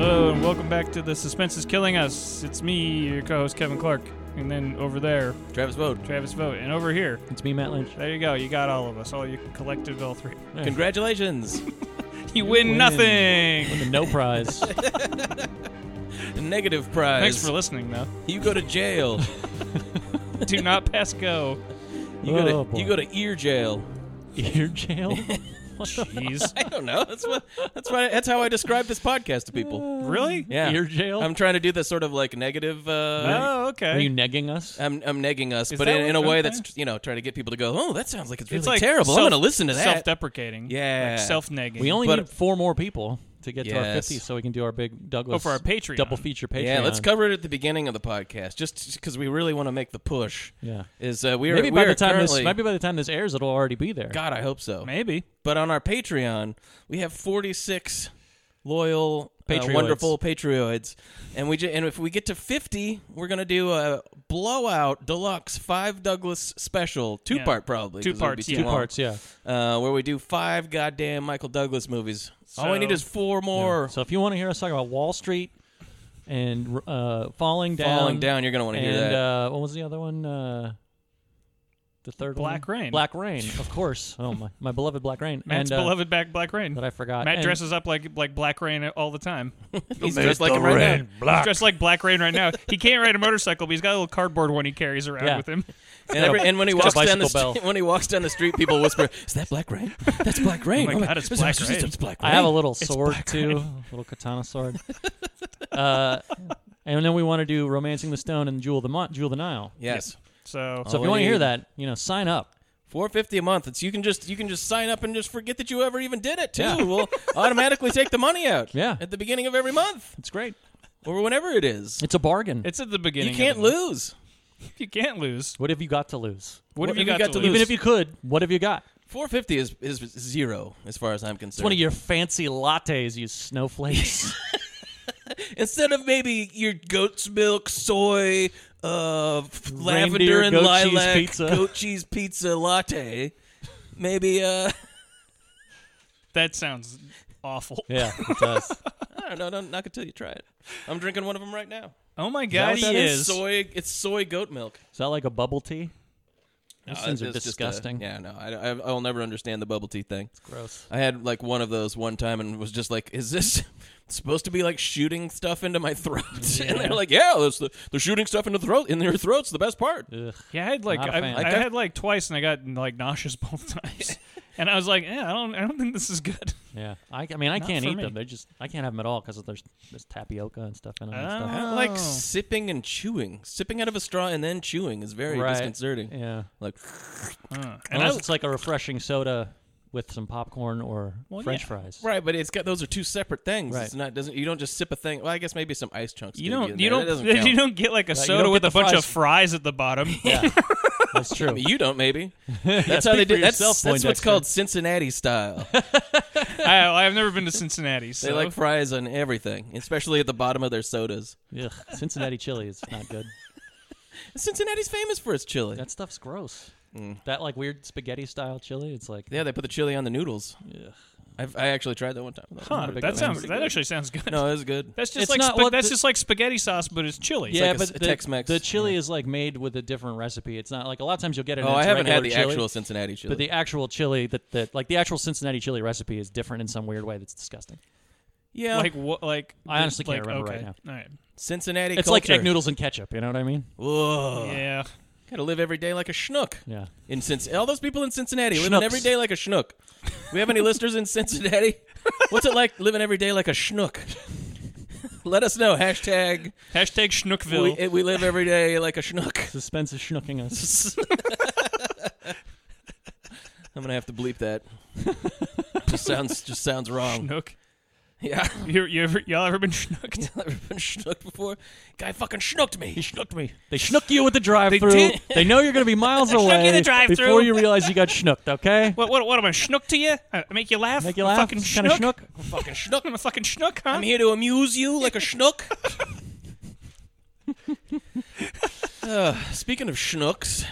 welcome back to The Suspense is Killing Us. It's me, your co host, Kevin Clark. And then over there, Travis Bode. Travis Vote. And over here, It's me, Matt Lynch. there you go. You got all of us, all you collective, all three. Congratulations. You win Win. nothing. With a no prize. Negative prize. Thanks for listening, though. You go to jail. Do not pass go. You go to Oh, boy. you go to ear jail. Ear jail? Jeez. I don't know. That's what that's why that's how I describe this podcast to people. Really? Yeah. Ear jail? I'm trying to do this sort of like negative uh Oh, Are okay. you negging us? I'm I'm negging us, Is but that in, in a what- way okay. that's you know, trying to get people to go, "Oh, that sounds like it's really it's like terrible. I'm self- going to listen to that." Self-deprecating. Yeah. Like self-negging. we only but- need four more people to get to our Yes. 50 so we can do our big Douglas Oh, for our Patreon. double feature Patreon. Yeah, let's cover it at the beginning of the podcast just because we really want to make the push. Yeah. Is uh, we are Maybe we by are the time currently this maybe by the time this airs it'll already be there. God, I hope so. Maybe. But on our Patreon, we have 46 loyal, uh, Patriots. wonderful patriots, and we ju- and if we get to 50, we're gonna do a blowout deluxe five Douglas special, two part probably, Two 'cause it would be parts, too yeah. Two long, parts, yeah. uh, where we do five goddamn Michael Douglas movies. All I So- need is four more. So if you want to hear us talk about Wall Street and uh, falling down, Falling down, you're gonna want to hear and that. uh, what was the other one? Uh, the third Black one? Rain. Black Rain, of course. Oh my, my beloved Black Rain. Matt's and, uh, beloved back Black Rain. that I forgot. Matt And- dresses up like like Black Rain all the time. He's dressed like him right now. He's dressed like Black Rain right now. He can't ride a motorcycle, but he's got a little cardboard one he carries around Yeah. with him. And, every, and when he walks got a down the bicycle street, bell. when he walks down the street, people whisper, "Is that Black Rain? That's Black Rain. Oh my God, it's Black Rain. It's Black Rain." I have a little sword too, a little katana sword. uh, and then we want to do "Romancing the Stone" and "Jewel of the Mon- Jewel of the Nile." yes. So, So if you want to hear that, you know, sign up. Four fifty a month. It's you can just you can just sign up and just forget that you ever even did it too. Yeah. We'll automatically take the money out. Yeah. At the beginning of every month It's great. or whenever it is. It's a bargain. it's at the You beginning. can't of the- lose. You can't lose. what have you got to lose? What, have you got, to lose? Even if you could, what have you got? Four fifty is is zero as far as I'm It's concerned. one of your fancy lattes, you snowflakes. Instead of maybe your goat's milk, soy, uh, f- lavender Reindeer and goat cheese lilac pizza. goat cheese pizza latte, maybe uh, that sounds awful. yeah, it does. I don't know. Don't knock it till you try it. I'm drinking one of them right now. Oh my that God, what he that is. Soy. It's soy goat milk. Is that like a bubble tea? Those Uh, things are it's just a- disgusting. yeah, no, I, I, I'll never understand the bubble tea thing. Gross. I had like one of those one time and was just like, "Is this supposed to be like shooting stuff into my throat?" and they're like, "Yeah, that's the, they're shooting stuff into throat in your throat's the best part." Ugh. Yeah, I had like Not a I, fan. I Like, I- had like twice, and I got like nauseous both times. and I was like, yeah, I don't, I don't think this is good. Yeah. I, I mean, I Not can't for eat me. them. They just I can't have them at all because there's there's tapioca and stuff in them. and I stuff. don't Oh. like sipping and chewing. Sipping out of a straw and then chewing is very Right. disconcerting. Yeah. Like, Uh, and I, Unless it's like a refreshing soda with some popcorn or Well, French yeah. fries. right, but it's got those are two separate things. Right. It's not doesn't you don't just sip a thing. Well, I guess maybe some ice chunks. you do don't, get in you there. That don't, doesn't count. you don't get like a Right, you soda don't with get a the bunch fries. of fries at the bottom. Yeah, that's true. You don't maybe. That's how speak they for do. That's, yourself, that's what's Poindexter. called Cincinnati style. I, I've never been to Cincinnati, so They like fries on everything, especially at the bottom of their sodas. Ugh, Cincinnati chili is not good. Cincinnati's famous for its chili. That stuff's gross. Hmm. That like weird spaghetti style chili. It's like yeah, they put the chili on the noodles. ugh. I've, I actually tried that one time. huh, a big that fan. sounds, Pretty that good. actually sounds good. No, it was good. That's just It's like not spa- what that's the- just like spaghetti sauce, but it's chili. yeah, like a s- but a the, Tex-Mex. the chili is like made with a different recipe. It's not like a lot of times you'll get it. Oh, and I it's haven't had the regular chili, actual Cincinnati chili. But the actual chili that, that like the actual Cincinnati chili recipe is different in some weird way. That's disgusting. yeah, like what? Like I honestly can't like, remember okay. right All right. Cincinnati. It's like culture. egg noodles and ketchup. You know what I mean? Whoa, Yeah, gotta live every day like a schnook. Yeah. In Cinc- all those people in Cincinnati living every Schnooks. day like a schnook. We have any listeners in Cincinnati? What's it like living every day like a schnook? Let us know. Hashtag hashtag Schnookville. we, we live every day like a schnook. Suspense is schnooking us. I'm gonna have to bleep that. just sounds just sounds wrong. Schnook. Yeah, You, you ever, y'all ever been schnooked? I've never been schnooked before. Guy fucking schnooked me. schnooked me. They schnook you with the drive-through. did. They, know you're going to be miles away you the drive-thru. before you realize you got schnooked. Okay, What, what, what am I schnook to you? I make you laugh? make you I'm laugh. Fucking kind of schnook? schnook. fucking schnook. I'm a fucking schnook, huh? I'm here to amuse you like a schnook. uh, speaking of schnooks,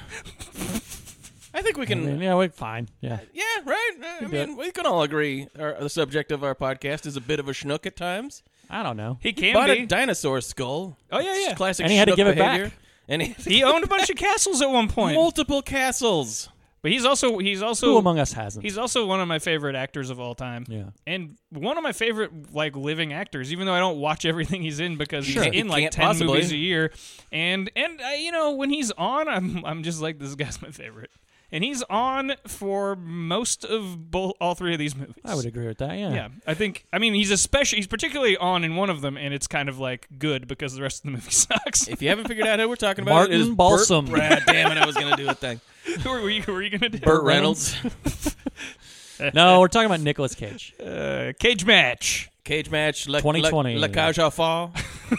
I think we I mean, can. yeah, we're fine. Yeah, Yeah, right. Uh, I bet. mean, we can all agree our, the subject of our podcast is a bit of a schnook at times. I don't know. He can Bought be. a dinosaur skull. Oh, yeah, It's yeah. Classic. And he had to shut-up give it back. behavior. And he he owned a bunch of castles at one point. multiple castles. But he's also he's Who also among us hasn't? he's also one of my favorite actors of all time. yeah. And one of my favorite like living actors, even though I don't watch everything he's in because Sure. he's You in like can't ten possibly. movies a year. And and I, you know when he's on, I'm I'm just like this guy's my favorite. And he's on for most of both all three of these movies. I would agree with that. Yeah. Yeah, I think. I mean, he's especially he's particularly on in one of them, and it's kind of like good because the rest of the movie sucks. If you haven't figured out who we're talking about, Martin it is Burt- Balsam. Ah, damn it! I was gonna do a thing. Who were you? Who were you gonna do? Burt Reynolds, No, we're talking about Nicolas Cage. Uh, cage match. cage match, Le- 2020. Le, Le Cage aux Folles.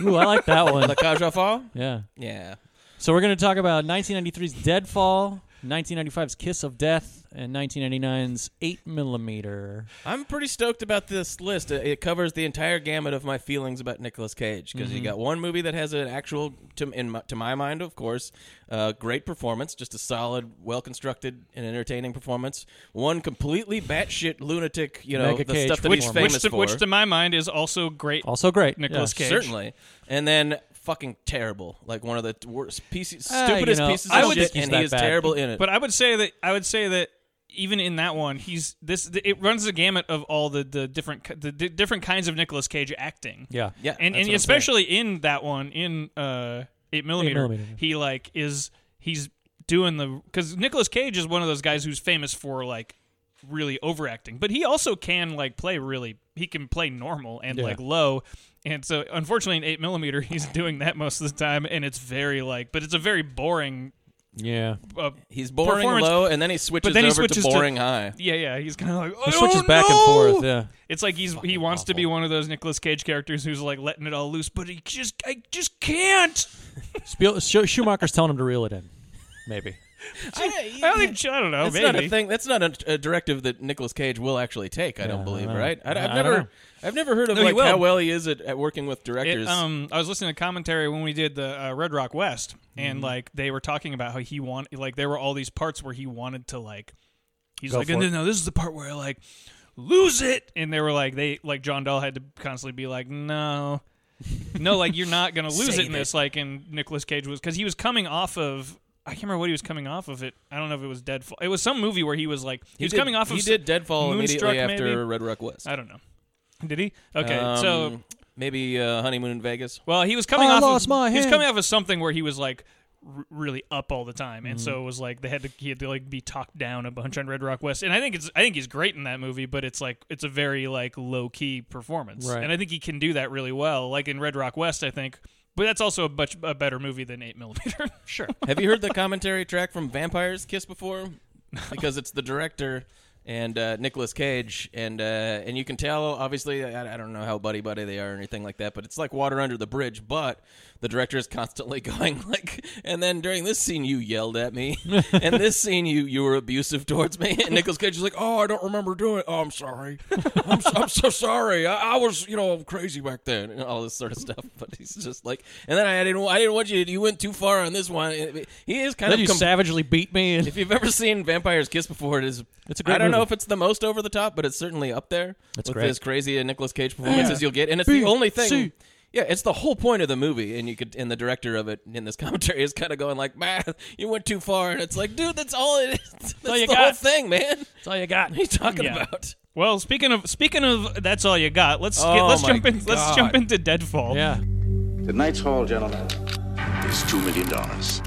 Ooh, I like that one. Le Cage aux Folles? Yeah. Yeah. So we're going to talk about 1993's Deadfall, 1995's Kiss of Death, and 1999's 8 Millimeter. I'm pretty stoked about this list. It- It covers the entire gamut of my feelings about Nicolas Cage because Mm-hmm. you got one movie that has an actual, to, in my, to my mind, of course, uh, great performance, just a solid, well constructed, and entertaining performance. One completely batshit lunatic, you know, Mega the Cage stuff that he's performance. famous Which to, for. which to my mind is also great. Also great. Nicolas Cage. Certainly. And then fucking terrible. Like one of the worst Uh, pieces, Ah, you stupidest know, pieces I of would shit, think he's and he that is bad. terrible in it. But I would say that I would say that even in that one, he's this. It runs the gamut of all the the different ki- the di- different kinds of Nicolas Cage acting. Yeah. yeah, and that's and what I'm especially in that one in uh eight millimeter, millimeter, yeah. he like is he's doing the because Nicolas Cage is one of those guys who's famous for like really overacting, but he also can like play really he can play normal and Yeah. like low. And so, unfortunately, in eight millimeter, he's doing that most of the time, and it's very like, but it's a very boring. Yeah. Uh, He's boring performance- low, and then he switches then he over switches to to- boring high. yeah, yeah, he's kind of like I He switches don't back know." and forth. Yeah. It's like he's he wants to be one of those Nicolas Cage characters who's like letting it all loose, but he just I just can't. Spiel- Sch- Schumacher's telling him to reel it in. Maybe. I don't think I don't know. Oh, That's maybe not a thing. That's not a, a directive that Nicolas Cage will actually take. I I don't believe, don't know. right? I, I- have I don't know. never, I've never heard of No, he like how will. well he is at, at working with directors. It, um, I was listening to commentary when we did the uh, Red Rock West, and like they were talking about how he want like there were all these parts where he wanted to like he's Go like for and it. then no, this is the part where I like lose it, and they were like they like John Dahl had to constantly be like no. no, like you're not gonna lose it Save in this. Like in Nicolas Cage was because he was coming off of I can't remember what he was coming off of. It I don't know if it was Deadfall. It was some movie where he was like he, was did- coming off of. He s- did Deadfall immediately Moonstruck, after maybe? Red Rock West. I don't know. Did he? Okay, Um, so maybe uh, Honeymoon in Vegas. Well, he was coming Oh, I off lost of, my he was hand. coming off of something where he was like r- really up all the time, and Mm-hmm. so it was like they had to he had to like be talked down a bunch on Red Rock West. And I think it's I think he's great in that movie, but it's like it's a very like low key performance, Right. and I think he can do that really well. Like in Red Rock West, I think. But that's also a much a better movie than Eight Millimeter. sure. Have you heard the commentary track from Vampires Kiss before? Because it's the director and uh, Nicolas Cage, and uh, and you can tell obviously I, I don't know how buddy buddy they are or anything like that, but it's like water under the bridge. But the director is constantly going like, and then during this scene you yelled at me, and this scene you you were abusive towards me, and Nicolas Cage is like, oh I don't remember doing it. Oh I'm sorry, I'm, so- I'm so sorry. I, I was you know crazy back then and all this sort of stuff. But he's just like, and then I didn't I didn't want you to- you went too far on this one. He is kind Then you of com- savagely beat me. And if you've ever seen Vampires Kiss before, it is. It's a great I don't know movie. if it's the most over the top, but it's certainly up there That's with great. as crazy a Nicolas Cage performance as you'll get, and it's B, the only thing. C. Yeah, it's the whole point of the movie, and you could, and the director of it in this commentary is kind of going like, "Man, you went too far," and it's like, "Dude, that's all it is. That's you the whole got. thing, man. What That's all you got. are you talking Yeah. about?" Well, speaking of speaking of that's all you got. Let's get, Oh let's my jump in. Let's jump God. into Deadfall. Yeah. Good night's hall, gentlemen. It's two million dollars.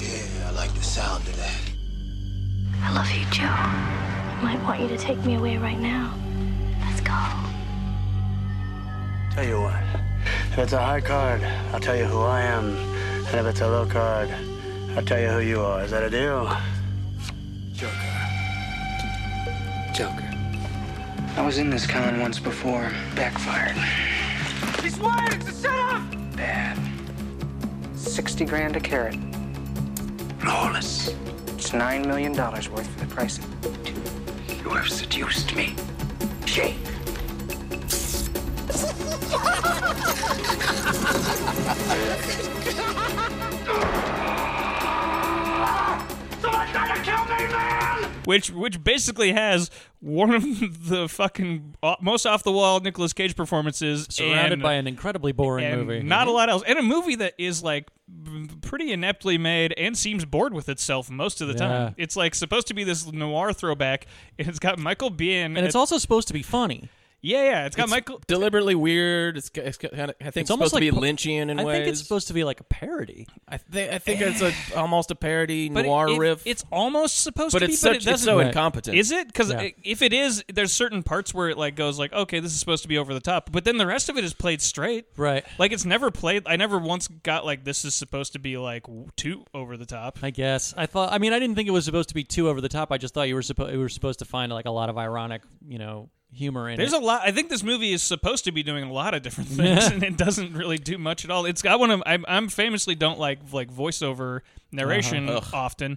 Yeah, I like the sound of that. I love you, Joe. I might want you to take me away right now. Let's go. Tell you what, if it's a high card, I'll tell you who I am. And if it's a low card, I'll tell you who you are. Is that a deal? Joker. Joker. I was in this con once before. Backfired. He's wired! It's a setup! Bad. 60 grand a carat. Lawless. It's $9 million worth for the price of two. You have seduced me. Jake. Someone's gonna kill me, man! which which basically has one of the fucking o- most off the wall Nicolas Cage performances Surrounded and, by an incredibly boring and movie. Mm-hmm. not a lot else, and a movie that is like b- pretty ineptly made and seems bored with itself most of the time. Yeah. It's like supposed to be this noir throwback, and it's got Michael Biehn. and it's at- also supposed to be funny. yeah, yeah, it's got Michael. deliberately weird. It's, it's kind of, I think it's, almost supposed to be like po- Lynchian in I ways. think it's supposed to be like a parody. I, thi- I think it's a, almost a parody But it- noir it- riff. It's almost supposed but to be, it's but such it it's doesn't. so Right. incompetent. Is it? Because Yeah. if it is, there's certain parts where it like goes like, okay, this is supposed to be over the top, but then the rest of it is played straight. Right. Like it's never played. I never once got like this is supposed to be like w- too over the top. I guess. I thought I mean I didn't think it was supposed to be too over the top. I just thought you were supposed you were supposed to find like a lot of ironic, you know, humor in There's it. a lot. I think this movie is supposed to be doing a lot of different things, and it doesn't really do much at all. It's got one of I'm, I'm famously don't like like voiceover narration Uh-huh. often,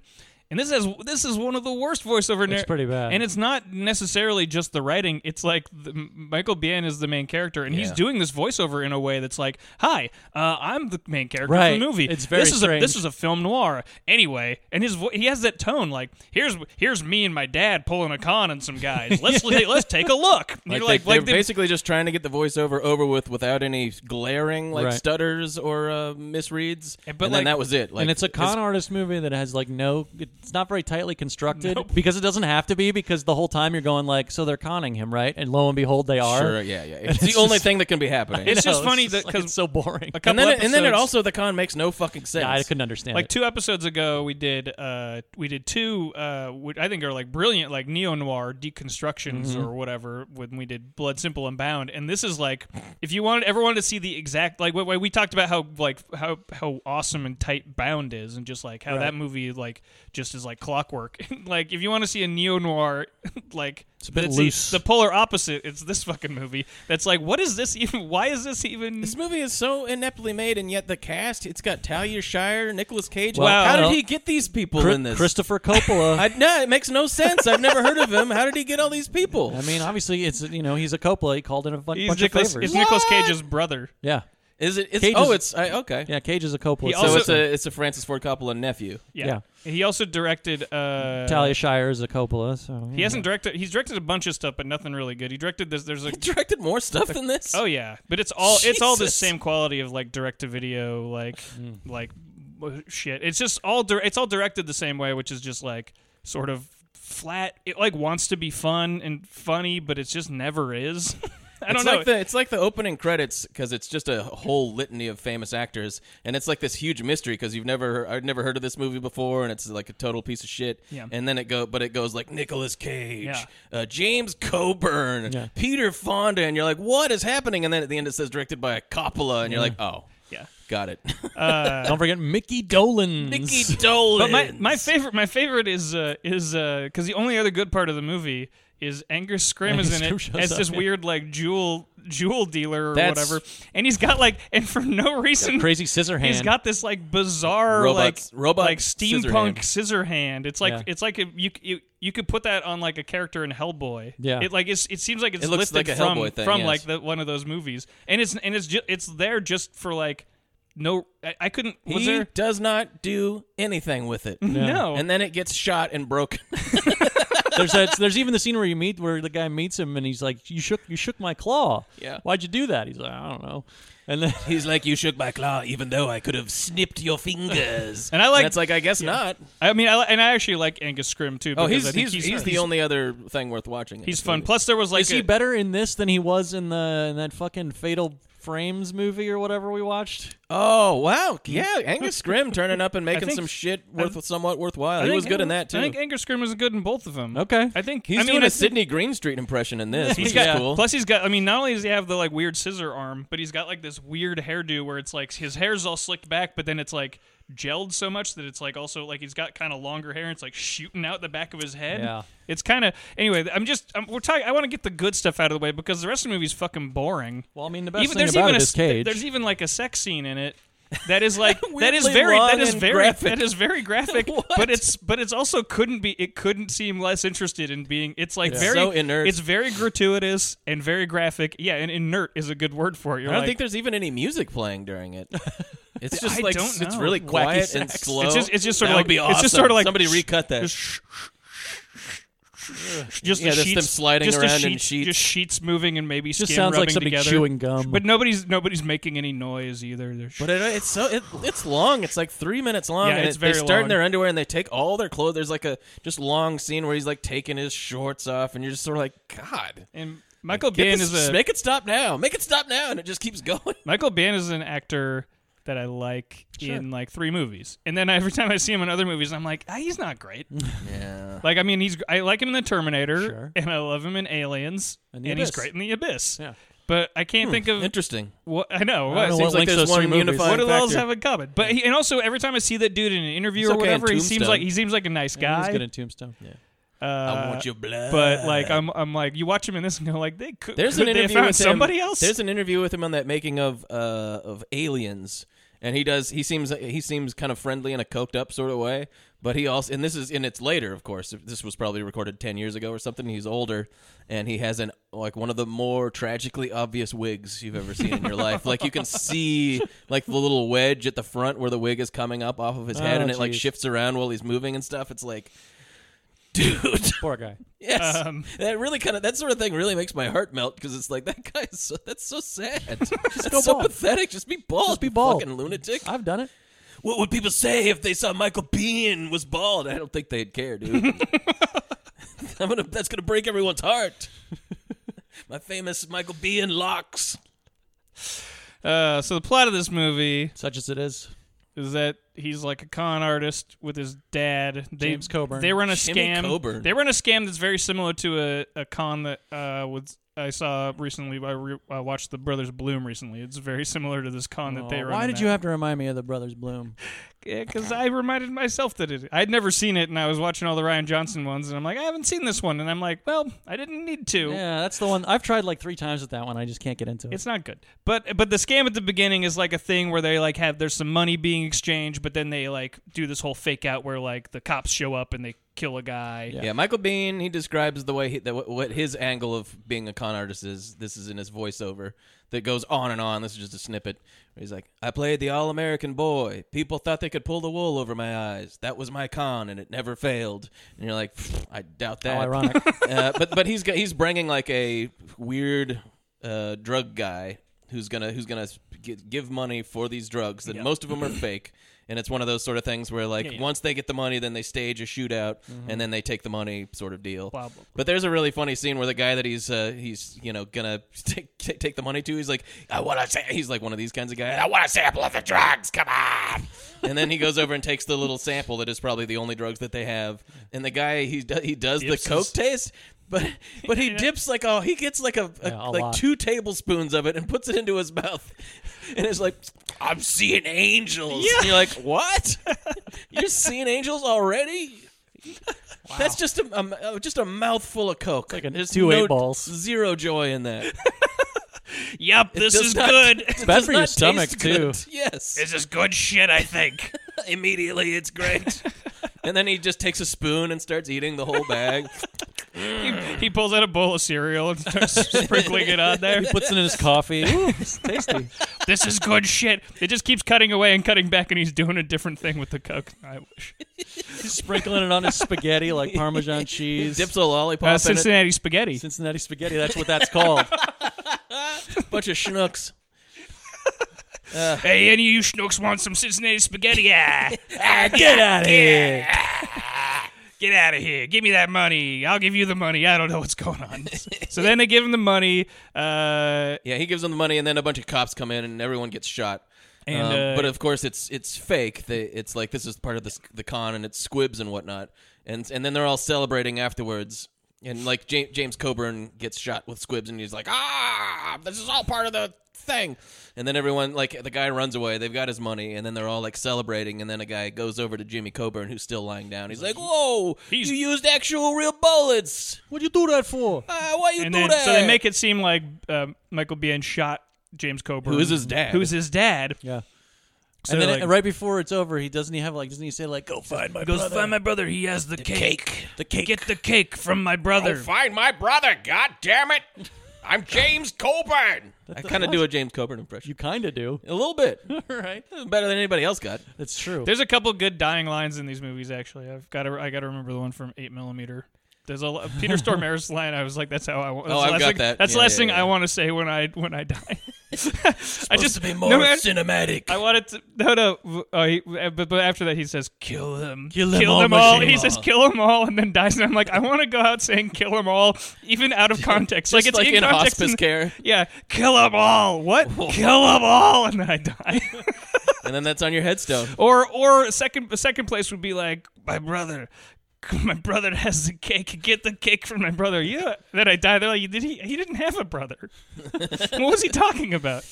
and this is this is one of the worst voiceover. narr- pretty bad. and it's not necessarily just the writing. It's like the, Michael Biehn is the main character, and he's Yeah. doing this voiceover in a way that's like, "Hi, uh, I'm the main character of Right. the movie. It's very this is a, this strange. is a film noir anyway." And his vo- he has that tone like, "Here's here's me and my dad pulling a con on some guys. Let's let's take a look." Like, You're they, like, like, they're they- basically just trying to get the voiceover over with without any glaring like Right. stutters or uh, misreads. And- but, and like- then that was it. Like, and it's a con it's- artist movie that has like no it's not very tightly constructed because it doesn't have to be because the whole time you're going like so they're conning him, right? And lo and behold they are. Sure, yeah, yeah. It's, the only thing that can be happening. It's No, just funny that like, it's because so boring. a couple and then, it, and then it episodes- also the con makes no fucking sense. Yeah, I couldn't understand like it. two episodes ago we did uh we did two uh which i think are like brilliant like neo-noir deconstructions Mm-hmm. or whatever when we did blood simple and bound and this is like if you wanted ever wanted to see the exact like wh- wh- we talked about how like how how awesome and tight bound is and just like how that movie like just is like clockwork like if you want to see a neo-noir like it's a bit loose. the polar opposite it's this fucking movie that's like what is this even why is this even This movie is so ineptly made, and yet the cast—it's got Talia Shire, Nicolas Cage. Wow. how Well, did he get these people Chri- in this? Christopher Coppola. I, no, it makes no sense. I've never heard of him. How did he get all these people? I mean, obviously, it's you know he's a Coppola. He called in a bun- He's bunch Nicolas, of it's favors. Nicolas Cage's brother. yeah, is it? It's, Cage oh, is- it's I, okay. yeah. Cage is a Coppola. He so So Also- it's a it's a Francis Ford Coppola nephew. Yeah. He also directed uh Talia Shire is a Coppola. So He hasn't directed he's directed a bunch of stuff but nothing really good. He directed this there's a He directed more stuff than this. Oh yeah, but it's all it's all the Jesus. Mm. same quality of like direct to video like like w- shit. It's just all dir- it's all directed the same way which is just like sort of flat. It like wants to be fun and funny but it just never is. I don't it's know. Like the, it's like the opening credits because it's just a whole litany of famous actors, and it's like this huge mystery because you've never I'd never heard of this movie before, and it's like a total piece of shit. Yeah. And then it go, but it goes like Nicolas Cage, Yeah. uh, James Coburn, Yeah. Peter Fonda, and you're like, what is happening? And then at the end it says directed by Coppola, and you're like, oh, Yeah. got it. Don't forget Mickey Dolenz. Mickey But Dolan. my, my favorite my favorite is uh, is because the only other good part of the movie is Angus Scrim is Angus in Scrimm it shows as up, this yeah. weird like jewel jewel dealer or That's- whatever, and he's got like and for no reason crazy scissor hand. He's got this like bizarre Robots- like robot like scissor steampunk hand. scissor hand. It's like Yeah. it's like if you you you could put that on like a character in Hellboy. Yeah. it like it's, it seems like it's It looks lifted like a from Hellboy thing, from yes. like the, one of those movies, and it's and it's just it's there just for like no. I, I couldn't. was he there? does not do anything with it. No. And then it gets shot and broken. there's that, there's even the scene where you meet where the guy meets him and he's like, "You shook you shook my claw. Yeah. Why'd you do that?" He's like, "I don't know." And then He's like, you shook my claw, even though I could have snipped your fingers. And I like- it's like, I guess not. I mean, I, and I actually like Angus Scrim too. Oh, Because he's I think he's, he's, the only other thing worth watching. in he's this fun. movie. Plus, there was like is he a- better in this than he was in the in that fucking Fatal Frames movie or whatever we watched? Oh wow, yeah, Angus Scrim turning up and making think- some shit worth somewhat worthwhile. I He think was good in Angus- that too. I think Angus Scrim was good in both of them. Okay. I think he's I mean, doing I a think- Sydney Greenstreet impression in this, which He's is got cool. plus he's got I mean not only does he have the like weird scissor arm, but he's got like this weird hairdo where it's like his hair's all slicked back, but then it's like gelled so much that it's like also like he's got kind of longer hair and it's like shooting out the back of his head. Yeah. It's kind of anyway. I'm just I'm, we're talking. I want to get the good stuff out of the way because the rest of the movie's fucking boring. Well, I mean, the best even, thing there's about even it a, is Cage. There's even like a sex scene in it that is like that is Weirdly very long that is and very graphic. that is very graphic. but it's but it's also couldn't be it couldn't seem less interested in being. It's like It's very so inert. It's very gratuitous and very graphic. Yeah, and inert is a good word for it. You're I don't like- think there's even any music playing during it. It's just I like don't s- it's know. really Wacky quiet and sax. slow. It's just- it's just That sort of would like- be it's just awesome. sort of like- somebody recut that. Just sh- sh- sh- just Yeah, the just sheets them sliding just the around in sheets- sheets. just sheets moving and maybe Just skin sounds like rubbing somebody together. chewing gum. But nobody's nobody's making any noise either. They're sh- But it, it's so it, it's long. It's like three minutes long. Yeah, and it's it- very They start long. in their underwear and they take all their clothes. There's like a just long scene where he's like taking his shorts off, and you're just sort of like, God, and Michael get Biehn this- is a make it stop now, make it stop now, and it just keeps going. Michael Biehn is an actor that I like in like three movies, and then every time I see him in other movies, I'm like, ah, he's not great. Yeah, like, I mean, he's I like him in The Terminator, Sure. and I love him in Aliens, and, And The he's Abyss. great in The Abyss. Yeah. But I can't think of interesting. what I know. I What, don't know seems what like links there's those three one movies. unifying- what do those factor. have in common? But he, and also every time I see that dude in an interview He's or okay in whatever, he seems Tombstone. like he seems like a nice Yeah, guy. he's good in Tombstone. uh, I want your blood. but like I'm, I'm like you watch him in this and go like they could. there's could an they interview have found with him- somebody else. There's an interview with him on that making of uh, of Aliens, and he does he seems he seems kind of friendly in a coked up sort of way. But he also and this is and it's later, of course. This was probably recorded ten years ago or something. He's older, and he has an like one of the more tragically obvious wigs you've ever seen in your life. Like you can see like the little wedge at the front where the wig is coming up off of his head, Oh, and it like geez. shifts around while he's moving and stuff. It's like, dude. Poor guy. Yes, Um, that really kind of that sort of thing really makes my heart melt because it's like that guy is so, that's so sad. just go so bald. pathetic. Just be bald. Just be you bald. fucking lunatic. I've done it. What would people say if they saw Michael Bean was bald? I don't think they'd care, dude. I'm gonna. That's gonna break everyone's heart. my famous Michael Bean locks. uh, so the plot of this movie Such as it is. is that he's like a con artist with his dad. They, James Coburn. They run a Jimmy scam. Coburn. They run a scam that's very similar to a, a con that uh, was I saw recently. I, re- I watched The Brothers Bloom recently. It's very similar to this con that they Oh, run. why did you have to remind me of the Brothers Bloom? Because I reminded myself that it. I'd never seen it, and I was watching all the Ryan Johnson ones, and I'm like, I haven't seen this one, and I'm like, well, I didn't need to. Yeah, that's the one. I've tried like three times with that one. I just can't get into it. It's not good. But but the scam at the beginning is like a thing where they like have there's some money being exchanged, but then they like do this whole fake out where like the cops show up and they kill a guy. Yeah, Michael Bean. He describes the way he, that what- what his angle of being a con artist is. This is in his voiceover that goes on and on. This is just a snippet. Where he's like, "I played the all-American boy. People thought they could pull the wool over my eyes. That was my con, and it never failed." And you're like, "I doubt that." How ironic. uh, but but he's got- he's bringing like a weird uh, drug guy who's gonna who's gonna gi- give money for these drugs that most of them are fake. And it's one of those sort of things where, like, once they get the money, then they stage a shootout, and then they take the money, sort of deal. Blah, blah, blah. But there's a really funny scene where the guy that he's uh, he's you know gonna take take take the money to, he's like, I want to say, he's like one of these kinds of guys. I want a sample of the drugs. Come on. and then he goes over and takes the little sample that is probably the only drugs that they have. And the guy he do, he does Dips the coke his- taste, but but he dips like oh he gets like a, a- Yeah, a like lot. two tablespoons of it and puts it into his mouth, and it's like I'm seeing angels. And you're like what? you're seeing angels already? That's just a, um, uh, just a mouthful of coke. like a There's two eight no- balls. Zero joy in that. Yep, this does is not- good. It bad does for your not taste stomach, good. too. Yes. this is good shit, I think. Immediately, it's great. and then he just takes a spoon and starts eating the whole bag. he, he pulls out a bowl of cereal and starts sprinkling it on there. He puts it in his coffee. Ooh, it's tasty. This is good shit. It just keeps cutting away and cutting back, and he's doing a different thing with the coke. I wish. Sprinkling it on his spaghetti like Parmesan he cheese. dips a lollipop Uh, in it. Cincinnati spaghetti. Cincinnati spaghetti. That's what that's called. bunch of schnooks. Hey, any of you schnooks want some Cincinnati spaghetti? Ah, Yeah. Get out of here. ah, get out of here. Give me that money. I'll give you the money. I don't know what's going on. so then they give him the money. Uh, Yeah, he gives them the money, and then a bunch of cops come in, and everyone gets shot. And, Um, uh, but of course, it's it's fake. They, it's like this is part of the the con, and it's squibs and whatnot. And and then they're all celebrating afterwards. And like James, James Coburn gets shot with squibs, and he's like, ah, this is all part of the thing. And then everyone, like the guy runs away. They've got his money, and then they're all like celebrating. And then a guy goes over to Jimmy Coburn, who's still lying down. He's like, whoa, He's- you used actual real bullets. What'd you do that for? Ah, why you and do then that? so they make it seem like um Michael Biehn shot James Coburn, Who is his dad. Who's his dad? Yeah. So And then like, uh, right before it's over, he doesn't he have like doesn't he say like go find my he goes brother? find my brother. He has the, cake. the cake. Get the cake from my brother. Find my brother, god damn it. I'm James Coburn. I kind of do a James Coburn impression. You kind of do. A little bit. right. Better than anybody else got. That's true. There's a couple good dying lines in these movies. Actually, I've got to I got to remember the one from Eight Millimeter. There's a lo- Peter Stormare's line. I was like, "That's how I want." Oh, I've got thing, that. That's the Yeah, last yeah, thing yeah. I want to say when I when I die. I just to be more no, man, cinematic. I wanted to no no. Oh, he, but, but after that he says, "Kill them, Kill them all, machine He all. says, "Kill them all," and then dies. And I'm like, I want to go out saying, "Kill them all," even out of context. like Just it's like in context hospice and- care. Yeah, kill them all. What? Kill them all, and then I die. and then that's on your headstone. Or or second second place would be like my brother. My brother has the cake. Get the cake from my brother. Yeah. Then I die. They're like, did he? He didn't have a brother. what was he talking about?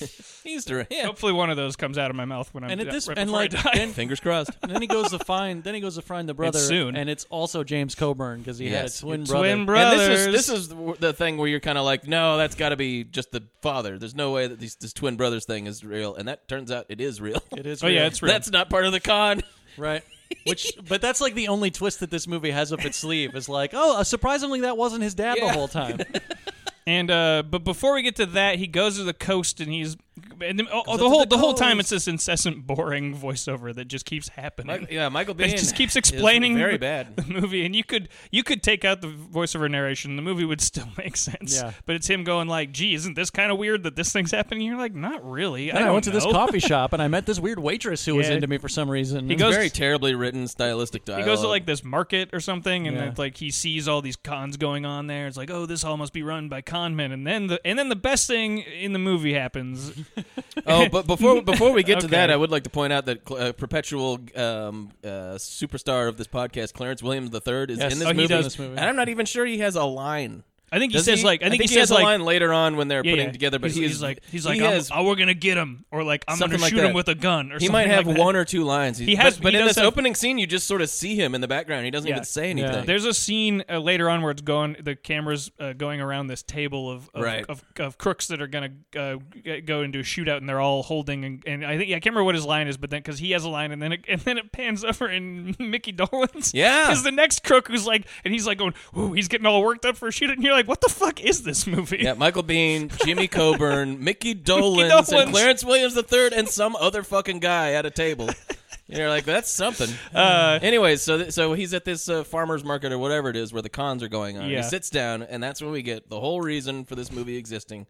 He's direct. Yeah. Hopefully, one of those comes out of my mouth when I'm And at di- this- right and before I like, die. then- Fingers crossed. And then he goes to find. Then he goes to find the brother. soon. and it's also James Coburn because he Yes. had a twin brother. Twin And brothers. this is this is the- the thing where you're kind of like, no, that's got to be just the father. There's no way that these, this twin brothers thing is real, and that turns out it is real. It is. Oh, yeah, real. it's real. That's not part of the con. right. Which, but that's like the only twist that this movie has up its sleeve is like, oh, surprisingly, that wasn't his dad the whole time. And uh, but before we get to that, he goes to the coast and he's and then, oh, oh, the up to whole the the, whole time coast. it's this incessant boring voiceover that just keeps happening. Mi- yeah, Michael Biehn It just keeps is explaining very the- bad. the movie, and you could you could take out the voiceover narration, the movie would still make sense. Yeah. But it's him going like, "Gee, isn't this kind of weird that this thing's happening?" You're like, "Not really." Then I, don't went to this know." coffee shop and I met this weird waitress who was Yeah. into me for some reason. He It goes- was Very terribly written stylistic He dialogue. goes to like this market or something, and Yeah. it's like he sees all these cons going on there. It's like, oh, this all must be run by con men, and then the and then the best thing in the movie happens. Oh, but before before we get to that, Okay. I would like to point out that uh, perpetual um, uh, superstar of this podcast, Clarence Williams III, is Yes. in this Oh, he movie, does this movie. and I'm not even sure he has a line. I think he Does says like, I think, he, says has like, a line later on when they're yeah, putting yeah. together, but he's, he is- he's like, he's like, he I'm, has- oh, we're gonna get him, or like, I'm gonna Something like shoot him that. with a gun, or he something might have like that. one or two lines. He has- but, but he in does this have- opening scene, you just sort of see him in the background. He doesn't Yeah. even say anything. There's a scene uh, later on where it's going. The cameras uh, going around this table of of, Right. of, of crooks that are gonna uh, g- go into a shootout, and they're all holding. And, and I think yeah, I can't remember what his line is, but then because he has a line, and then it, and then it pans over and Mickey Dolan's. Yeah. Because the next crook who's like, and he's like going, "Ooh, he's getting all worked up for a shootout," and you're like, "What the fuck is this movie?" yeah, Michael Bean, Jimmy Coburn, Mickey Dolenz, and Dolenz. Clarence Williams III, and some other fucking guy at a table. You're like, that's something. Uh, Anyways, so th- so he's at this uh, farmer's market or whatever it is where the cons are going on. Yeah. He sits down, and that's when we get the whole reason for this movie existing.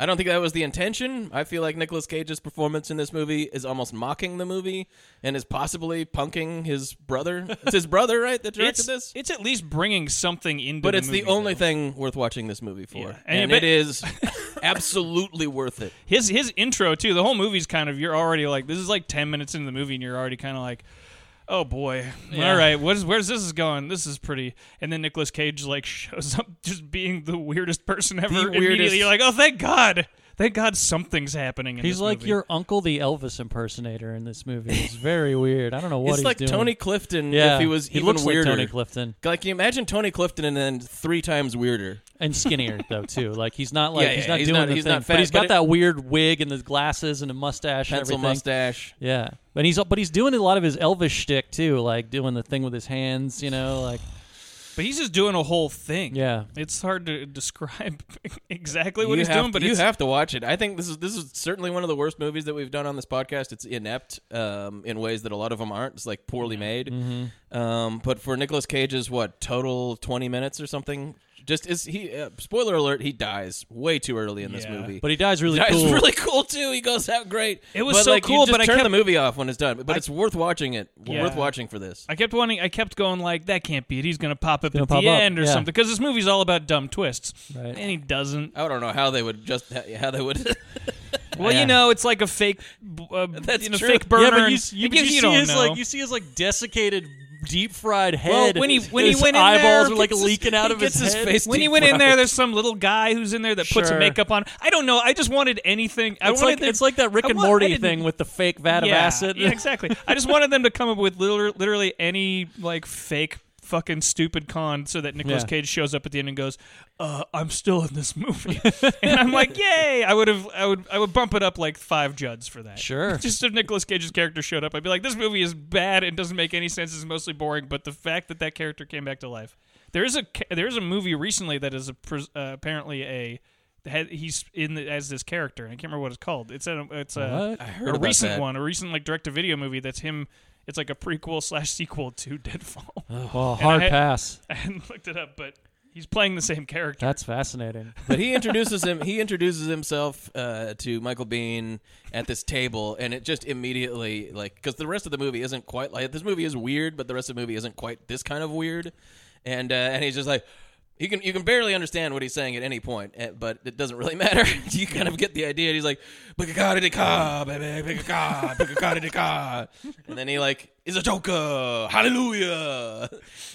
I don't think that was the intention. I feel like Nicolas Cage's performance in this movie is almost mocking the movie and is possibly punking his brother. It's his brother, right, that directed It's, this? it's at least bringing something into But the it's the movie, only though. thing worth watching this movie for. Yeah. And- And, but- it is absolutely worth it. his his intro too. The whole movie's kind of you're already like this is like ten minutes into the movie and you're already kind of like, oh boy, all right, what is where's this is going? This is pretty. And then Nicolas Cage like shows up just being the weirdest person ever. weirdest. Immediately, you're like, oh thank God, thank God something's happening. In He's this like movie. your uncle, the Elvis impersonator in this movie. It's very weird. I don't know what it's he's like doing. Tony Clifton Yeah, if he was he even looks weirder. like Tony Clifton Like, can you imagine Tony Clifton and then three times weirder? and skinnier though too. Like he's not like Yeah, he's yeah, not he's doing not- the he's thing, not but fat, he's but got it- that weird wig and the glasses and a mustache and Pencil everything. mustache. Yeah, but he's but he's doing a lot of his Elvis shtick too, like doing the thing with his hands. You know, like but he's just doing a whole thing. Yeah. it's hard to describe exactly what you he's have, doing, but you it's, have to watch it. I think this is this is certainly one of the worst movies that we've done on this podcast. It's inept um, in ways that a lot of them aren't. It's like poorly made. Mm-hmm. Um, but for Nicolas Cage's what total twenty minutes or something, just is he? Uh, spoiler alert: he dies way too early in this Yeah. movie. but he dies really It's cool. really cool too. He goes out great. It was But, so like, cool, You just but I turn the kept- movie off when it's done. But it's worth watching it. Yeah. Worth watching for this. I kept wanting. I kept going like that can't be it. He's gonna pop up gonna at pop the up, end or yeah. something because this movie's all about dumb twists, Right. and he doesn't. I don't know how they would just how they would. Well, Yeah. you know, it's like a fake, uh, That's you know, true. fake burner. yeah, but you, and- you, it but gives- you you see don't his know. like you see his like desiccated, deep fried Well, head. when he- when he his went in eyeballs there, are like gets his- leaking out he of gets his head. face when he deep went in fried. there, there's some little guy who's in there that puts Sure. a makeup on. I don't know. I just wanted anything. I It's like wanted them- it's like that Rick I and want- I Morty didn't- thing with the fake vat of yeah, acid. Yeah, exactly. I just wanted them to come up with liter- literally any like fake fucking stupid con so that Nicolas Yeah. Cage shows up at the end and goes, uh, "I'm still in this movie," and I'm like, "Yay!" I would have, I would, I would bump it up like five Judds for that. Sure. Just if Nicolas Cage's character showed up, I'd be like, "This movie is bad and doesn't make any sense. It's mostly boring." But the fact that that character came back to life, there is a ca- there is a movie recently that is a, pres- uh, apparently a. had- He's in the, as this character, and I can't remember what it's called. It's a it's a What? I heard a about recent that. one, a recent like direct to video movie that's him. It's like a prequel slash sequel to Deadfall. Well, hard I- pass. I hadn't looked it up, but He's playing the same character. That's fascinating. But he introduces him. He introduces himself uh, to Michael Bean at this table, and it just immediately like because the rest of the movie isn't quite like this movie is weird, but the rest of the movie isn't quite this kind of weird, and uh, and he's just like. You can you can barely understand what he's saying at any point, eh, but it doesn't really matter. you kind of get the idea. He's like, "Bika-ka-da-di-ka, baby, bika-ka, bika-ka-da-di-ka." and then he like is a joker, hallelujah.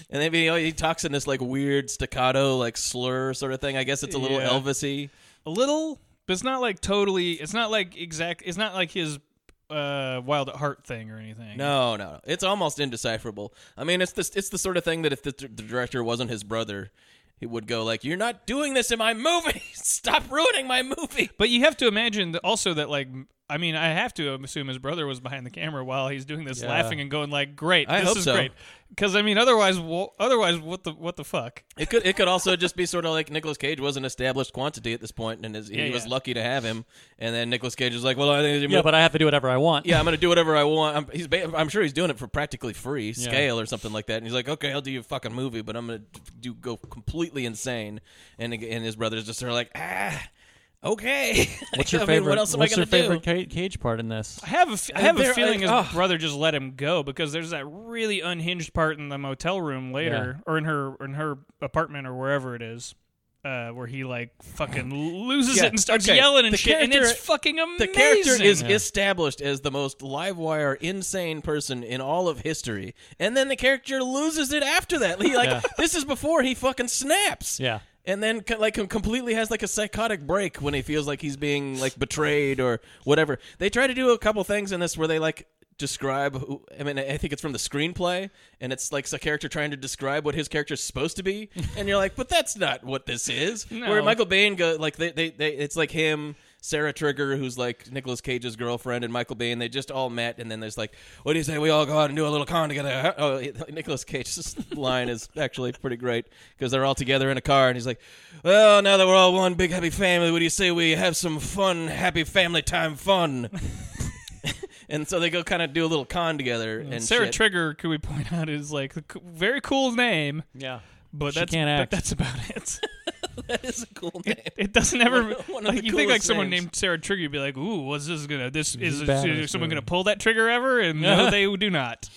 And then he, he talks in this like weird staccato like slur sort of thing. I guess it's a little Yeah. Elvisy. A little, but it's not like totally. It's not like exact. It's not like his uh, wild at heart thing or anything. No, no, no. It's almost indecipherable. I mean, it's this it's the sort of thing that if the, the director wasn't his brother, he would go like, "You're not doing this in my movie. Stop ruining my movie." But you have to imagine that also that like I mean I have to assume his brother was behind the camera while he's doing this, Yeah. laughing and going like, "Great, I this hope is so. great." Because I mean, otherwise, wha- otherwise, what the what the fuck? It could it could also just be sort of like Nicolas Cage was an established quantity at this point, and his, Yeah, he was yeah. lucky to have him. And then Nicolas Cage is like, "Well, I think Yeah, but I have to do whatever I want. yeah, I'm going to do whatever I want." I'm, he's ba- I'm sure he's doing it for practically free scale or something like that. And he's like, "Okay, I'll do your fucking movie, but I'm going to do go completely insane." And and his brother's just sort of like, "Ah, okay." What's your I mean, favorite? what else am what's I your going to do? favorite Ca- Cage part in this? I have a f- I have a they're feeling like, his ugh. brother just let him go because there's that really unhinged part in the motel room later, or in her or in her apartment or wherever it is. Uh, where he like fucking loses Yeah, it and starts okay. yelling and The shit, and it's character- fucking amazing. The character is Yeah. established as the most livewire, insane person in all of history, and then the character loses it after that. He like Yeah. this is before he fucking snaps. Yeah. and then co- like com- completely has like a psychotic break when he feels like he's being like betrayed or whatever. They try to do a couple things in this where they like describe who i mean i think it's from the screenplay and it's like a character trying to describe what his character's supposed to be and you're like but that's not what this is where No. michael bain go like they, they they it's like him sarah trigger who's like nicolas cage's girlfriend and michael bain they just all met and then there's like what do you say we all go out and do a little con together huh?" oh nicholas cage's line is actually pretty great because they're all together in a car and he's like well now that we're all one big happy family what do you say we have some fun happy family time fun and so they go kind of do a little con together. And Sarah shit. Trigger, could we point out, is like a c- very cool name, Yeah. but She that's can't but act. that's about it. that is a cool name. It doesn't ever One of- one of like the you think like coolest someone names. named Sarah Trigger, you'd be like, "Ooh, what's this gonna? This This is, is bad in is this someone movie. gonna pull that trigger ever?" And no, they do not.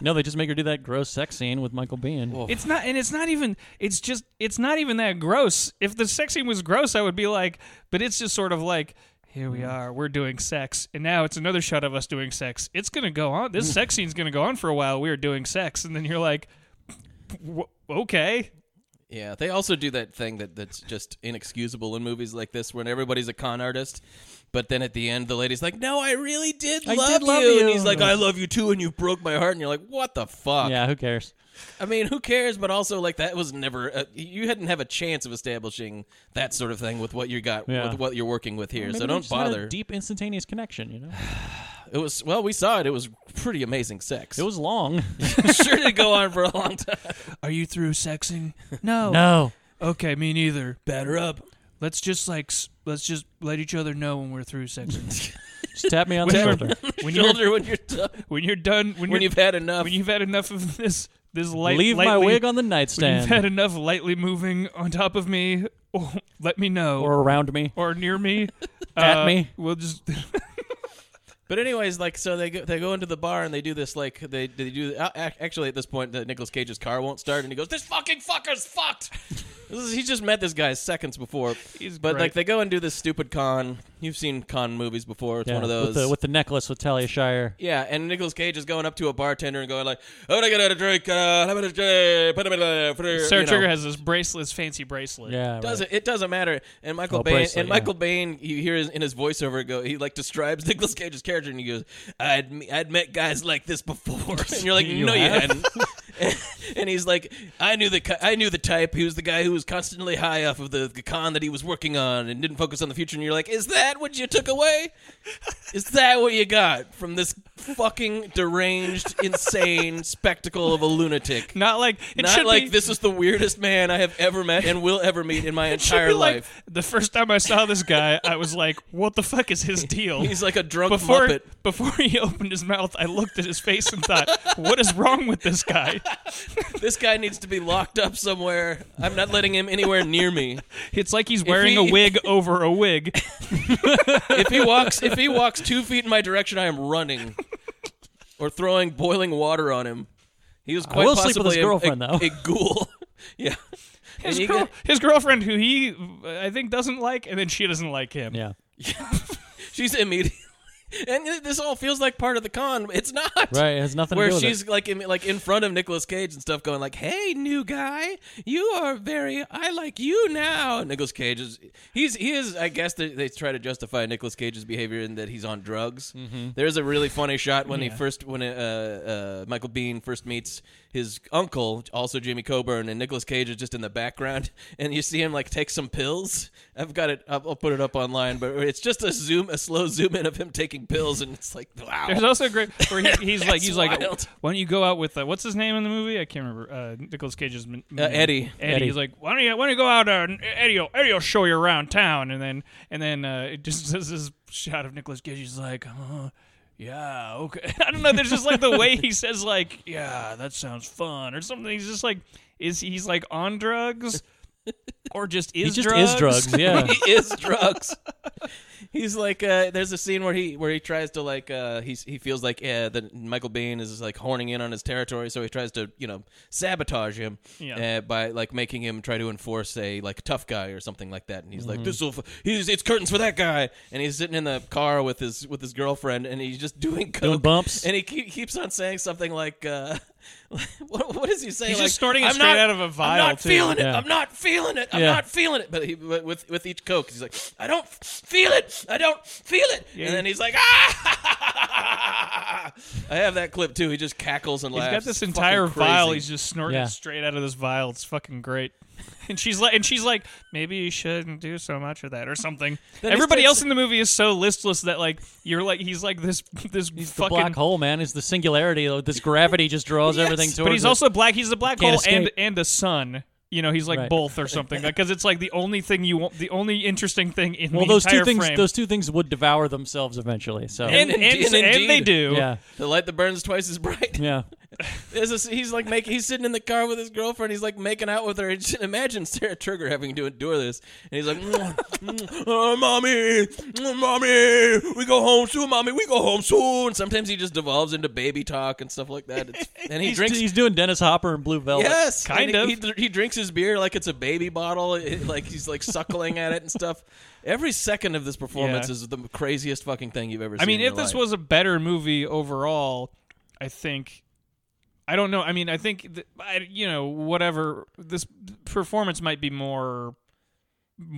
No, they just make her do that gross sex scene with Michael Bean. It's not, and it's not even. It's just, it's not even that gross. If the sex scene was gross, I would be like, but it's just sort of like. Here we are. We're doing sex, and now it's another shot of us doing sex. It's gonna go on. This sex scene's gonna go on for a while. We are doing sex, and then you're like, w- "Okay, Yeah, they also do that thing that that's just inexcusable in movies like this, when everybody's a con artist. But then at the end, the lady's like, "No, I really did, I love, did love And you. he's like, "I love you too," and you broke my heart. And you're like, "What the fuck?" Yeah, who cares? I mean, who cares? But also, like, that was never. A, you hadn't have a chance of establishing that sort of thing with what you got, Yeah. with what you're working with here. Maybe so they don't just had a bother. deep instantaneous connection, you know. it was well, we saw it. It was pretty amazing sex. It was long. sure did go on for a long time. Are you through sexing? No. no. Okay, me neither. Batter up. Let's just like s- let's just let each other know when we're through sexing. Just tap me on the Whatever. shoulder. when you're shoulder when you're done. when you're done when, When you're, you've had enough. when you've had enough of this this light Leave my lightly- wig on the when you've had nightstand enough lightly moving on top of me. Oh, let me know or around me. Or near me. At Uh, me. We'll just but anyways, like so they go, they go into the bar and they do this like they they do a- ac- actually at this point uh, Nicolas Cage's car won't start and he goes this fucking fucker's fucked. This is- he just met this guy seconds before. He's but great. like they go and do this stupid con. You've seen con movies before. It's Yeah, one of those. with the, with the necklace with Talia Shire. yeah, and Nicolas Cage is going up to a bartender and going like, "I'm gonna get a drink. Uh, I'm gonna drink. Put him in a for-" Sarah you know. Trigger has this bracelet, this fancy bracelet. Yeah, right. doesn't it doesn't matter and michael Oh, Bain bracelet, and yeah. michael Bain you hear his, in his voiceover go he like describes Nicolas Cage's character and he goes I'd me- I'd met guys like this before and you're like You no have?" you hadn't and he's like I knew the ki- I knew the type he was the guy who was constantly high off of the, the con that he was working on and didn't focus on the future and you're like is that what you took away is that what you got from this fucking deranged insane spectacle of a lunatic Not like it not should like be, this is the weirdest man I have ever met and will ever meet in my it should be entire like, life. the first time I saw this guy, I was like, "What the fuck is his deal?" He's like a drunk before muppet. before he opened his mouth, I looked at his face and thought, "What is wrong with this guy?" This guy needs to be locked up somewhere. I'm not letting him anywhere near me. It's like he's wearing a he- wig over a wig. If he walks, if he walks two feet in my direction, I am running, or throwing boiling water on him. He was quite will sleep with possibly his a- girlfriend, a, though. a ghoul. yeah. And His, you girl- got- his girlfriend, who he uh, I think doesn't like, and then she doesn't like him. Yeah. she's immediately, and this all feels like part of the con. It's not Right. It has nothing where to do with she's it. like in, like in front of Nicolas Cage and stuff, going like, "Hey, new guy, you are very I like you now." And Nicolas Cage is he's he is I guess they, they try to justify Nicolas Cage's behavior in that he's on drugs. Mm-hmm. There's a really funny shot when he first when uh, uh, Michael Bean first meets his uncle, also Jimmy Coburn, and Nicolas Cage is just in the background, and you see him like take some pills. I've got it. I'll, I'll put it up online, but it's just a zoom a slow zoom in of him taking pills, and it's like wow. There's also a great where he, he's like he's like wild. why don't you go out with uh, what's his name in the movie I can't remember uh, Nicholas Cage's m- Uh, Eddie. Eddie Eddie. he's like why don't you why don't you go out uh, Eddie will, Eddie will show you around town and then and then uh, it just says this shot of Nicholas Cage he's like uh, yeah okay I don't know there's just like the way he says like yeah that sounds fun or something he's just like is he- he's like on drugs or just is He just drugs is drugs. Yeah. he is drugs. He's like, uh, there's a scene where he where he tries to like, uh, he's he feels like uh, that Michael Bean is like horning in on his territory, so he tries to you know sabotage him Yeah. uh, by like making him try to enforce a like tough guy or something like that. And he's Mm-hmm. like, this will he's it's curtains for that guy, and he's sitting in the car with his with his girlfriend, and he's just doing coke, Doing bumps. and he keep, keeps on saying something like. Uh, What, what is he saying? He's like, just snorting it I'm straight not- out of a vial, I'm not too." feeling it. Yeah. I'm not feeling it. I'm Yeah. not feeling it. But he, but with with each coke, he's like, I don't f- feel it. I don't feel it. Yeah. And then he's like, ah! I have that clip too. He just cackles and He's laughs. got this It's fucking entire vial. crazy. He's just snorting Yeah. it straight out of this vial. It's fucking great. And she's like, and she's like, maybe you shouldn't do so much of that or something. he Everybody starts- else in the movie is so listless that like you're like he's like this this The fucking black hole, man, is the singularity. though. This gravity just draws everything towards. But he's it. also black. He's the black Can't hole and escape. and the sun. You know, he's like Right. both or something because it's like the only thing you want, the only interesting thing in well. the Those two entire things. frame. Those two things would devour themselves eventually. So and, and, Indeed, and they indeed. do. yeah, the light that burns twice as bright. yeah. There's a- he's like making. He's sitting in the car with his girlfriend. He's like making out with her. And just imagine Sarah Trigger having to endure this. And he's like, "Mm, mm, oh, "Mommy, mm, mommy, we go home soon, mommy. We go home soon." Sometimes he just devolves into baby talk and stuff like that. It's, and he he's, drinks. he's doing Dennis Hopper and Blue Velvet. Yes, Kind And he- of. He, he drinks his beer like it's a baby bottle, It- like he's like suckling at it and stuff. Every second of this performance Yeah. is the craziest fucking thing you've ever I seen. mean, in if your this life. was a better movie overall, I think. I don't know. I mean, I think th- I, you know whatever this performance might be more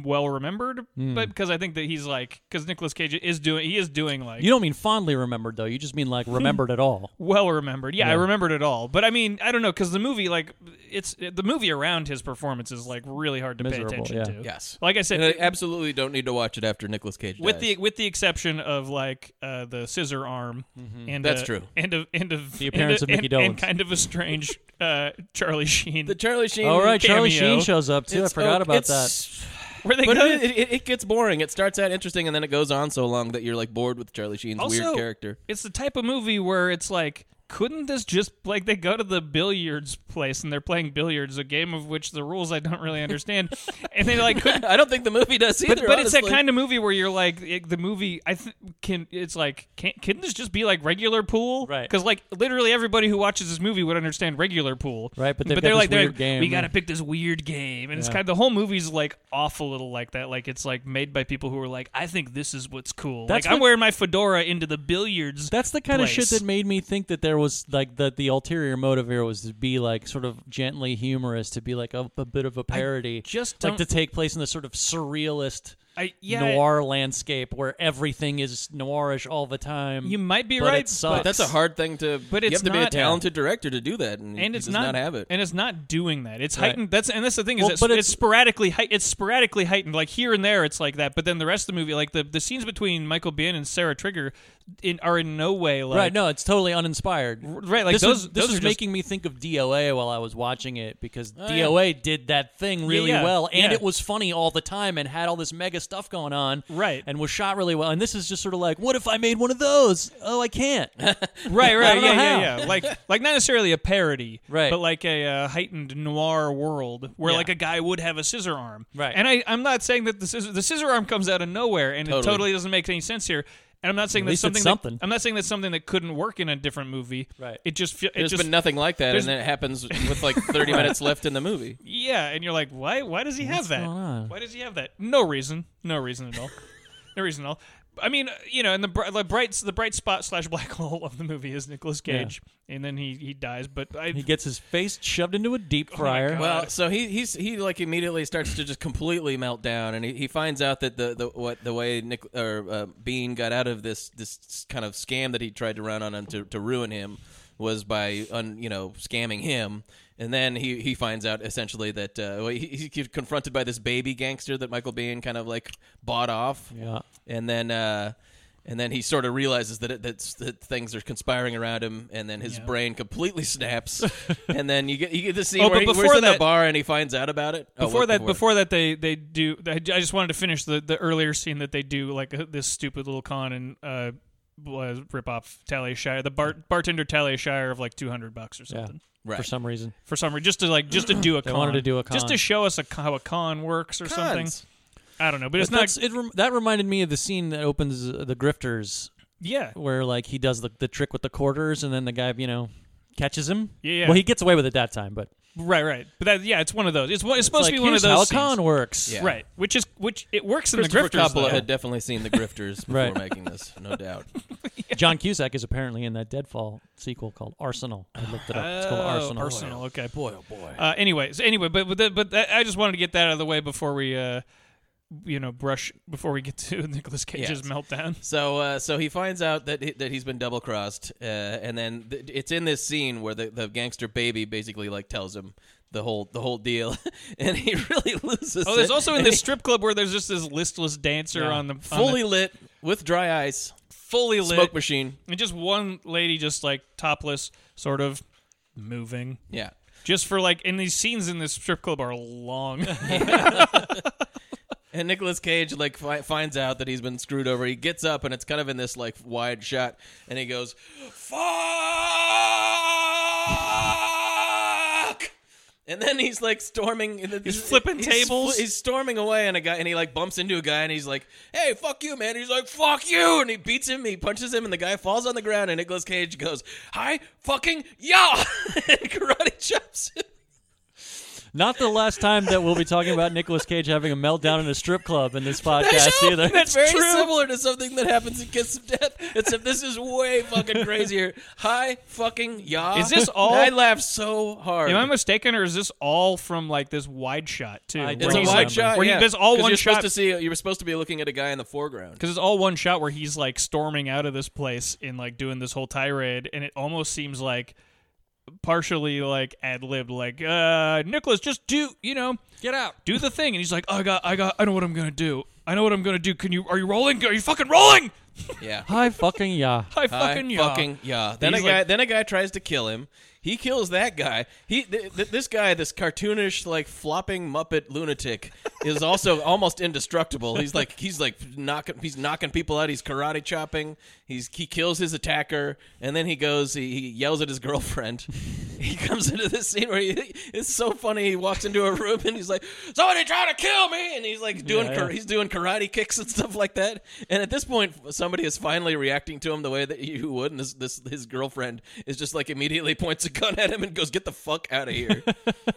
well remembered, Hmm. but because I think that he's like because Nicolas Cage is doing he is doing like You don't mean fondly remembered though. You just mean like remembered at all. well remembered. Yeah, I Yeah. remembered it all. But I mean, I don't know because the movie like it's the movie around his performance is like really hard to Miserable, pay attention yeah. to. yes, Like I said, and I absolutely don't need to watch it after Nicolas Cage. with dies. the with the exception of like uh, the scissor arm and That's uh, true. and of and of The appearance and, of Mickey and, and Dolenz. kind of a strange uh, Charlie Sheen the Charlie Sheen. All right, Charlie cameo. Sheen shows up too. I It's- oh, forgot about that. it's- where they But go. it, it, it gets boring. It starts out interesting, and then it goes on so long that you're like bored with Charlie Sheen's also, weird character. It's the type of movie where it's like. Couldn't this just like they go to the billiards place and they're playing billiards, a game of which the rules I don't really understand, and they like couldn't I don't think the movie does either. but, but it's that honestly. kind of movie where you're like it- the movie i th- can it's like can, can this just be like regular pool Right. because like literally everybody who watches this movie would understand regular pool Right, but they've but got they're this like, they're weird like, game. we gotta pick this weird game and it's kind of the whole movie's like awful little like that like it's like made by people who are like i think this is what's cool That's like i'm what- wearing my fedora into the billiards That's the kind of shit place. that made me think that there was like that the ulterior motive here was to be like sort of gently humorous, to be like a, a bit of a parody, just like to don't- take place in the sort of surrealist I, yeah, noir landscape where everything is noirish all the time. you might be but right it sucks. but That's a hard thing to. But you it's have to be a not- uh, talented director to do that, and, and he it's does not, have it. and it's not doing that. It's Right. heightened. That's and that's the thing is Well, that but it's, it's- sporadically hei- it's sporadically heightened. Like here and there, it's like that. But then the rest of the movie, like the, the scenes between Michael Biehn and Sarah Trigger, in, are in no way like right? No, it's totally uninspired. right, like this those was, this those was are just- Oh, making me think of DOA while I was watching it because DOA did that thing really yeah, well and yeah. it was funny all the time and had all this mega stuff going on, Right. And was shot really well. And this is just sort of like, what if I made one of those? Oh, I can't. Right, I right, don't know yeah, yeah, how. yeah. Like, like not necessarily a parody, Right. But like a uh, heightened noir world where like a guy would have a scissor arm, Right. And I, I'm not saying that the scissor, the scissor arm comes out of nowhere, and it Totally. totally doesn't make any sense here. And I'm not saying At that's least something. it's something. That, I'm not saying that's something that couldn't work in a different movie. Right. It just. fe- It There's just. been nothing like that, there's- and then it happens with like 30 minutes left in the movie. yeah, and you're like, why? Why does he have that? going on? Why does he have that? No reason. No reason at all. no reason at all. I mean, uh, you know, and the bri- the bright the bright spot slash black hole of the movie is Nicolas Cage, and then he he dies. But I He gets his face shoved into a deep Oh fryer. God. Well, so he he's he like immediately starts to just completely melt down, and he, he finds out that the, the what the way Nick or uh, Bean got out of this this kind of scam that he tried to run on him to, to ruin him was by un, you know scamming him, and then he he finds out essentially that uh, well, he, he's confronted by this baby gangster that Michael Bean kind of like bought off, Yeah. and then. Uh, and then he sort of realizes that, it, that's, that things are conspiring around him, and then his brain completely snaps. and then you get you get to see Oh, where but he- where's before in that that- bar and he finds out about it. Oh, before what- that, before, that, they they do. I j- I just wanted to finish the the earlier scene that they do like uh, this stupid little con and uh, was rip off Talia Shire, the bar, bartender Talia Shire of like two hundred bucks or Yeah. something Right. For some reason. for some reason, just to like just to do a con. wanted to do a just to con. show us a, con- how a con works or something. Cons. I don't know, but it's That's- not. it rem- that reminded me of the scene that opens uh, the grifters Yeah, where like he does the, the trick with the quarters and then the guy you know catches him Yeah, yeah. well he gets away with it that time but right, right. But that yeah, it's one of those. It's, one- it's supposed like, to be one of here's those. how a scenes. con works Yeah. Right, which is which it works in the Christopher grifters. Coppola though. had definitely seen the grifters before Right. making this, no doubt. john cusack is apparently in that deadfall sequel called arsenal i looked it up it's Oh, called arsenal Arsenal. Oh, Okay. Boy, oh boy. Uh, anyways, anyway, but but, that, but that, I just wanted to get that out of the way before we, uh, you know, brush before we get to Nicolas Cage's Yes. meltdown. So uh, so he finds out that he, that he's been double crossed, uh, and then th- it's in this scene where the, the gangster baby basically like tells him the whole the whole deal, and he really loses. Oh, there's it. also in And this he- strip club where there's just this listless dancer on the fully on lit with dry ice the, fully lit smoke machine. and just one lady just like topless, sort of moving. Yeah. Just for like, and these scenes in this strip club are long. And Nicolas Cage like fi- finds out that he's been screwed over. He gets up and it's kind of in this like wide shot, and he goes, "Fuck!" And then he's like storming. and then- He's flipping tables. fl- He's storming away, and a guy and he like bumps into a guy, and he's like, "Hey, fuck you, man!" He's like, "Fuck you!" And he beats him. He punches him, and the guy falls on the ground. And Nicolas Cage goes, "Hi, fucking yeah!" and karate chops him. not the last time that we'll be talking about Nicolas cage having a meltdown in a strip club in this podcast I know. either That's very true. similar to something that happens in Kiss of Death. Except this is way fucking crazier. Hi, fucking ya. Is this all- I laughed so hard. Am I mistaken, or is this all from like this wide shot too? where I it's a he's, wide don't like- remember. shot. Where he yeah. does all 'Cause one you're shot. Supposed to see, you were supposed to be looking at a guy in the foreground. because it's all one shot where he's like storming out of this place and like doing this whole tirade, and it almost seems like partially like ad libbed, like uh, Nicholas, just do you know, get out do the thing, and he's like, I got, I got, I know what I'm gonna do. I know what I'm gonna do. Can you? Are you rolling? Are you fucking rolling? Yeah. hi fucking yeah I Hi, fucking yeah. fucking yeah. Then He's a guy, like- then a guy tries to kill him. He kills that guy. He, th- th- this guy, this cartoonish, like flopping Muppet lunatic, is also almost indestructible. He's like, he's like knocking, he's knocking people out. He's karate chopping. He's he kills his attacker, and then he goes, he, he yells at his girlfriend. He comes into this scene where he, it's so funny. He walks into a room and he's like, "Somebody trying to kill me," and he's like doing, Yeah, yeah. kar- he's doing karate kicks and stuff like that. And at this point, somebody is finally reacting to him the way that you would, and this, this his girlfriend is just like immediately points a gun at him and goes, "Get the fuck out of here!"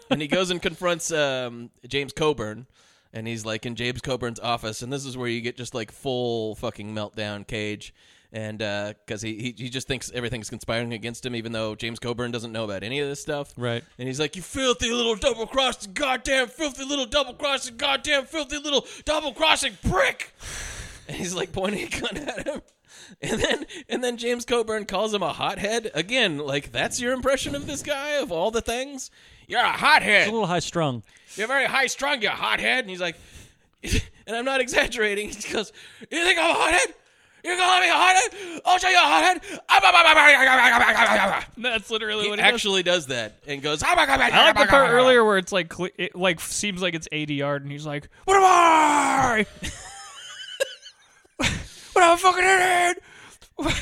and he goes and confronts um, James Coburn, and he's like in James Coburn's office, and this is where you get just like full fucking meltdown cage. And because he, he he just thinks everything's conspiring against him, even though James Coburn doesn't know about any of this stuff. Right. And he's like, "You filthy little double crossing, goddamn filthy little double crossing, goddamn filthy little double crossing prick." And he's like pointing a gun at him. And then and then James Coburn calls him a hothead. Again, like that's your impression of this guy of all the things? You're a a hothead. little high strung You're very high strung, you hothead. And he's like and I'm not exaggerating. He goes, You think I'm a hothead? You call me a hothead? I'll show you a hothead. Ah, bah, bah, bah, bah, bah, bah, bah, bah, bah." That's literally He what he does. actually does that and goes, "Ah, I I like the part earlier where it's like cle- it like seems like it's 80 yard, and he's like, "What am I?" I'm fucking idiot.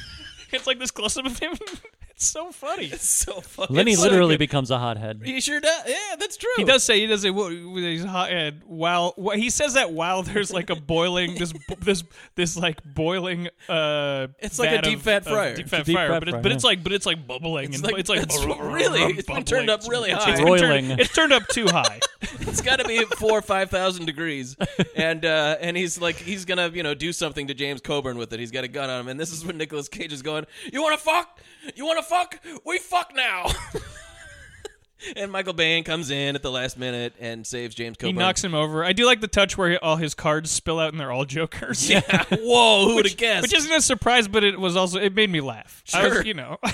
it's like this close up of him. It's so funny. so fucking. Lenny so literally good. becomes a hothead. He sure does. Yeah, that's true. He does say he does say "Whoa, he's hot and uh, while wh- he says that while there's like a boiling this bo- this this like boiling uh It's like a vat deep of- fat of fryer. deep It's fat deep fryer fat but, it, fryer, but it's yeah. like but it's like bubbling It's and like- it's like it's really- it's been turned up really high. it's been Broiling. turned, it's turned up too high it's got to be four or five thousand degrees, and uh, and he's like he's gonna you know do something to James Coburn with it. He's got a gun on him, and this is when Nicolas Cage is going. You want to fuck? You want to fuck? We fuck now. and Michael Bain comes in at the last minute and saves James he Coburn. knocks him over I do like the touch where he, all his cards spill out and they're all jokers Yeah. Whoa. Who would have guessed? which isn't a surprise but it was also it made me laugh I was- Sure. you know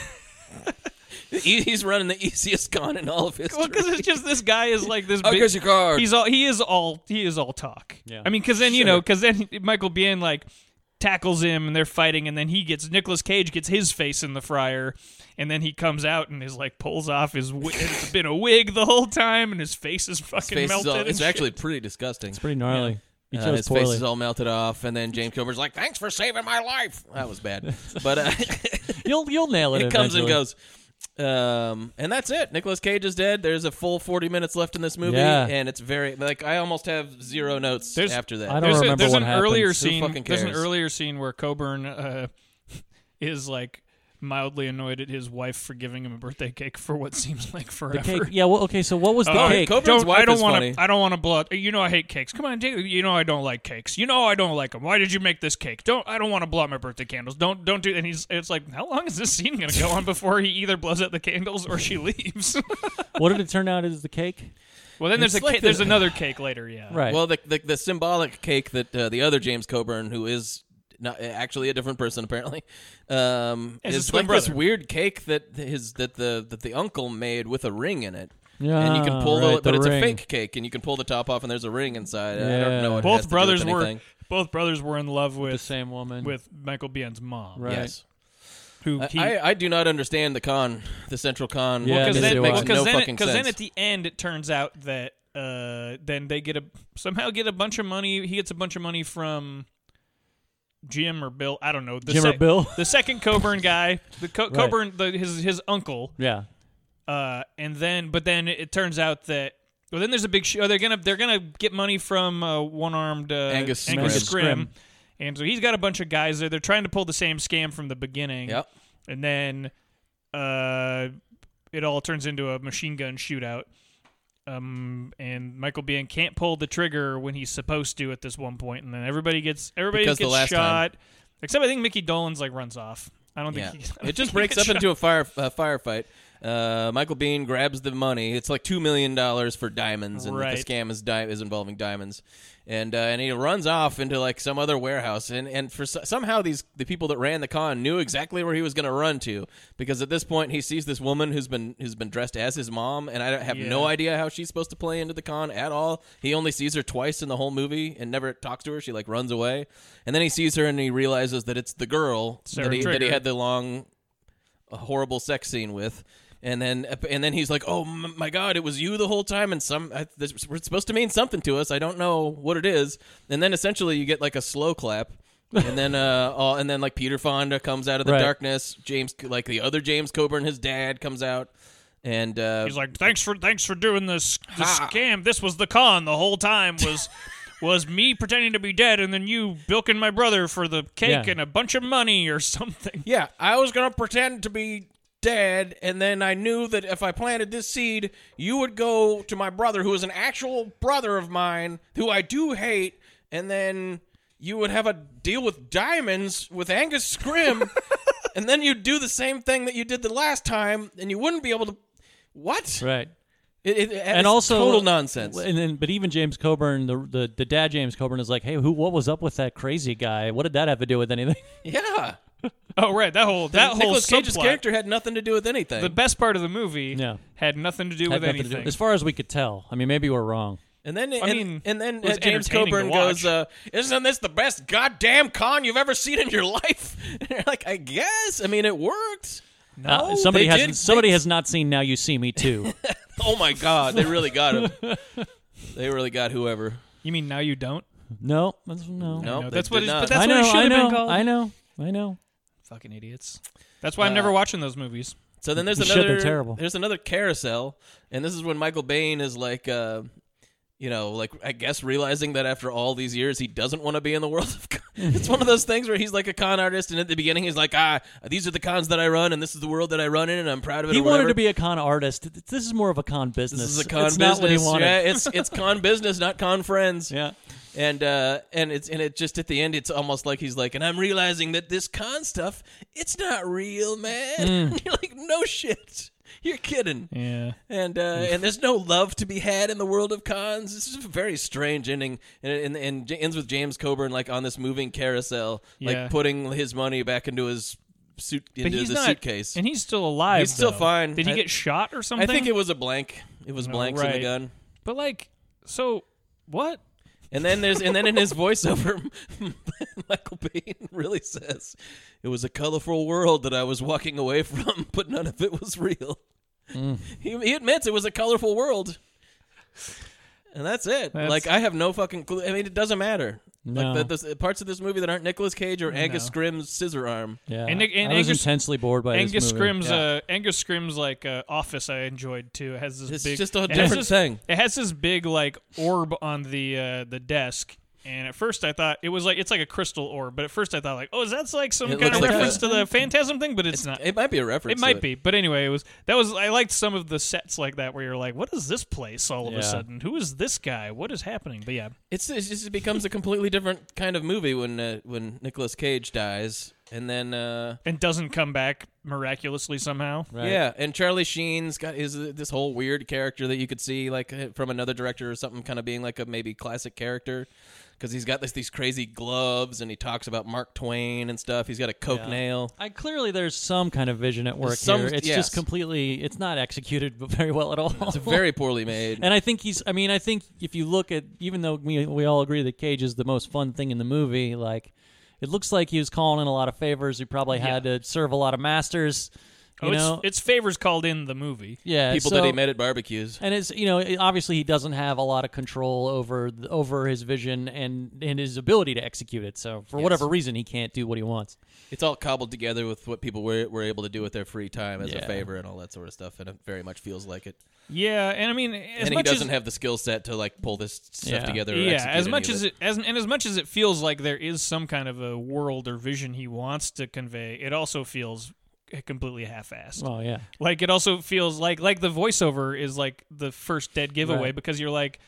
He- he's running the easiest con in all of history. Well, because it's just this guy is like this. Oh, big- here's your card. He's all he is all he is all talk. Yeah. I mean, because then you know, because then Michael Biehn like tackles him and they're fighting, and then he gets Nicolas Cage gets his face in the fryer, and then he comes out and is like pulls off his. Wi- and it's been a wig the whole time, and his face is fucking Face is melted. all- and it's shit. actually pretty disgusting. It's pretty gnarly. He Uh, chose his poorly. face is all melted off, and then James Cobur's like, "Thanks for saving my life." That was bad, but uh, you'll you'll nail it. it comes and eventually. goes. Um, and that's it. Nicolas Cage is dead. There's a full 40 minutes left in this movie, Yeah. and it's very like I almost have zero notes There's- after that. I don't there's a, remember there's what an earlier happens. Who scene. fucking There's an cares? earlier scene where Coburn uh, is like mildly annoyed at his wife for giving him a birthday cake for what seems like forever. The cake. Yeah. Well. Okay. So what was the Uh, cake? Coburn's don't, wife I don't is wanna- funny. I don't want to blow. You know I hate cakes. Come on, take, you know I don't like cakes. You know I don't like them. Why did you make this cake? Don't I don't want to blow out my birthday candles. Don't don't do. And he's it's like how long is this scene going to go on before he either blows out the candles or she leaves? what did it turn out as the cake? well, then there's It's a like ca- there's the- another cake later. Yeah, Right. Well, the, the the symbolic cake that uh, the other James Coburn, who is not actually a different person apparently, um, As a is twin like this brother. weird cake that his that the that the uncle made with a ring in it. yeah. and you can pull the, but right, the it's a ring. fake cake, and you can pull the top off, and there's a ring inside. I Yeah. don't know. What it has Both to do brothers with were anything. both brothers were in love The with same woman. with Michael Biehn's mom, Right. Uh, Yes. who I, he. I, I do not understand the con, the central con. Yeah, because because neither then, it do makes I. because no then, fucking 'cause sense. then at the end it turns out that uh, then they get a somehow get a bunch of money. He gets a bunch of money from Jim or Bill. I don't know. The Jim or sec- Bill? the second Coburn guy, the Co- Coburn, the, his his uncle. Yeah. Uh, and then but then it turns out that. Well, then there's a big show. They're gonna they're gonna get money from uh, one-armed uh, Angus Scrim. Scrim. and so he's got a bunch of guys there. They're trying to pull the same scam from the beginning yep. and then uh, it all turns into a machine gun shootout. Um, and Michael Biehn can't pull the trigger when he's supposed to at this one point, and then everybody gets everybody Because the gets last time. shot. Except I think Mickey Dolan's like runs off. I don't Yeah. think he, I don't It think just he breaks gets up shot. into a fire a firefight. Uh, Michael Bean grabs the money. It's like two million dollars for diamonds, and the Right. scam is di- is involving diamonds, and uh, and he runs off into like some other warehouse, and and for so- somehow these the people that ran the con knew exactly where he was going to run to because at this point he sees this woman who's been who's been dressed as his mom, and I don't- have no Yeah. idea how she's supposed to play into the con at all. He only sees her twice in the whole movie and never talks to her. She like runs away, and then he sees her and he realizes that it's the girl Sarah that he, that he Trigger. had the long a horrible sex scene with. And then, and then he's like, "Oh m- my God, it was you the whole time." And some, I, this, it's supposed to mean something to us. I don't know what it is. And then essentially, you get like a slow clap, and then, uh, all, and then like Peter Fonda comes out of the Right. darkness. James, like the other James Coburn, his dad comes out, and uh, He's like, "Thanks for thanks for doing this, this Ha. scam. This was the con the whole time was." Was me pretending to be dead and then you bilking my brother for the cake Yeah. and a bunch of money or something. Yeah, I was gonna pretend to be dead, and then I knew that if I planted this seed, you would go to my brother, who is an actual brother of mine, who I do hate, and then you would have a deal with diamonds with Angus Scrim, and then you'd do the same thing that you did the last time, and you wouldn't be able to. What? Right. It, it, and also total nonsense. And then, but even James Coburn, the, the the dad James Coburn is like, hey, who? What was up with that crazy guy? What did that have to do with anything? yeah, Oh right, that whole that whole Nicholas Cage's subplot- character had nothing to do with anything. the best part of the movie Yeah. had nothing to do Had with nothing to do- anything. as far as we could tell. I mean, maybe we're wrong. And then, and, mean, and then it uh, was James entertaining Coburn to watch. goes, uh, "Isn't this the best goddamn con you've ever seen in your life?" And you're like, "I guess. I mean, it worked." Oh, no, Uh, somebody they hasn't. did- somebody they- has not seen. Now you see me too. Oh my god, they really got him. they really got whoever. you mean now you don't? No, that's, no. No, No, they that's what. did It, not. but that's I what know. it should I have know. been called. I know. I know. Fucking idiots. That's why I'm Uh, never watching those movies. So then there's Shit, another they're terrible. There's another carousel, and this is when Michael Bain is like, uh, you know, like I guess realizing that after all these years he doesn't want to be in the world of. Con- it's one of those things where he's like a con artist, and at the beginning he's like, ah, these are the cons that I run, and this is the world that I run in, and I'm proud of it. He or wanted whatever. to be a con artist. Th- This is more of a con business. This is a con it's business. not what he wanted. Yeah, it's it's con business, not con friends. Yeah. and uh, and it's and it just at the end, it's almost like he's like, and I'm realizing that this con stuff, it's not real, man. Mm. You're like, no shit, you're kidding. Yeah. And uh, and there's no love to be had in the world of cons. This is a very strange ending, and and, and j- ends with James Coburn like on this moving carousel, Yeah. like putting his money back into his suit into But he's the not, suitcase. and he's still alive. He's still though. fine. Did he I- get shot or I something? think it was a blank. It was No, blanks in right. the gun. But like, so what? And then there's and then in his voiceover, Michael Payne really says, "It was a colorful world that I was walking away from, but none of it was real." Hmm. He, he admits it was a colorful world, and that's it. That's- like I have no fucking clue. I mean, it doesn't matter. No. Like the, the parts of this movie that aren't Nicolas Cage or Angus Scrimm's scissor arm. Yeah. And Nick- and I was Angus- intensely bored by this Angus movie. Scrimm's Yeah. uh, Angus Scrimm's like uh, office I enjoyed too. It has this It's big just a it has different this- thing. It has this big like orb on the uh, the desk. And at first I thought it was like it's like a crystal orb, but at first I thought like, oh, is that's like some It kind of looks like reference a- to the phantasm thing? But it's, not. It might be a reference. It to might be, but anyway, it was that was I liked some of the sets like that where you're like, what is this place all of Yeah. a sudden? Who is this guy? What is happening? But yeah, It's, it's just it becomes a completely different kind of movie when uh, when Nicolas Cage dies, and then. Uh, and doesn't come back miraculously somehow. Right. Yeah, and Charlie Sheen's got his this whole weird character that you could see like uh, from another director or something, kind of being like a maybe classic character because he's got this these crazy gloves and he talks about Mark Twain and stuff. He's got a coke nail. I clearly there's some kind of vision at work Some- here. It's yes. just completely it's not executed very well at all. It's very poorly made. And I think he's. I mean, I think if you look at, even though we we all agree that Cage is the most fun thing in the movie, like it looks like he was calling in a lot of favors. He probably had to serve a lot of masters. You oh, it's, know, it's favors called in the movie. yeah, People so, that he met at barbecues. And it's you know it- obviously he doesn't have a lot of control over th- over his vision and and his ability to execute it. So for whatever reason he can't do what he wants. It's all cobbled together with what people were, were able to do with their free time as a Yeah. favor and all that sort of stuff, and it very much feels like it. Yeah, and I mean, as and he much doesn't as, have the skill set to like pull this stuff Yeah. together. Or yeah, execute as any much of as it as and as much as it feels like there is some kind of a world or vision he wants to convey, it also feels completely half-assed. Oh yeah, Like it also feels like like the voiceover is like the first dead giveaway Right. because you're like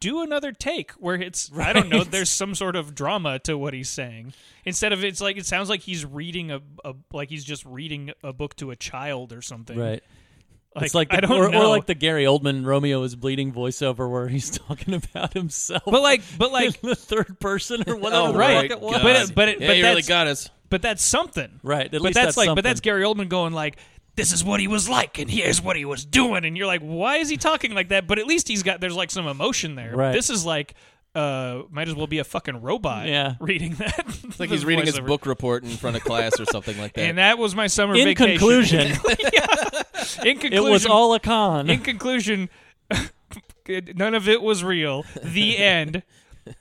do another take where it's I don't know there's some sort of drama to what he's saying instead of it's like it sounds like he's reading a, a like he's just reading a book to a child or something right. like, it's like the, I don't or, know or like the Gary Oldman Romeo is bleeding voiceover where he's talking about himself, but like but like in the third person or whatever. Oh, the right. fuck it God. was. But it- but it- yeah, but you really that's- got us. but that's something Right, at but least that's, that's like but something. that's Gary Oldman going like this is what he was like and here's what he was doing and you're like why is he talking like that but at least he's got there's like some emotion there Right. this is like uh might as well be a fucking robot Yeah. reading that It's like he's reading his book report in front of class or something like that. and that was my summer in vacation conclusion, in it conclusion was all a con. in conclusion none of it was real the end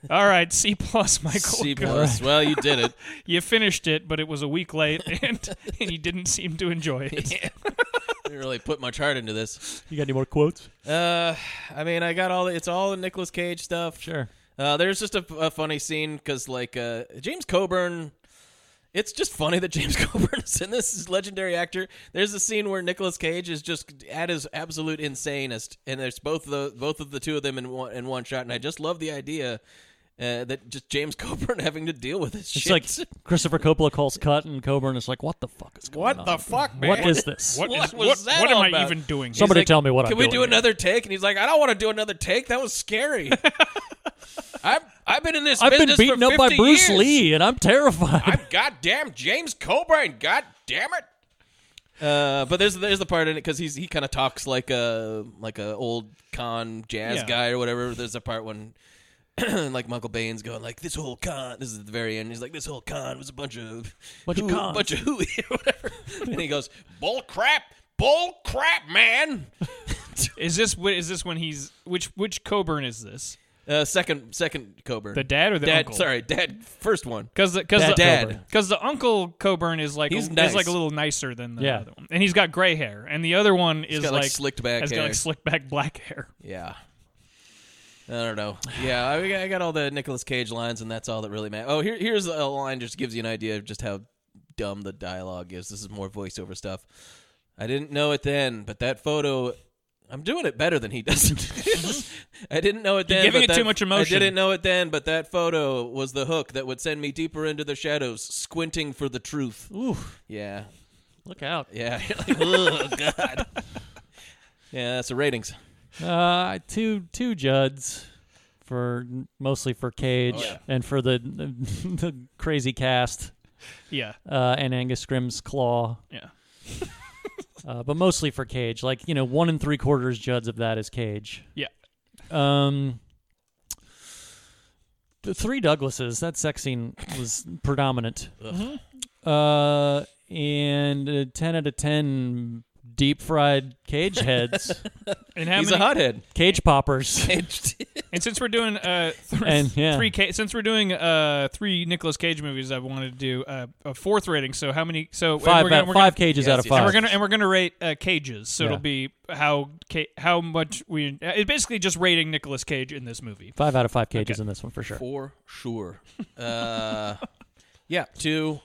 all right c plus michael C plus. Well, you did it. you finished it but it was a week late and and he didn't seem to enjoy it You really put much heart into this. you got any more quotes? Uh, I mean, I got all the, it's all the Nicolas Cage stuff. Sure. Uh, there's just a, a funny scene because like uh, James Coburn. It's just funny that James Coburn is in this He's a legendary actor. There's a scene where Nicolas Cage is just at his absolute insanest, and there's both the both of the two of them in one in one shot. And I just love the idea uh, that just James Coburn having to deal with this It's shit. like Christopher Coppola calls cut, and Coburn is like, "What the fuck is going on? fuck, What is this? What, What is, was what, that what all am I about? even doing? here? Somebody He's like, tell me what Can I'm we doing do here." another take? And he's like, I don't want to do another take. That was scary. I've I've been in this. I've been business for beaten up by 50 Bruce years. Lee, and I'm terrified. I'm goddamn James Coburn. God damn it. Uh, but there's there's the part in it because he's he kind of talks like a like a old con jazz Yeah. guy or whatever. There's a part when like Michael Bain's going like this whole con. This is at the very end. He's like this whole con was a bunch of Bunch of who- cons. bunch of who or whatever. and he goes bull crap, bull crap, man. Is this wh- is this when he's which which Coburn is this? Uh, second, second Coburn. The dad or the dad? uncle? Sorry, dad. First one. Because the, cause Dad the Coburn. because the uncle Coburn is like He's a, nice. is like a little nicer than the Yeah. other one, and he's got gray hair, and the other one is got, like, like, slicked back Has got hair. like slicked back black hair. Yeah. I don't know. Yeah, I, I got all the Nicolas Cage lines, and that's all that really matters. Oh, here, here's a line just gives you an idea of just how dumb the dialogue is. This is more voiceover stuff. I didn't know it then, but that photo. I'm doing it better than he does. I didn't know it then. giving but it that- too much emotion. I didn't know it then, but that photo was the hook that would send me deeper into the shadows, squinting for the truth. Ooh, Yeah, look out. yeah. Like, oh God. Yeah, that's the ratings. Uh, two two Judds for mostly for Cage Oh, yeah. and for the, the crazy cast Yeah, uh, and Angus Grimm's claw, yeah. uh, but mostly for Cage. Like you know, one and three quarters Judds of that is Cage. Yeah. Um, the three Douglases. That sex scene was predominant. Uh, and uh, ten out of ten deep fried cage heads, And how He's many, a hothead. cage poppers. And since we're doing uh, th- And, yeah. three, ca- since we're doing uh, three Nicolas Cage movies, I wanted to do uh, a fourth rating. So how many? So Five we're gonna, out- we're five gonna, cages Yes, out of yes. five. And we're gonna and we're gonna rate uh, cages. So Yeah. it'll be how ca- how much we. uh, It's basically just rating Nicolas Cage in this movie. Five out of five cages Okay. in this one for sure. For sure. Uh, yeah, two.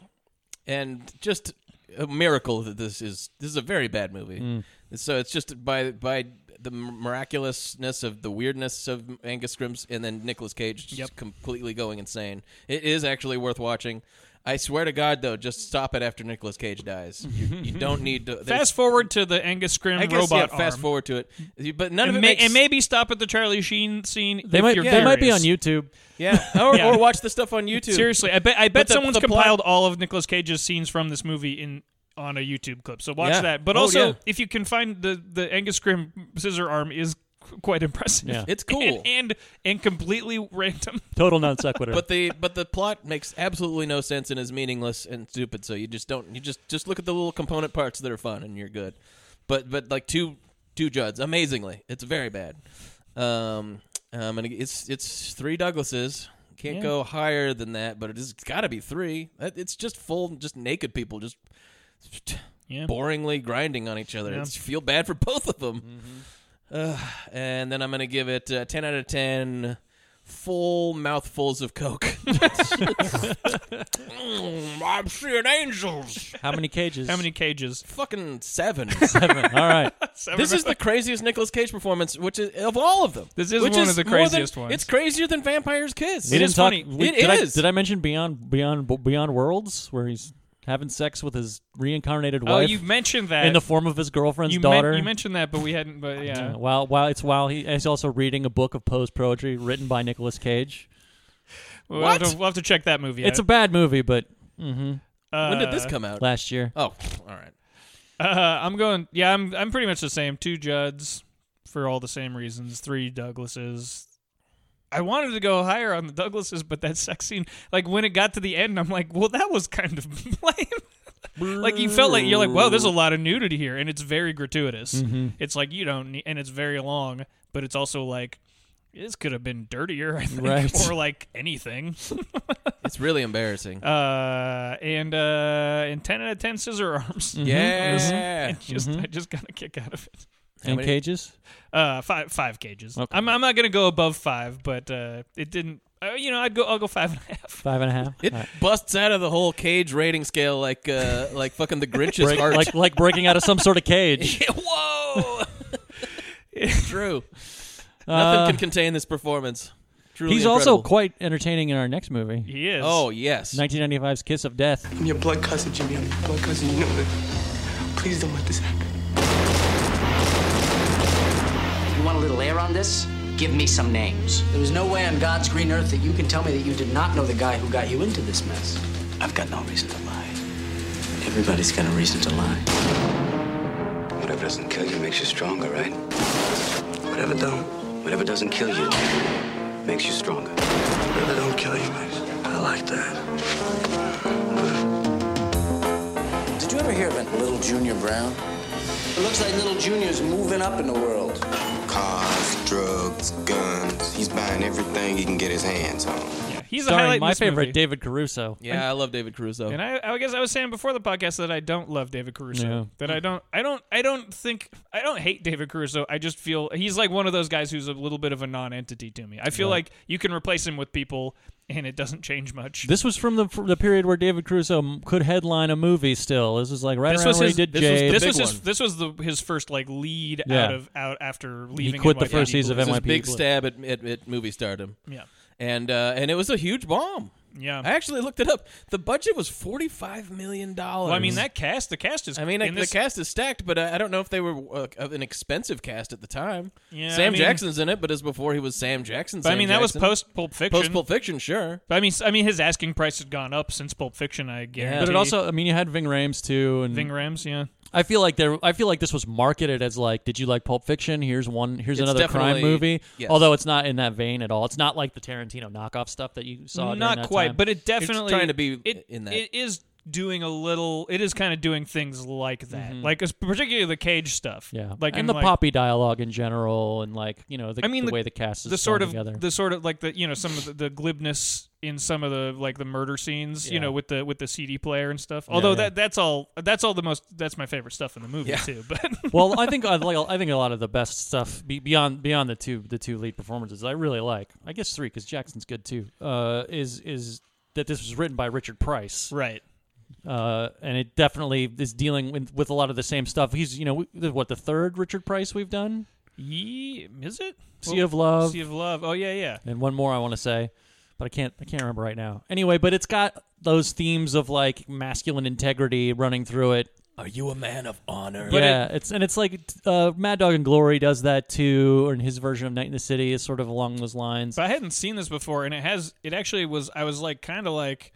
And just a miracle that this is this is a very bad movie. Mm. So it's just by by the miraculousness of the weirdness of Angus Grimms and then Nicolas Cage just Yep. completely going insane. It is actually worth watching. I swear to God, though, just stop it after Nicolas Cage dies. You, you don't need to. Fast forward to the Angus Scrim I guess, yeah, robot fast arm. forward to it. But none of And, it may- makes and maybe stop at the Charlie Sheen scene. They if might you're they might be on curious. YouTube. Yeah, or, Yeah. or watch the stuff on YouTube. Seriously, I bet I bet the- someone's the plot- compiled all of Nicolas Cage's scenes from this movie in on a YouTube clip. So watch Yeah. that. But Oh, also, yeah. if you can find the the Angus Grim scissor arm is qu- quite impressive. Yeah. It's cool. and and, and completely random. Total non sequitur. but the but the plot makes absolutely no sense and is meaningless and stupid. So you just don't you just just look at the little component parts that are fun and you're good. But but like two two Judds, amazingly, it's very bad. Um, um, and it's it's three Douglases. Can't go higher than that, but it is, it's got to be three. That- It's just full, just naked people, just Yeah. boringly grinding on each other. I just feel bad for both of them. Mm-hmm. Ugh, and then I'm gonna give it uh, ten out of ten. Full mouthfuls of coke. Mm, I'm seeing angels. How many cages? How many cages? Fucking seven. All right. Seven this or is the craziest Nicolas Cage performance, which is of all of them. This is which one of the more than- craziest ones. It's crazier than Vampire's Kiss. We It didn't is talk- funny. we- It did is. I, did I mention beyond beyond beyond worlds where he's having sex with his reincarnated Oh, wife you mentioned that in the form of his girlfriend's you, men- daughter? you mentioned that, but we hadn't. But yeah, Uh, while while it's while he, he's also reading a book of prose poetry written by Nicolas Cage. we'll, What? Have to, we'll have to check that movie. It's a out. bad movie, but mm-hmm, uh, When did this come out? last year. Oh, all right. Uh, I'm going. Yeah, I'm. I'm pretty much the same. Two Judds for all the same reasons. Three Douglases. I wanted to go higher on the Douglases, but that sex scene, like when it got to the end, I'm like, well, that was kind of lame. like you felt like you're like, wow, there's a lot of nudity here, and it's very gratuitous. It's like you don't need, and it's very long, but it's also like. This could have been dirtier, I think, Right. or like anything. It's really embarrassing. Uh, and uh, and ten out of ten scissor arms. Mm-hmm. Mm-hmm. yeah. Just I just got a kick out of it. and many- cages? Uh, five five cages. Okay. I'm I'm not gonna go above five, but uh, it didn't. Uh, you know, I'd go. I'll go five and a half. Five and a half. It All right. busts out of the whole cage rating scale like uh, like fucking the Grinch's Break- heart. like like breaking out of some sort of cage. Whoa! True. Nothing can contain this performance. Truly He's also incredible. quite entertaining in our next movie. He is. Oh yes. 1995's Kiss of Death. I'm your blood cousin, Jimmy. I'm your blood cousin. You know that. Please don't let this happen. You want a little air on this? Give me some names. There is no way on God's green earth that you can tell me that you did not know the guy who got you into this mess. I've got no reason to lie. Everybody's got a reason to lie. Whatever doesn't kill you makes you stronger, right? Whatever don't, whatever doesn't kill you makes you stronger. Whatever don't kill you makes. I like that. Did you ever hear of a little Junior Brown? It looks like little Junior's moving up in the world. Cars, drugs, guns. He's buying everything he can get his hands on. Yeah, he's a highlight Starring in my this favorite movie. David Caruso. Yeah, I love David Caruso. And I, I guess I was saying before the podcast that I don't love David Caruso. Yeah. That I don't, I don't, I don't think, I don't hate David Caruso. I just feel he's like one of those guys who's a little bit of a non-entity to me. I feel like you can replace him with people, and it doesn't change much. This was from the from the period where David Caruso m- could headline a movie. Still, this was like right This around was where his. he did This Jade. was, this was big his. one. This was the his first like lead Yeah. out of out after leaving. quit the NYPD first season of Blue. This is NYPD big Blue. stab at, at, at movie stardom. Yeah, And uh, and it was a huge bomb. yeah. I actually looked it up. The budget was forty five million dollars. well, I mean that cast. The cast is. I mean, in the this- cast is stacked, but I I don't know if they were uh, of an expensive cast at the time. Yeah, Sam I mean- Jackson's in it, but it's before he was Sam Jackson. But I Sam mean that was Jackson. post Pulp Fiction. Post Pulp Fiction, sure. But I mean, s- I mean his asking price had gone up since Pulp Fiction. I guarantee. But it also, I mean, you had Ving Rhames too, and Ving Rhames. Yeah. I feel like there. I feel like this was marketed as like, did you like Pulp Fiction? Here's one. Here's It's another crime definitely- movie. yes. Although it's not in that vein at all. It's not like the Tarantino knockoff stuff that you saw. during not that quite time. but it definitely trying to be it, in that. it is doing a little it is kind of doing things like that Mm-hmm. like it's particularly the cage stuff yeah, like and the like, poppy dialogue in general, and like you know, the, I mean, the the- way the cast is the sort thrown of together. the sort of like the you know some of the, the glibness in some of the like the murder scenes you Yeah. know with the with the cd player and stuff although yeah. that that's all that's all the most that's my favorite stuff in the movie too but well, I think I like. I think a lot of the best stuff be- beyond beyond the two the two lead performances I really like. I guess three because Jackson's good too. Uh, is is that this was written by Richard Price, right uh, and it definitely is dealing with, with a lot of the same stuff. He's you know we, this is what the third Richard Price we've done, Ye, is it Sea of Love. sea of love oh yeah yeah and one more I want to say, but I can't I can't remember right now. Anyway, but it's got those themes of like masculine integrity running through it. Are you a man of honor? yeah, it's and it's like uh, Mad Dog and Glory does that too, or in his version of Night in the City is sort of along those lines. But I hadn't seen this before, and it has. It actually was. I was like kind of like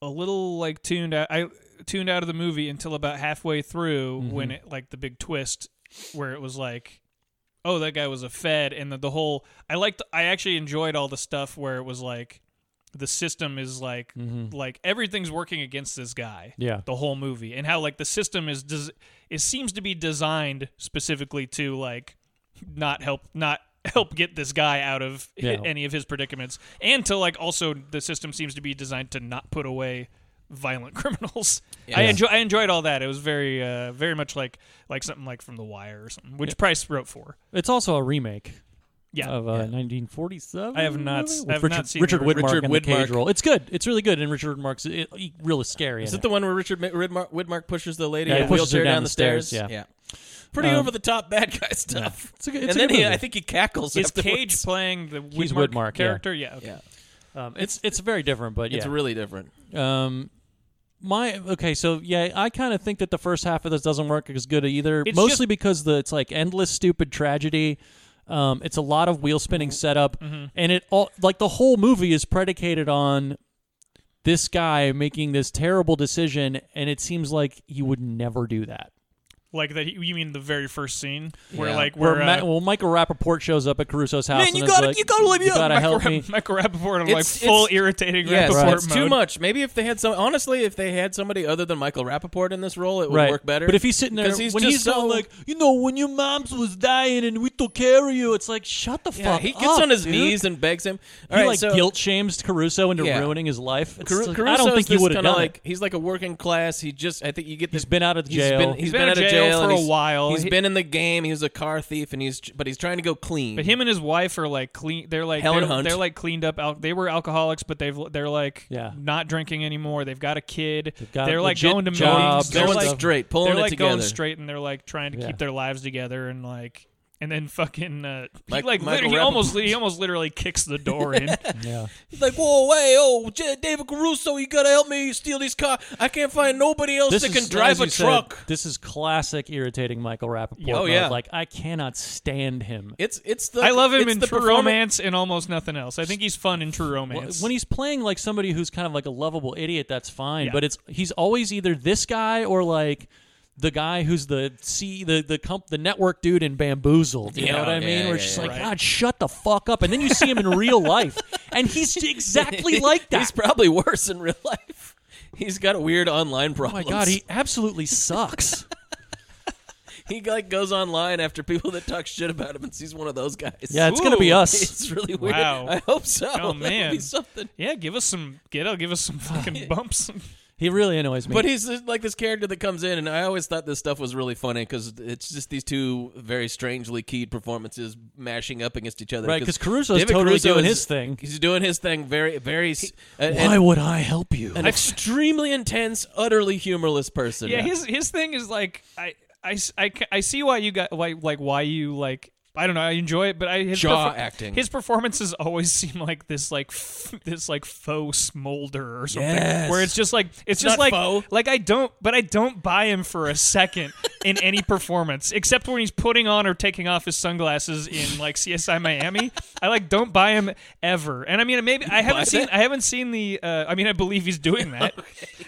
a little like tuned out. I tuned out of the movie until about halfway through when it like the big twist where it was like, oh, that guy was a Fed, and the, the whole. I liked. I actually enjoyed all the stuff where it was like the system is like like everything's working against this guy Yeah. the whole movie and how like the system is des- it seems to be designed specifically to like not help not help get this guy out of hi- Yeah. any of his predicaments and to like also the system seems to be designed to not put away violent criminals i enjoy i enjoyed all that it was very uh very much like like something like from the wire or something which price wrote for It's also a remake yeah of uh, 1947. I have not s- movie? I With have Richard, not seen Richard the Widmark original. Richard in the cage Widmark. role. It's good. It's really good, and Richard Widmark's it, he really scary. Is in it the one where Richard Mi- Widmark, Widmark pushes the lady Yeah, in he a pushes her wheelchair down down, the the stairs, stairs? yeah. Pretty Um, over the top bad guy stuff. It's a good- it's and a then good he, movie. I think he cackles. is afterwards. cage playing the widmark, He's Widmark, yeah. character yeah, okay. Yeah, Um, it's it's very different, but yeah, it's really different. um, my okay, so yeah, I kind of think that the first half of this doesn't work as good either. It's mostly just- because the it's like endless stupid tragedy. Um, it's a lot of wheel Mm-hmm. spinning setup, and it all like the whole movie is predicated on this guy making this terrible decision, and it seems like he would never do that. like that you mean the very first scene where Yeah. like Where uh, Ma- well, Michael Rappaport shows up at Caruso's house, and you is gotta- like, you gotta let me you out, gotta Michael help Rap- me. Michael Rappaport in like It's- full it's- irritating Yes, Rappaport it's too mode. much. Maybe if they had some, honestly, if they had somebody other than Michael Rappaport in this role, it would right. work better. But if he's sitting there, Because he's when just he's so, going like, you know, when your mom's was dying and we took care of you, it's like, shut the yeah, fuck he up. gets on his dude. knees and begs him. All he right, like so guilt shames Caruso into Yeah. ruining his life. It's Caru- like, Caruso's I don't think he this would have kinda done like it. he's like a working class. He just I think you get the, He's been out of jail. He's been, he's been, out of jail, for and a he's- while. He's He- been in the game. He was a car thief, and he's but he's trying to go clean. But him and his wife are like clean. They're like Helen they're, Hunt. they're like cleaned up. Al- they were alcoholics, but they've they're like Yeah. not drinking anymore. They've got a kid. got they're like legit going to meetings. jobs, They're going like straight, pulling they're it like going together. straight, and they're like trying to Yeah. keep their lives together and like. And then fucking, uh, Mike- he like liter- Michael he Rappaport. almost he almost literally kicks the door in. yeah. He's like, whoa, hey, oh, J- David Caruso, you gotta help me steal these car. I can't find nobody else This that is, can drive as a you said, truck. this is classic irritating Michael Rappaport. Yeah. Oh, mode. yeah. Like I cannot stand him. it's it's the I love him it's in the True performa- Romance and almost nothing else. I think he's fun in True Romance. when he's playing like somebody who's kind of like a lovable idiot, that's fine. Yeah. But it's he's always either this guy or like the guy who's the C the the comp the network dude in Bamboozled. You know Yeah. what I mean? Yeah, Where yeah, it's just yeah. like, God, shut the fuck up. And then you see him in real life, and he's exactly like that. He's probably worse in real life. He's got a weird online oh my problem. god, he absolutely sucks. He like goes online after people that talk shit about him and sees one of those guys. Yeah, it's gonna be us. It's really weird. Wow. I hope so. Oh, That would man. be something. Yeah, give us some Ghetto. Give us some fucking bumps. He really annoys me. But he's just like this character that comes in, and I always thought this stuff was really funny because it's just these two very strangely keyed performances mashing up against each other. Right, 'cause Caruso's totally doing his thing. He's doing his thing very, very. s- and- Why and would I help you? an extremely intense, utterly humorless person. yeah, his his thing is like I, I, s- I c- I see why you got why like why you like I don't know I enjoy it but I his Jaw acting. his performances always seem like this like f- this like faux smolder or something Yes. where it's just like it's, just not like faux. like I don't but I don't buy him for a second in any performance except when he's putting on or taking off his sunglasses in like CSI Miami I like don't buy him ever and I mean maybe I haven't seen I haven't seen the uh, I mean I believe he's doing that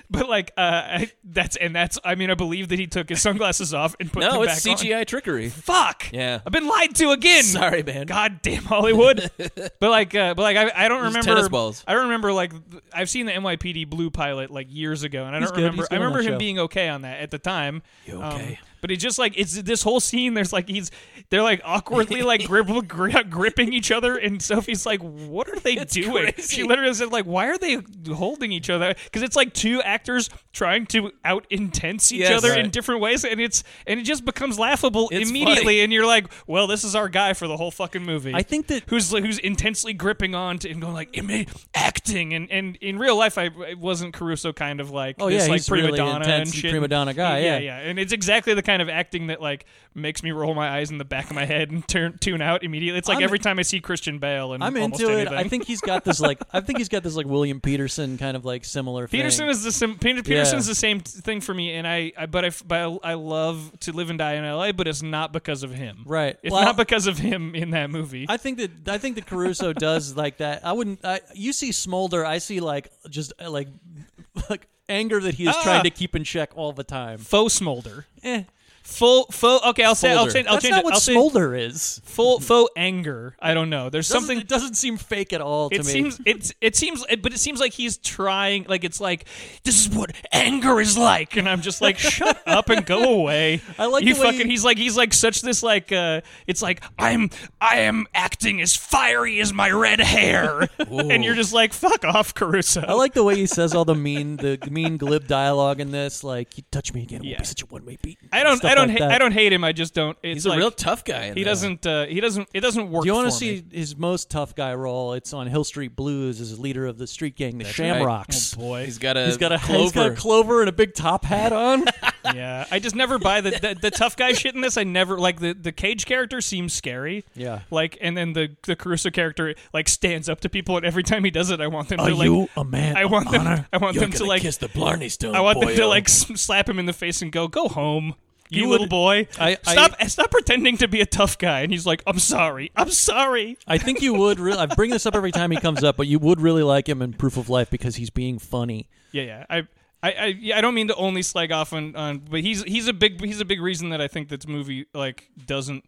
but like uh I, that's and that's I mean I believe that he took his sunglasses off and put no, them it's back on. CGI trickery. Fuck. Yeah. I've been lied to again. Sorry, man. God damn Hollywood. but like, uh, but like, I, I don't remember. tennis balls. I don't remember like th- I've seen the NYPD Blue pilot like years ago, and I He's don't good. remember. He's good I on remember that him show. being okay on that at the time. You Um, okay? but it's just like it's this whole scene. There's like he's they're like awkwardly like grip, gri- gripping each other, and Sophie's like, "What are they doing?" She literally said, "Like, why are they holding each other?" Because it's like two actors trying to out intense each Yes. other in Right. different ways, and it's and it just becomes laughable It's immediately. funny. And you're like, "Well, this is our guy for the whole fucking movie." I think that- who's who's intensely gripping on to, and going like, "Am I acting?" And and in real life, I it wasn't Caruso kind of like Oh, this, yeah, like he's prima really donna intense and and shit. prima donna guy, yeah, yeah. yeah, and it's exactly the kind of acting that like makes me roll my eyes in the back of my head and turn tune out immediately. It's like I'm- every time I see Christian Bale, and I'm almost into it. anything. I think he's got this like I think he's got this like William Peterson kind of like similar Peterson thing. is the sim- Peter, Peterson Yeah. is the same t- thing for me, and I, I but I, f- but I I love to live and die in L.A., but it's not because of him. Right. It's Well, not because of him in that movie. I think that I think that Caruso does like that. I wouldn't. I, you see Smolder, I see like just uh, like like anger that he is Ah. trying to keep in check all the time. faux smolder. Eh, Full faux. Okay, I'll say. I'll Smolder. change. I'll that's change not it. what I'll say Smolder is. full faux anger. I don't know. There's Doesn't- something. it doesn't seem fake at all to It me. seems it's it seems it- but it seems like he's trying like it's like this is what anger is like and I'm just like shut up and go away. I like you the way fucking he- he's like he's like such this like uh it's like I'm I am acting as fiery as my red hair and you're just like fuck off Caruso. I like the way he says all the mean, the mean glib dialogue in this. Like, you touch me again, it Yeah. won't be such a one way beat. I don't Stuff I don't like ha- that. I don't hate him I just don't it's He's like, a real tough guy. in he that. doesn't uh, he doesn't it doesn't work Do you want to see his most tough guy role? It's on Hill Street Blues as leader of the street gang, the Shamrocks. Oh, boy He's got a. He's got a clover. he's got a clover and a big top hat on. yeah i just never buy the, the the tough guy shit in this i never like the the cage character seems scary Yeah. like and then the the caruso character like stands up to people and every time he does it i want them Are to like you a man? i of want them honor? i want You're them to gonna like kiss the Blarney Stone. i want them to boy. like s- slap him in the face and go go home you, You little would- boy I- I- stop stop pretending to be a tough guy and he's like i'm sorry i'm sorry I think you would. Really, I bring this up every time he comes up, but you would really like him in Proof of Life because he's being funny. Yeah, yeah. I, I, I, yeah, I don't mean to only slag off on, on, but he's he's a big he's a big reason that I think this movie like doesn't.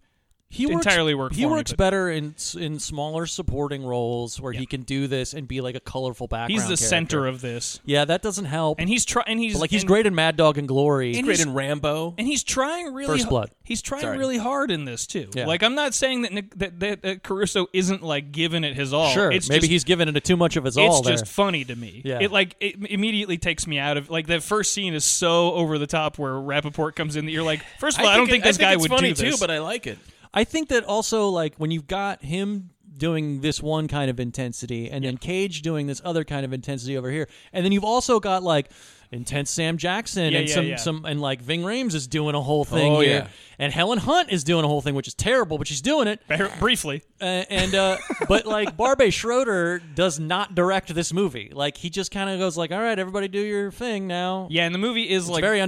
He Entirely work works. He for me, works but- better in s- in smaller supporting roles where he can do this and be like a colorful background. He's the character. center of this, Yeah, that doesn't help. and he's trying. He's But, like he's and- great in Mad Dog and Glory. He's great in Rambo. and he's trying really. First h- Blood. He's trying Sorry. really hard in this too. Yeah. Like I'm not saying that Nick, that, that that Caruso isn't like giving it his all. Sure, it's maybe just, he's given into too much of his It's all there. just funny to me. Yeah. It like it immediately takes me out of like that first scene is so over the top where Rappaport comes in that you're like, first of all, I, don't it- think this guy it's would funny do this. too, but I like it. I think that also like when you've got him doing this one kind of intensity and then Cage doing this other kind of intensity over here, and then you've also got like intense Sam Jackson Yeah, and yeah, some yeah. some and like Ving Rhames is doing a whole thing Oh, here, yeah. and Helen Hunt is doing a whole thing, which is terrible, but she's doing it. briefly. Uh, and uh, but like Barbe Schroeder does not direct this movie. Like he just kind of goes like, "All right, everybody, do your thing now." Yeah, and the movie is It's like very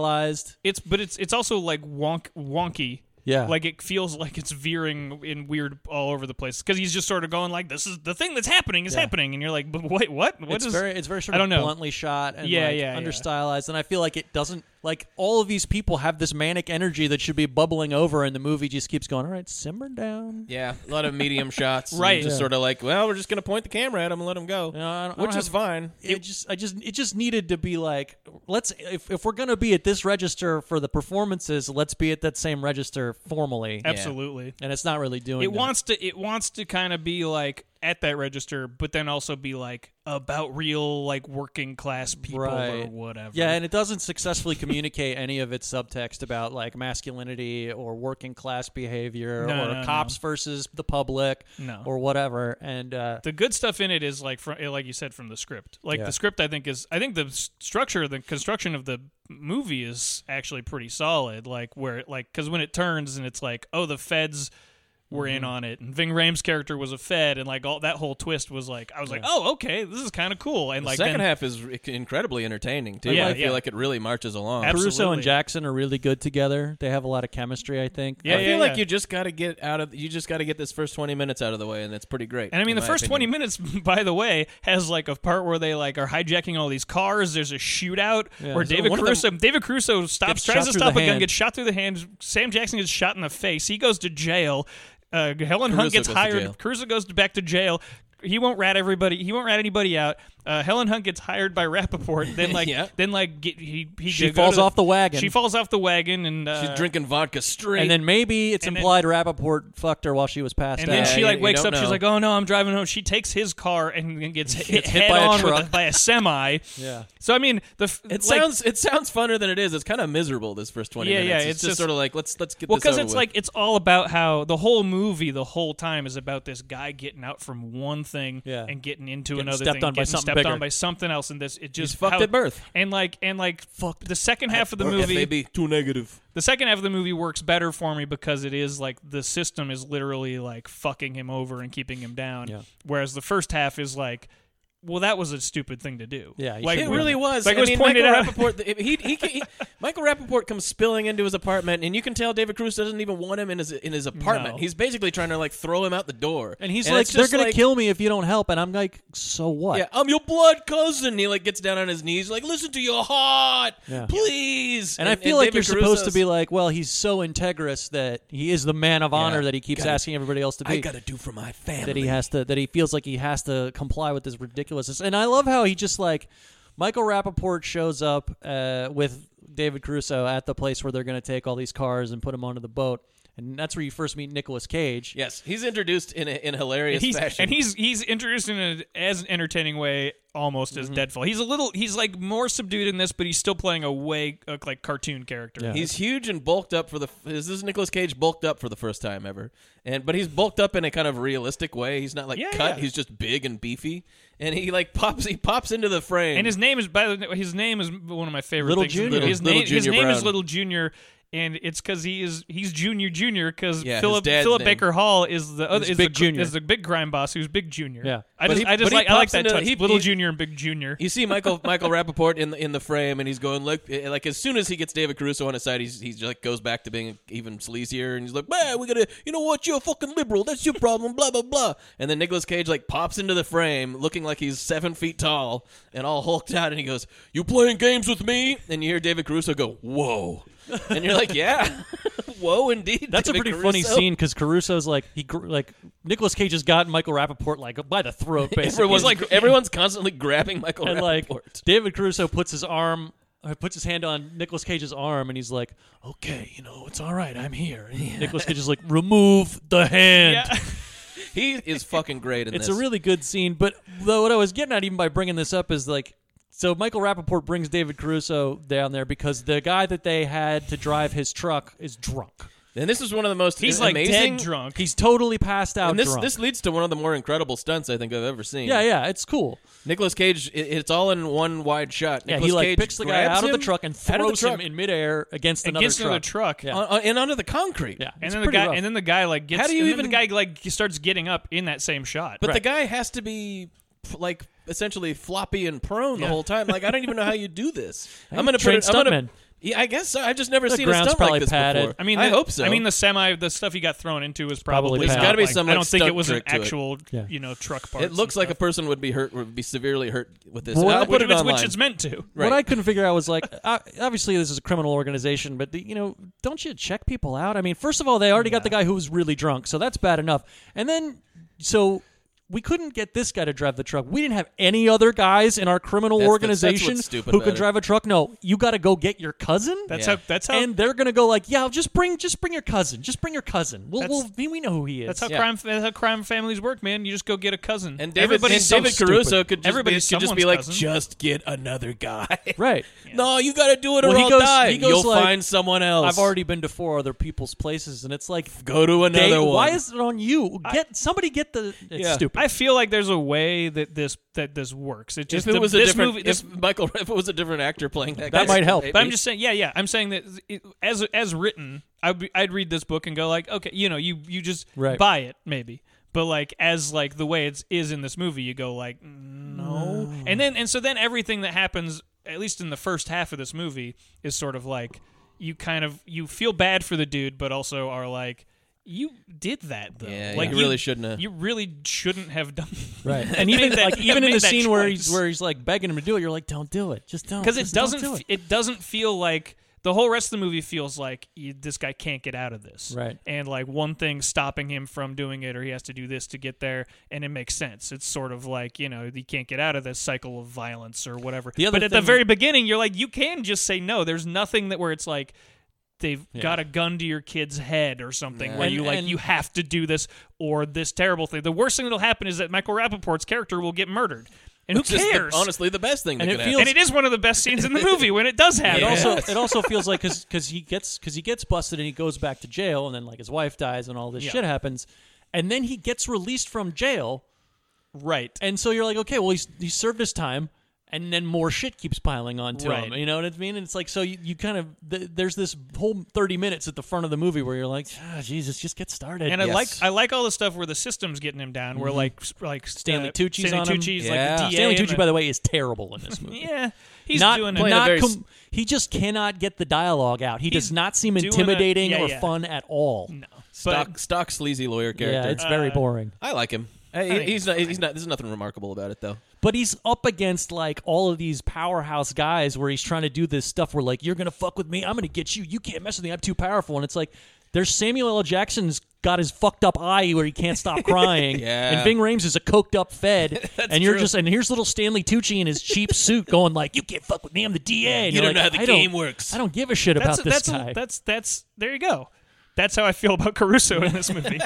understylized. it's but it's it's also like wonk wonky. Yeah. Like it feels like it's veering in weird all over the place because he's just sort of going like this is the thing that's happening is happening and you're like but wait what what it's is- very it's very I sort of don't know bluntly shot and Yeah, like yeah, yeah. understylized and I feel like it doesn't like all of these people have this manic energy that should be bubbling over and the movie just keeps going all right simmer down Yeah, a lot of medium shots. and Right. just Yeah. sort of like, well, we're just gonna point the camera at him and let him go, No, I don't- I which don't is have- fine. it, just I just it just needed to be like let's if, if we're gonna be at this register for the performances, let's be at that same register formally. Absolutely. And it's not really doing. It that. wants to it wants to kind of be like at that register, but then also be like about real like working class people or Right. whatever. Yeah, and it doesn't successfully communicate any of its subtext about like masculinity or working class behavior No, or no, no. cops versus the public No. or whatever. And uh, the good stuff in it is like from like you said from the script. Like the script, I think is I think the s- structure, the construction of the movie is actually pretty solid. Like where it, like because when it turns and it's like oh the feds were Mm-hmm. in on it and Ving Rhames' character was a fed and like all that whole twist was like I was like oh okay this is kind of cool and The like then- second half is r- incredibly entertaining too. Yeah, I feel yeah. like it really marches along. Absolutely. Caruso and Jackson are really good together. They have a lot of chemistry, I think. Yeah, I feel yeah, like yeah. you just got to get out of you just got to get this first 20 minutes out of the way and that's pretty great. And I mean, in the my first 20 opinion. minutes, by the way, has like a part where they like are hijacking all these cars. There's a shootout where So David one of them Caruso, David Caruso stops, gets shot tries to through stop the a gun, hand. gets shot through the hand. Sam Jackson gets shot in the face. He goes to jail. Uh, Helen Caruso Hunt gets goes to hired. jail. Caruso goes to- back to jail. He won't rat everybody. He won't rat anybody out. Uh, Helen Hunt gets hired by Rappaport. Then like, Yeah. then like, get, he, he She go to falls off the wagon. She falls off the wagon, and uh, She's drinking vodka straight. And then maybe it's And then- implied Rappaport fucked her while she was passed And out. then Yeah, she you- like you wakes don't up. She's know. like, "Oh no, I'm driving home." She takes his car and then gets hit, Gets hit head by a on with truck. by a semi. Yeah. So I mean, the f- it like, sounds it sounds funner than it is. It's kind of miserable this first 20 Yeah, minutes. yeah, it's, it's just, just- sort of like let's let's get well this over because it's with. like it's all about how the whole movie the whole time is about this guy getting out from one thing Yeah. and getting into Getting another stepped thing, on by getting something stepped bigger. on by something else, and this it just fucked how- at birth. And like and like fucked the second half of the movie. maybe too negative. the second half of the movie works better for me because it is like the system is literally like fucking him over and keeping him down. Yeah. Whereas the first half is like, well, that was a stupid thing to do. Yeah, you like It really was. Like I it was mean, pointed Michael out. Rappaport, he, he, he- Michael Rappaport comes spilling into his apartment, and you can tell David Cruz doesn't even want him in his in his apartment. No. He's basically trying to like throw him out the door. And he's like, it's "They're just gonna like, kill me if you don't help." And I'm like, "So what?" Yeah, I'm your blood cousin. He like gets down on his knees, like, listen to your heart, Yeah. please. And, I feel like you're David supposed to Caruso's- be like, "Well, he's so integrous that he is the man of honor that he keeps Gotta- asking everybody else to be." I gotta do for my family. that he has to that he feels like he has to comply with this ridiculousness. And I love how he just like Michael Rappaport shows up uh, with David Crusoe at the place where they're going to take all these cars and put them onto the boat, and that's where you first meet Nicolas Cage. Yes, he's introduced in a, in a hilarious He's, fashion. and he's he's introduced in an as entertaining way, almost as Deadfall. He's a little he's like more subdued in this, but he's still playing a way uh, like cartoon character. Yeah. He's huge and bulked up for the. This is Nicolas Cage bulked up for the first time ever, and but he's bulked up in a kind of realistic way. He's not like Yeah, cut. yeah. He's just big and beefy, and he like pops. He pops into the frame. And his name is by the his name is one of my favorite Little things. Junior. His Little name his Junior name is Brown. Little Junior. And it's because he is he's Junior Junior because Yeah, his Philip dad's Philip name. Baker Hall is the other He's is Big the, Junior. is the big crime boss who's Big Junior. Yeah. I But just he- I just but he like I like pops that into- touch. he- Little he- Junior and Big Junior. you see Michael Michael Rappaport in the in the frame, and he's going look eh, like as soon as he gets David Caruso on his side, he's he's like goes back to being even sleazier, and he's like, man, we gotta, you know what, you're a fucking liberal, that's your problem, blah blah blah. And then Nicolas Cage like pops into the frame, looking like he's seven feet tall and all hulked out, and he goes, "You playing games with me?" And you hear David Caruso go, "Whoa," and you're like, "Yeah, whoa, indeed." That's a David pretty funny Caruso." scene because Caruso's like he gr- like Nicolas Cage has got Michael Rappaport like by the throat basically, Everyone's like everyone's constantly grabbing Michael and like Rappaport. David Caruso puts his arm. uh, Puts his hand on Nicolas Cage's arm and he's like, "Okay, you know it's all right. I'm here." And Nicolas Cage is like, "Remove the hand." yeah. he is fucking great in It's this. a really good scene, but though what I was getting at even by bringing this up is like, so Michael Rappaport brings David Caruso down there because the guy that they had to drive his truck is drunk. and this is one of the most He's like amazing dead drunk. He's totally passed out And this drunk. this leads to one of the more incredible stunts I think I've ever seen. yeah, yeah, it's cool. Nicolas Cage, i it's all in one wide shot. Yeah, Nicolas he like Cage picks the guy grabs out of the him truck and out of the throws truck him in midair against another against truck. another truck. Yeah. on- on- and onto the concrete. Yeah, And it's then the pretty guy rough. and then the guy like gets How do you and then even- the guy like starts getting up in that same shot. but the Right. guy has to be f- like essentially floppy and prone the whole time. Like I don't even know how you do this. I'm gonna train put it, I'm gonna, stuntmen. yeah, I guess so. I've just never The seen a ground's stunt probably like this padded. before. I mean, I the- hope so. I mean, the semi, the stuff he got thrown into was Probably probably. There's not, gotta be like- some, I like, don't think stunt it was an trick to it. actual, Yeah. you know, truck part. it looks like a person would be hurt, would be severely hurt with this. Well, I'll what- put which, it which, online. which it's meant to. What Right. I couldn't figure out was like, o- obviously this is a criminal organization, but the, you know, don't you check people out? I mean, first of all, they already got the guy who was really drunk, so that's bad enough. And then, so we couldn't get this guy to drive the truck. We didn't have any other guys in our criminal That's- that's- that's organization what's stupid who about could it. drive a truck. No, you got to go get your cousin. That's Yeah. how. That's how. and they're gonna go like, yeah, just bring, just bring your cousin, just bring your cousin. We'll, That's- we'll we we know who he is. that's how yeah. crime. That's how crime families work, man. You just go get a cousin. And David, everybody's and David so Caruso stupid. could just everybody's be, could just someone's be like, cousin. just get another guy. right. No, you got to do it or Well, he I'll goes- die. he goes You'll like, find someone else. I've already been to four other people's places, and it's like, go to another they- one. Why is it on you? Get somebody get the. It's Yeah. stupid. I feel like there's a way that this that this works. It if just it the- was a this different movie. This, if Michael if it was a different actor playing that, That guy, might help. maybe. but I'm just saying, yeah, yeah. I'm saying that it, as as written, I'd be, I'd read this book and go like, okay, you know, you you just Right. buy it maybe. But like as like the way it's is in this movie, you go like no, and then and so then everything that happens, at least in the first half of this movie, is sort of like you kind of you feel bad for the dude, but also are like. You did that though. Yeah, like you really shouldn't have. You really shouldn't have done. Right. that. And even Made that- like even in made the that scene where choice. he's where he's like begging him to do it, you're like, don't do it. Just don't. because it Just don't doesn't do it. it doesn't feel like the whole rest of the movie feels like you, this guy can't get out of this Right. and like one thing stopping him from doing it or he has to do this to get there and it makes sense it's sort of like you know he can't get out of this cycle of violence or whatever The other but at the thing- very beginning you're like you can just say no there's nothing that where it's like they've got a gun to your kid's head or something where And- you like and- you have to do this or this terrible thing the worst thing that'll happen is that michael rappaport's character will get murdered and It's who just the- cares honestly, the best thing And that it could feels- happen. and it is one of the best scenes in the movie when it does happen. It also Yes. it also feels like because he gets because he gets busted and he goes back to jail and then like his wife dies and all this Yeah. shit happens, and then he gets released from jail right. and so you're like okay well he's he served his time and then more shit keeps piling on to Right. him you know what I mean and it's like so you, you kind of th- there's this whole thirty minutes at the front of the movie where you're like ah, Jesus just get started And I Yes. like I like all the stuff where the system's getting him down. Where like s- like Mm-hmm. Stanley uh, Tucci's Stanley on him. Tucci's Yeah. like the DA Stanley and Tucci by the way is terrible in this movie yeah he's not, doing it. playing a not very s- com- he just cannot get the dialogue out. He He's does not seem doing a- intimidating yeah, or yeah. fun at all. stock, stock sleazy lawyer character. yeah, it's very Uh, boring. I like him. Hey, think he's not. He's not. There's nothing remarkable about it though. But he's up against like all of these powerhouse guys where he's trying to do this stuff where like you're gonna fuck with me, I'm gonna get you. You can't mess with me. I'm too powerful. And it's like there's Samuel L. Jackson's got his fucked up eye where he can't stop crying, Yeah. and Ving Rhames is a coked up fed, and you're just and here's little Stanley Tucci in his cheap suit going like, "You can't fuck with me, I'm the DA." And You don't you're like, know how the "I don't- game works." I don't give a shit That's about this that's guy. that's that's there you go. That's how I feel about Caruso in this movie.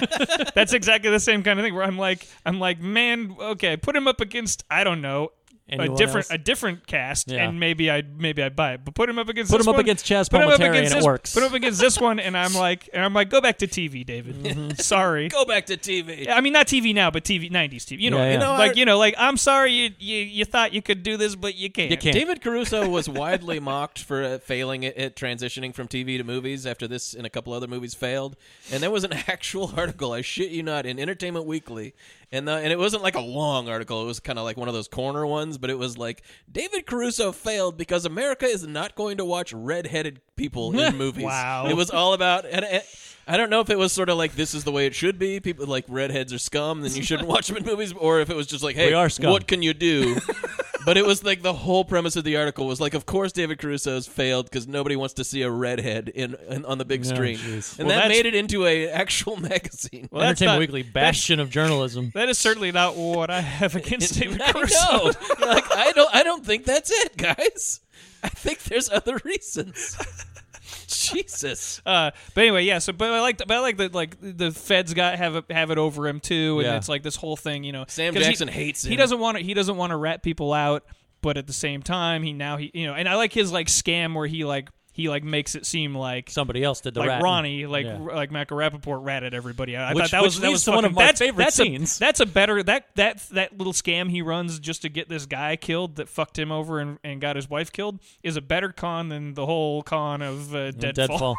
that's exactly the same kind of thing where I'm like I'm like man okay put him up against I don't know. Anyone a different else? a different cast, Yeah. and maybe I maybe I buy it. But put him up against Put this him up one, against Chaz put him up Palminteri against and it this- works. Put him up against this one, and I'm like, and I'm like, go back to TV, David. Mm-hmm. Sorry, Go back to TV. Yeah, I mean, not TV now, but TV '90s TV. You know, Yeah, you yeah. know, like you know, like I'm sorry you, you you thought you could do this, but you can't. You can't. David Caruso was widely mocked for uh, failing at, at transitioning from TV to movies after this and a couple other movies failed. And there was an actual article, I shit you not, in Entertainment Weekly. And the, and it wasn't like a long article, it was kind of like one of those corner ones, but it was like David Caruso failed because America is not going to watch redheaded people in movies. Wow. It was all about and, and I don't know if it was sort of like this is the way it should be. People like redheads are scum, then you shouldn't watch them in movies, or if it was just like, hey, We are scum. what can you do? but it was like the whole premise of the article was like, of course, David Caruso's failed because nobody wants to see a redhead in, in on the big screen, Oh, jeez. and Well, that that's- made it into a actual magazine. Well, that's Entertainment not- Weekly, that's- bastion of journalism. That is certainly not what I have against David I Caruso. know. like I don't. I don't think that's it, guys. I think there's other reasons. Jesus. Uh, but anyway, yeah. So, but I like, but I like that. Like the feds got have it- have it over him too, and Yeah. it's like this whole thing. You know, Sam 'cause he- Jackson hates He him. doesn't want to. He doesn't want to rat people out, but at the same time, he now he you know, and I like his like scam where he like he like makes it seem like. Somebody else did the like ratting. Ronnie, like Yeah. like Michael Rappaport ratted everybody out. I Which- thought that which was that leads was to one of fucking- my that's, favorite that's scenes. A, that's a better that that that little scam he runs just to get this guy killed that fucked him over and, and got his wife killed is a better con than the whole con of uh, And Deadfall.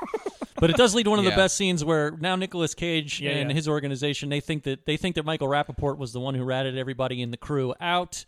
but it does lead to one of Yeah. the best scenes where now Nicolas Cage Yeah, and yeah. his organization they think that they think that Michael Rappaport was the one who ratted everybody in the crew out.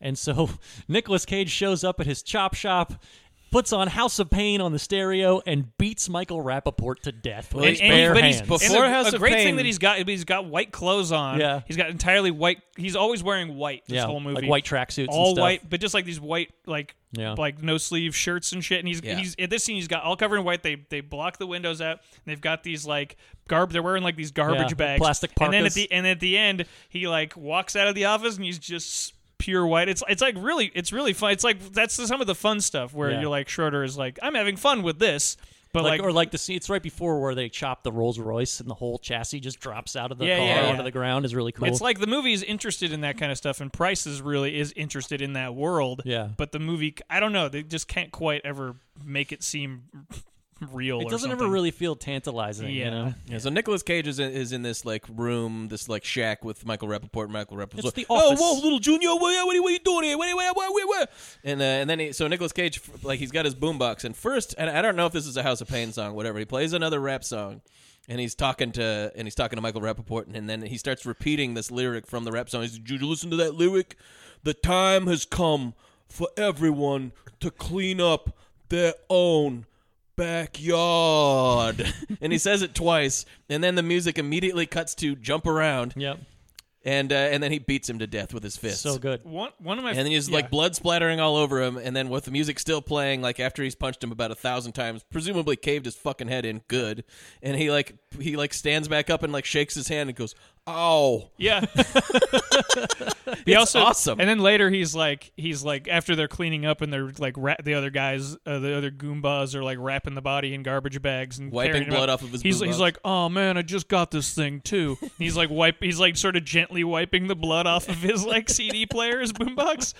And so Nicolas Cage shows up at his chop shop puts on House of Pain on the stereo, and beats Michael Rappaport to death with And- his and- bare but he's hands. bef- And Before a, House a of great Pain- thing that he's got he's got white clothes on. Yeah. He's got entirely white he's always wearing white this Yeah, whole movie. like white tracksuits and All stuff. white, but just like these white like Yeah. like no sleeve shirts and shit. And he's Yeah. he's at this scene he's got all covered in white. They they block the windows out. And they've got these like garb they're wearing like these garbage Yeah, bags. plastic And then at parkas. the and at the end he like walks out of the office and he's just pure white. It's it's like really it's really fun. It's like that's some of the fun stuff where Yeah. you're like Schroeder is like, I'm having fun with this. But like, like, or like the scene, it's right before where they chop the Rolls Royce and the whole chassis just drops out of the Yeah, car yeah, yeah. onto the ground is really cool. It's like the movie is interested in that kind of stuff, and Price is really is interested in that world. Yeah. But the movie, I don't know, they just can't quite ever make it seem real. it or doesn't ever something. really feel tantalizing, you Yeah. know. Yeah, so Nicolas Cage is in, is in this like room, this like shack with Michael Rappaport. and Michael Rappaport. It's the oh, office. whoa, little Junior, what, what, are you doing here? What, what, what, what, what? And uh, and then he, so Nicolas Cage f- like he's got his boombox, and first, and I don't know if this is a House of Pain song, whatever. He plays another rap song, and he's talking to and he's talking to Michael Rappaport, and, then he starts repeating this lyric from the rap song. He's, Did you listen to that lyric? The time has come for everyone to clean up their own backyard and he says it twice and then the music immediately cuts to jump around Yep. and uh, and then he beats him to death with his fists So good. One one of my and then he's yeah. like blood splattering all over him and then with the music still playing like after he's punched him about a thousand times presumably caved his fucking head in good and he like he like stands back up and like shakes his hand and goes ow Yeah. he also awesome. And then later he's like he's like after they're cleaning up and they're like ra- the other guys uh, the other goombas are like wrapping the body in garbage bags and Wiping carrying him blood up. off of his He's boom he's box. like, "Oh man, I just got this thing too." And he's like wipe he's like sort of gently wiping the blood off of his like CD player's boombox.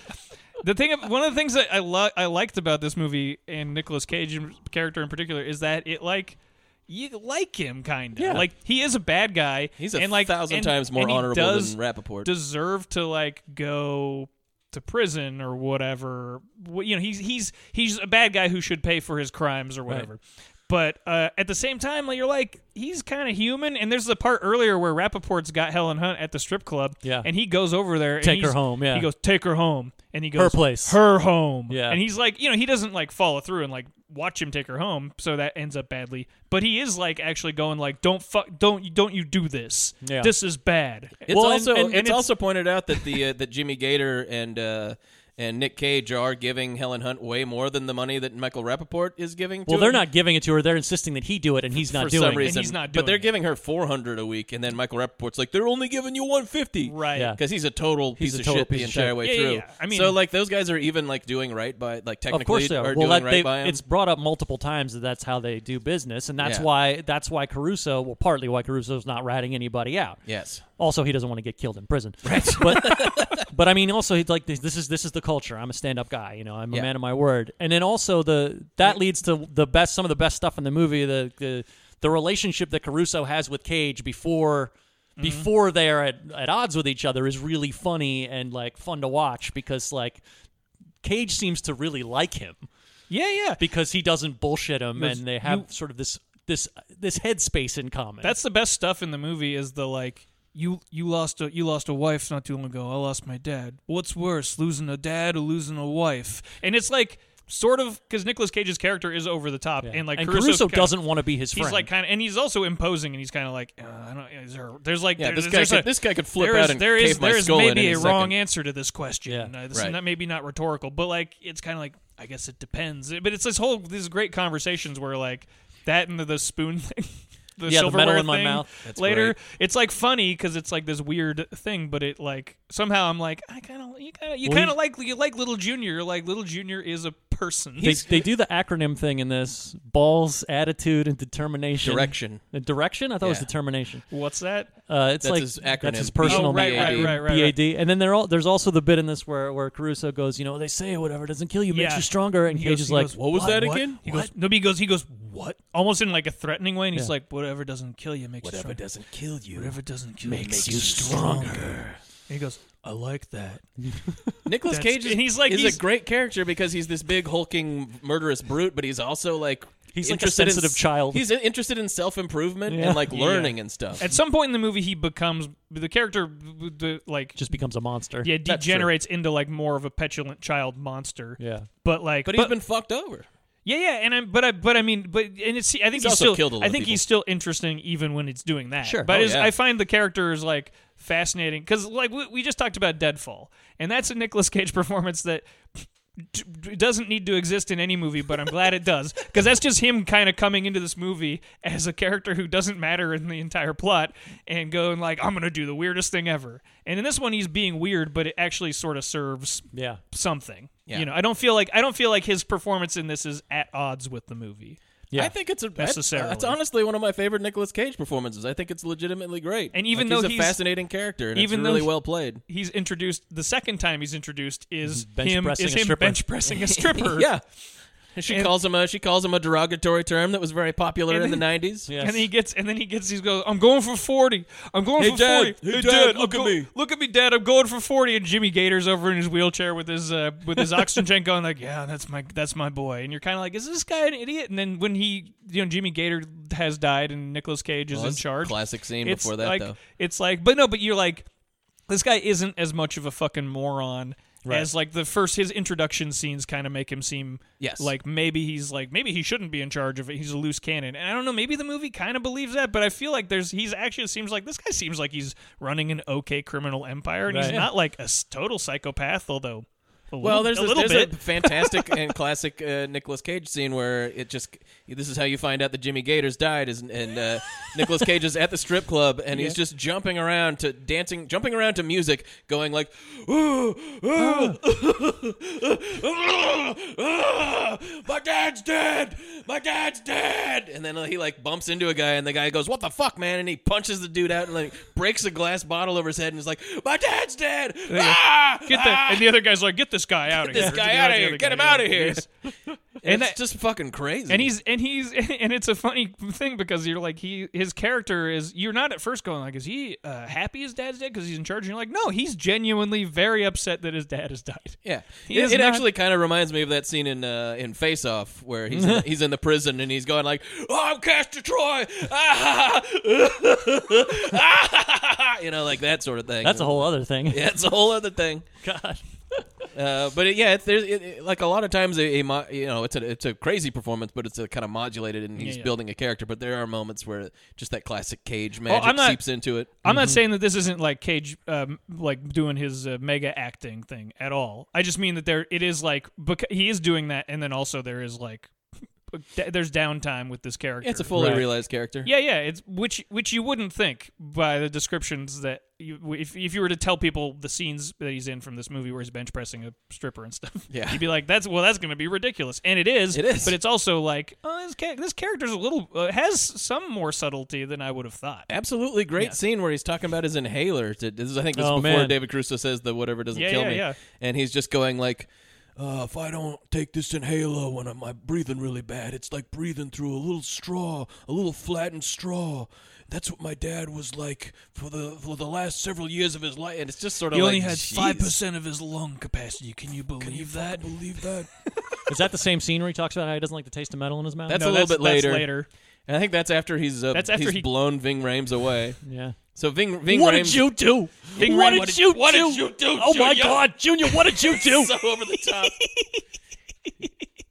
The thing of, one of the things that I lo- I liked about this movie and Nicolas Cage in- character in particular is that it like you like him kind of Yeah. like he is a bad guy He's a and like thousand and- times more and he honorable does than Rappaport. Deserve to like go to prison or whatever. Wh- You know, he's he's he's a bad guy who should pay for his crimes or whatever. But uh, at the same time, like, you're like he's kind of human. And there's the part earlier where Rappaport's got Helen Hunt at the strip club. Yeah. and he goes over there. and Take her he's- home, yeah. he goes take her home, and he goes place. her home. Yeah. and he's like, you know, he doesn't like follow through and like watch him take her home, so that ends up badly. But he is like actually going like, don't fuck, don't don't you do this. Yeah. This is bad. It's Well, and- also and- and it's, it's- also pointed out that the uh, that Jimmy Gator and uh, and Nick Cage are giving Helen Hunt way more than the money that Michael Rappaport is giving. to Well, they're him not giving it to her. They're insisting that he do it, and he's not for doing some it. reason. he's not but doing they're it. giving her four hundred a week, and then Michael Rappaport's like, they're only giving you one fifty, Right. Yeah. Because he's a total He's piece a of total shit piece the of entire shit. way Yeah, yeah, through. yeah. I mean- so like those guys are even like doing right by like technically Of course they are. are well, doing that, right they, by him. it's brought up multiple times that that's how they do business, and that's Yeah. why that's why Caruso, well, partly why Caruso's not ratting anybody out. yes. Also, he doesn't want to get killed in prison. Right. But, but I mean, also he's like, this is this is the culture. I'm a stand up guy. You know, I'm a Yeah. man of my word. And then also the that leads to the best, some of the best stuff in the movie. The the the relationship that Caruso has with Cage before. Mm-hmm. Before they're at, at odds with each other is really funny and like fun to watch because like Cage seems to really like him Yeah, yeah. because he doesn't bullshit him, Because and they have sort of this this this headspace in common. That's the best stuff in the movie is the like you you lost a you lost a wife not too long ago. I lost my dad. What's worse, losing a dad or losing a wife? And it's like sort of because Nicolas Cage's character is over the top and like Caruso's Caruso kinda- doesn't want to be his He's friend. like kind of, and he's also imposing, and he's kind of like, uh, I don't. Is there, there's like, Yeah, there- this guy there's could- a- this guy could flip there out is- and there is cave my there is skull in maybe in a a wrong second. answer to this question. Yeah. Uh, this Right. is not, maybe not rhetorical, but like, it's kind of like, I guess it depends. But it's this whole these great conversations where like that and the, the spoon thing. The Yeah, the silverware metal in my thing mouth. That's Later, great. it's like funny because it's like this weird thing, but it like somehow I'm like I kind of you kind of you Well, kind of he- like you like Little Junior, like Little Junior is a person. they, they do the acronym thing in this: balls, attitude, and determination. Direction. The direction? I thought it was Yeah. determination. What's that? Uh, it's That's like his acronym. that's his personal Oh, right, name, right, right, right, right. BAD. And then they're all, there's also the bit in this where, where Caruso goes, you know, they say whatever doesn't kill you makes Yeah. you stronger, and He Cage goes- is he like, goes, What was that again? He goes, no, but he goes, he goes, what? Almost in like a threatening way, and he's like, whatever doesn't kill you makes you Whatever stronger. doesn't kill you whatever doesn't kill you makes makes you stronger. And he goes, I like that. Nicholas That's- Cage is, and he's like- is he's- a great character because he's this big hulking murderous brute, but he's also like He's like a interested sensitive in, child. He's interested in self improvement Yeah. and like learning and stuff. At some point in the movie, he becomes the character, b- b- like, just becomes a monster. yeah, That's true. degenerates into like more of a petulant child monster. Yeah. but like, but he's been fucked over. Yeah, yeah, and I'm, but I, but I mean, but and it's. I think he's, also still. killed a lot I of think he's still interesting even when it's doing that. Sure. but Oh, it's- yeah. I find the character is like fascinating because like we, we just talked about Deadfall, and that's a Nicolas Cage performance that d- d- doesn't need to exist in any movie, but I'm glad it does because that's just him kind of coming into this movie as a character who doesn't matter in the entire plot and going like, I'm gonna do the weirdest thing ever. And in this one, he's being weird, but it actually sort of serves Yeah. something. Yeah. You know, I don't feel like I don't feel like his performance in this is at odds with the movie. Yeah. I think it's a Necessarily. That's, that's honestly one of my favorite Nicolas Cage performances. I think it's legitimately great. And even Like, though he's a he's- fascinating character, and even it's though really he- well played. He's introduced the second time he's introduced is Bench him pressing is a him stripper. bench pressing a stripper. Yeah. And she And- calls him a she calls him a derogatory term that was very popular And in the then- nineties. Yeah. And then he gets, and then he gets, he goes, I'm going for 40. I'm going Hey, for Dad. 40. Hey, Dad, I'm look at go- me." Look at me, Dad. I'm going for 40. And Jimmy Gator's over in his wheelchair with his, uh, with his oxygen tank on, like, yeah, that's my, that's my boy. And you're kind of like, is this guy an idiot? And then when he, you know, Jimmy Gator has died and Nicolas Cage is Well, in that's a charge. classic scene it's before that, like, though. It's like, but no, but you're like, this guy isn't as much of a fucking moron as like the first his introduction scenes kind of make him seem Yes. like maybe he's like maybe he shouldn't be in charge of it. He's a loose cannon, and I don't know. Maybe the movie kind of believes that, but I feel like there's he's actually seems like this guy seems like he's running an okay criminal empire, and he's Right. not like a s- total psychopath, although. A little, Well, there's a this- little there's bit. a fantastic and classic uh, Nicolas Cage scene where it just this is how you find out that Jimmy Gator's died is and uh, Nicolas Cage is at the strip club and he's just jumping around to dancing, jumping around to music, going like, ooh, ooh, my dad's dead, my dad's dead, and then he like bumps into a guy and the guy goes, what the fuck, man, and he punches the dude out and like breaks a glass bottle over his head and is like, my dad's dead, ah, Get the, ah!" and the other guy's like, "Get this guy out of this here! guy Get out of the here. other Get guy, him yeah." out of here. And And it's that- just fucking crazy. and he's and he's and it's a funny thing because you're like he his character is you're not at first going like is he uh, happy his dad's dead because he's in charge and you're like no he's genuinely very upset that his dad has died yeah. he It, is it not- actually kind of reminds me of that scene in uh, in Face Off where he's in, he's in the prison and he's going like, "Oh, I'm Castor Troy," Ah, ah, you know, like that sort of thing. That's a whole other thing. Yeah, it's a whole other thing. God. Uh, but it, yeah, it, there's it, it- like a lot of times, a, a mo- you know, it's a it's a crazy performance, but it's a kind of modulated, and he's yeah. building a character. But there are moments where just that classic cage magic Oh, I'm not- seeps into it. I'm not saying that this isn't like Cage, um, like doing his uh, mega acting thing at all. I just mean that there it is like bec- he is doing that, and then also there is like there's downtime with this character. It's a fully Right. realized character. Yeah, yeah. It's which which you wouldn't think by the descriptions that you, if if you were to tell people the scenes that he's in from this movie where he's bench pressing a stripper and stuff. Yeah. you'd be like, that's well, that's going to be ridiculous, and it is. It is. but it's also like oh, this, ca- this character's a little uh, has some more subtlety than I would have thought. Absolutely great scene where he's talking about his inhaler. To, this is, I think this Oh, is before man. David Crusoe says the whatever doesn't Yeah, kill yeah, me. yeah. And he's just going like, uh, if I don't take this inhaler when I'm, I'm breathing really bad, it's like breathing through a little straw, a little flattened straw. That's what my dad was like for the for the last several years of his life. And it's just sort of like, "Jeez, of his lung capacity. Can you believe Can you fucking believe that? Is that the same scene where he talks about how he doesn't like the taste of metal in his mouth? That's No, a little that's- bit that's later. later. And I think that's after he's uh, That's after he's he- blown Ving Rames away. yeah. So Ving Ving Rhames- do? Big Ram, what did- what did you do, Oh Junior? Junior! What did you do? so over the top.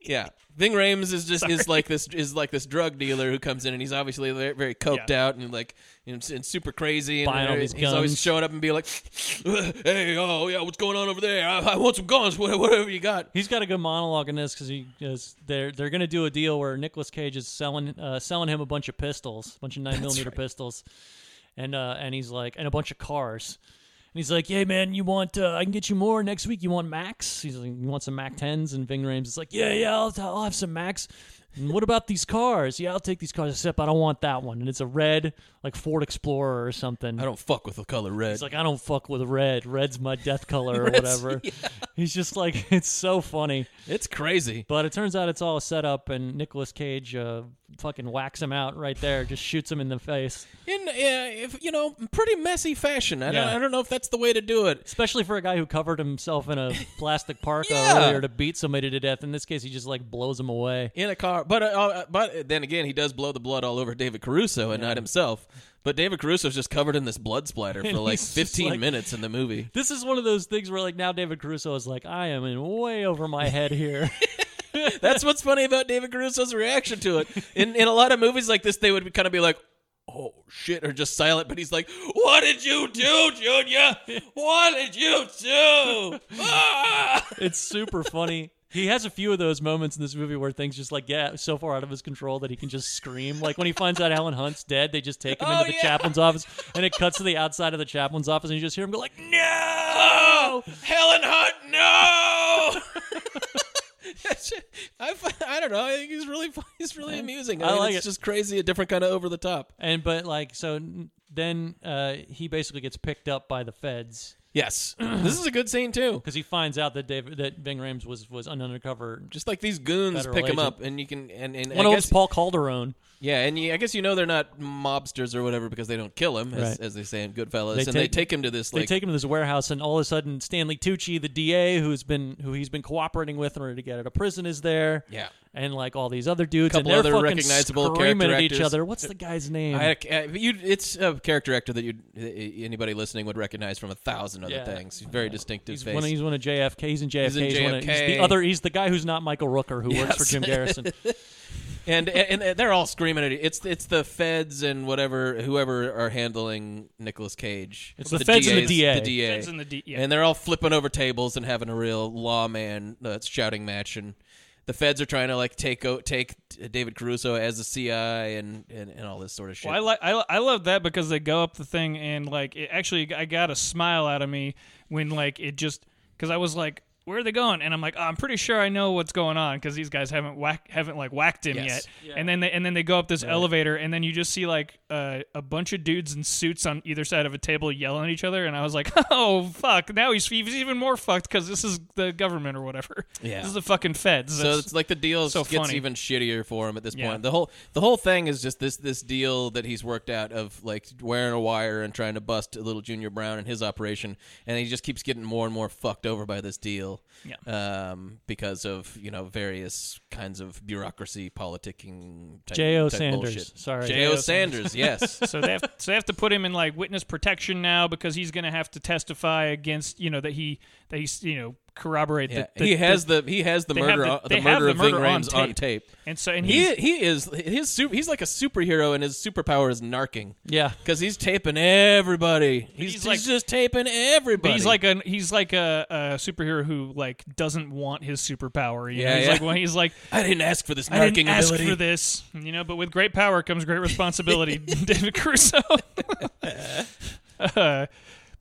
yeah, Ving Rhames is just is like this is like this drug dealer who comes in and he's obviously very, very coked Yeah. out and like you know, and super crazy and Buying all these he's always guns. showing up and be like, "Hey, oh yeah, what's going on over there? I, I want some guns, wha- whatever you got." He's got a good monologue in this because he is, they're they're gonna do a deal where Nicolas Cage is selling uh, selling him a bunch of pistols, a bunch of nine millimeter pistols, and uh, and he's like and a bunch of cars, and he's like, yeah man, you want uh, I can get you more next week. You want Max? He's like, you want some Mac tens? And Ving Rhames is like, yeah yeah, I'll, I'll have some Max. And what about these cars? Yeah, I'll take these cars. Except I don't want that one. And it's a red like Ford Explorer or something. I don't fuck with the color red. He's like, I don't fuck with red. Red's my death color or whatever. He's just like, it's so funny. it's crazy. But it turns out it's all a setup, and Nicolas Cage uh, fucking whacks him out right there, just shoots him in the face. In yeah, if you know, pretty messy fashion. I don't, Yeah. I don't know if that's the way to do it. Especially for a guy who covered himself in a plastic parka Yeah. earlier to beat somebody to death. In this case, he just like blows him away. in a car. But uh, uh, but then again, he does blow the blood all over David Caruso and not himself. But David Caruso's just covered in this blood splatter for And like he's just 15 like- minutes in the movie. This is one of those things where like now David Caruso is like, I am in way over my head here. That's what's funny about David Caruso's reaction to it. In in a lot of movies like this, they would kind of be like, "Oh shit," or just silent. But he's like, "What did you do, Junior? What did you do?" Ah! It's super funny. He has a few of those moments in this movie where things just like yeah, so far out of his control that he can just scream. Like when he finds out Alan Hunt's dead, they just take him into Oh, the yeah. chaplain's office, and it cuts to the outside of the chaplain's office, and you just hear him go like, No, Helen Hunt, no. That's it. I, fi- I don't know. I think he's really fun- he's really amusing. I, I mean, like it's it. just crazy, a different kind of over the top. and but like so n- then uh, he basically gets picked up by the feds Yes, this is a good scene too. because he finds out that David that Bing Rames was was an undercover. Just like these goons Federal pick him agent. up, and you can and and One I of guess, them's Paul Calderone. Yeah, and you, I guess you know they're not mobsters or whatever because they don't kill him, as, Right. as they say in Goodfellas, They and they take- take him to this They like take him to this warehouse, and all of a sudden, Stanley Tucci, the DA, who's been who he's been cooperating with in order to get out of prison, is there. Yeah. and like all these other dudes, Couple and they're other fucking recognizable screaming character at each actors. other. What's the guy's name? I, I, you, it's a character actor that you anybody listening would recognize from a thousand other Yeah. things. He's very distinctive he's face. one. Of, he's one of JFK. He's in JFK. in one of- he's JFK. the other. He's the guy who's not Michael Rooker, who works for Yes. Jim Garrison. and, and and they're all screaming at it. It's it's the feds and whatever whoever are handling Nicolas Cage. It's the feds and the DA. The DA. Feds and the D- yeah. And they're all flipping over tables and having a real lawman uh, shouting match. And the feds are trying to like take o- take uh, David Caruso as a CI and, and and all this sort of shit. Well, I like I, li- I love that because they go up the thing and like it actually I got a smile out of me when like it just because I was like where are they going and I'm like "Oh, I'm pretty sure I know what's going on because these guys haven't whack haven't like whacked him Yes. yet and then they and then they go up this elevator and then you just see like uh, a bunch of dudes in suits on either side of a table yelling at each other and I was like oh fuck now he's, he's even more fucked because this is the government or whatever Yeah. this is the fucking feds so That's- it's like the deal so gets funny. even shittier for him at this Yeah. point. The whole the whole thing is just this this deal that he's worked out of like wearing a wire and trying to bust little Junior Brown and his operation, and he just keeps getting more and more fucked over by this deal. Yeah. Um, because of you know various kinds of bureaucracy, politicking. Type, J.O. type Sanders. bullshit. Sorry. J.O. J.O. Sanders. Yes. so they have so they have to put him in like witness protection now because he's going to have to testify against you know that he that he's you know corroborate Yeah. that, that he has the he has the they have murder the- o- they the have murder the of Ving murder on Rhames on tape. tape. and so and He he's, he is his su- he's like a superhero and his superpower is narking. Yeah. because he's taping everybody. He's, he's he's, like- just taping everybody. but he's like a he's like a, a superhero who like doesn't want his superpower. You know? Yeah, he's yeah. like when he's like I didn't ask for this I narking didn't ask ability. for this, you know. But with great power comes great responsibility, David Crusoe. Uh, but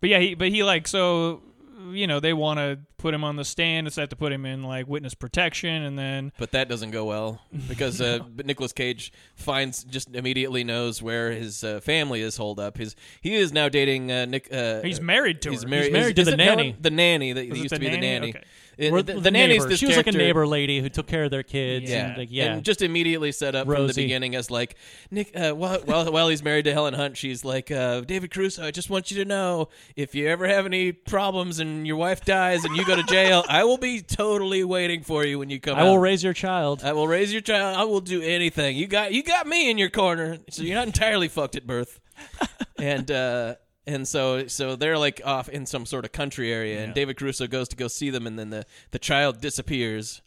yeah, he, but he like so you know they want to put him on the stand. It's have to put him in like witness protection, and then But that doesn't go well because uh, Nicholas Cage finds just immediately knows where his uh, family is holed up. His he is now dating uh, Nick. Uh, He's married to he's her. Married, He's married is- to the is it Helen? nanny. The nanny that Was it used the to be the nanny? nanny. Okay. And Or the, the the nanny's neighbor. this She was like a character- neighbor lady who took care of their kids. Yeah, and, like, yeah. and just immediately set up from the Rosie. beginning as like Nick. Uh, while, while while he's married to Helen Hunt, she's like uh, David Crusoe. I just want you to know if you ever have any problems and your wife dies and you go to jail, I will be totally waiting for you when you come. I will out. raise your child. I will raise your child. I will do anything. You got you got me in your corner, so you're not entirely fucked at birth. and uh, and so so they're like off in some sort of country area, and David Caruso goes to go see them, and then the the child disappears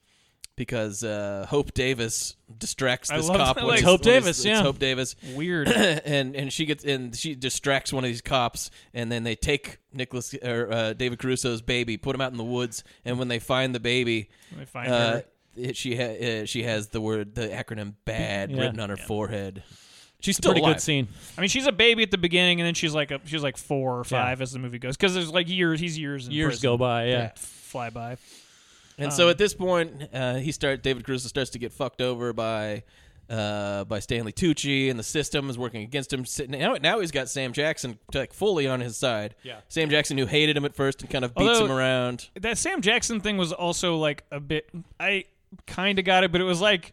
because uh, Hope Davis distracts I this love cop. that, when like- he's- Hope when he's- Davis, it's yeah. Hope Davis. weird. and and she gets and she distracts one of these cops, and then they take Nicholas or uh, David Caruso's baby, put him out in the woods, and when they find the baby, They find uh, her. it- she ha- uh, she has the word the acronym bad Yeah. written on her forehead. She's still Pretty alive. good scene. I mean, she's a baby at the beginning, and then she's like a, she's like four or five as the movie goes, because there's like years. He's years. In Years prison go by. Yeah. that fly by. And so Um, at this point, uh, he start David Caruso starts to get fucked over by. Uh, by Stanley Tucci and the system is working against him. Sitting now, now he's got Sam Jackson like fully on his side. Yeah, Sam Jackson who hated him at first and kind of beats Although- him around. That Sam Jackson thing was also like a bit. I kind of got it, but it was like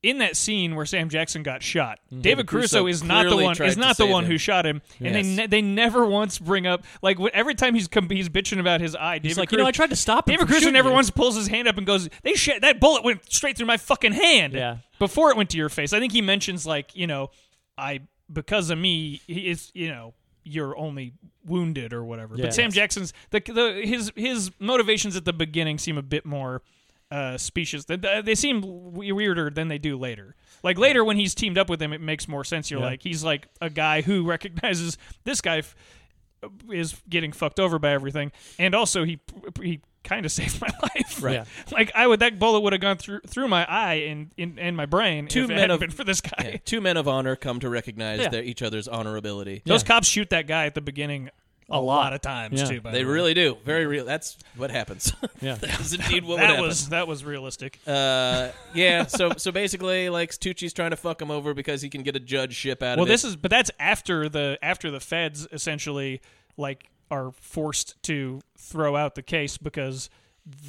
in that scene where Sam Jackson got shot. Mm-hmm. David Caruso Crusoe is not the clearly one. tried Is to not the save one him. who shot him, and they Yes. ne- they never once bring up like wh- every time he's com- he's bitching about his eye. David He's like, Cru- you know, I tried to stop him. David from Crusoe shooting never you." once pulls his hand up and goes, "They shit that bullet went straight through my fucking hand." Yeah. Before it went to your face, I think he mentions like, you know, I because of me, he- it's you know, you're only wounded or whatever. Yeah. But Sam Yes. Jackson's the, the his his motivations at the beginning seem a bit more uh, specious. They, they seem we- weirder than they do later. Like later when he's teamed up with him, it makes more sense. You're like he's like a guy who recognizes this guy f- is getting fucked over by everything, and also he he kind of saved my life. Right. Yeah. Like I would that bullet would have gone through through my eye and in and my brain Two if it men hadn't of- been for this guy. Yeah, two men of honor come to recognize Yeah. their each other's honorability. Those cops shoot that guy at the beginning a, lot. lot. of times Yeah. too. By They the way. really do. Very real. That's what happens. Yeah. that is indeed what would that happen. was that was realistic. Uh, yeah. So so basically, like Tucci's trying to fuck him over because he can get a judgeship out well, of this it. is but that's after the after the feds essentially like are forced to throw out the case because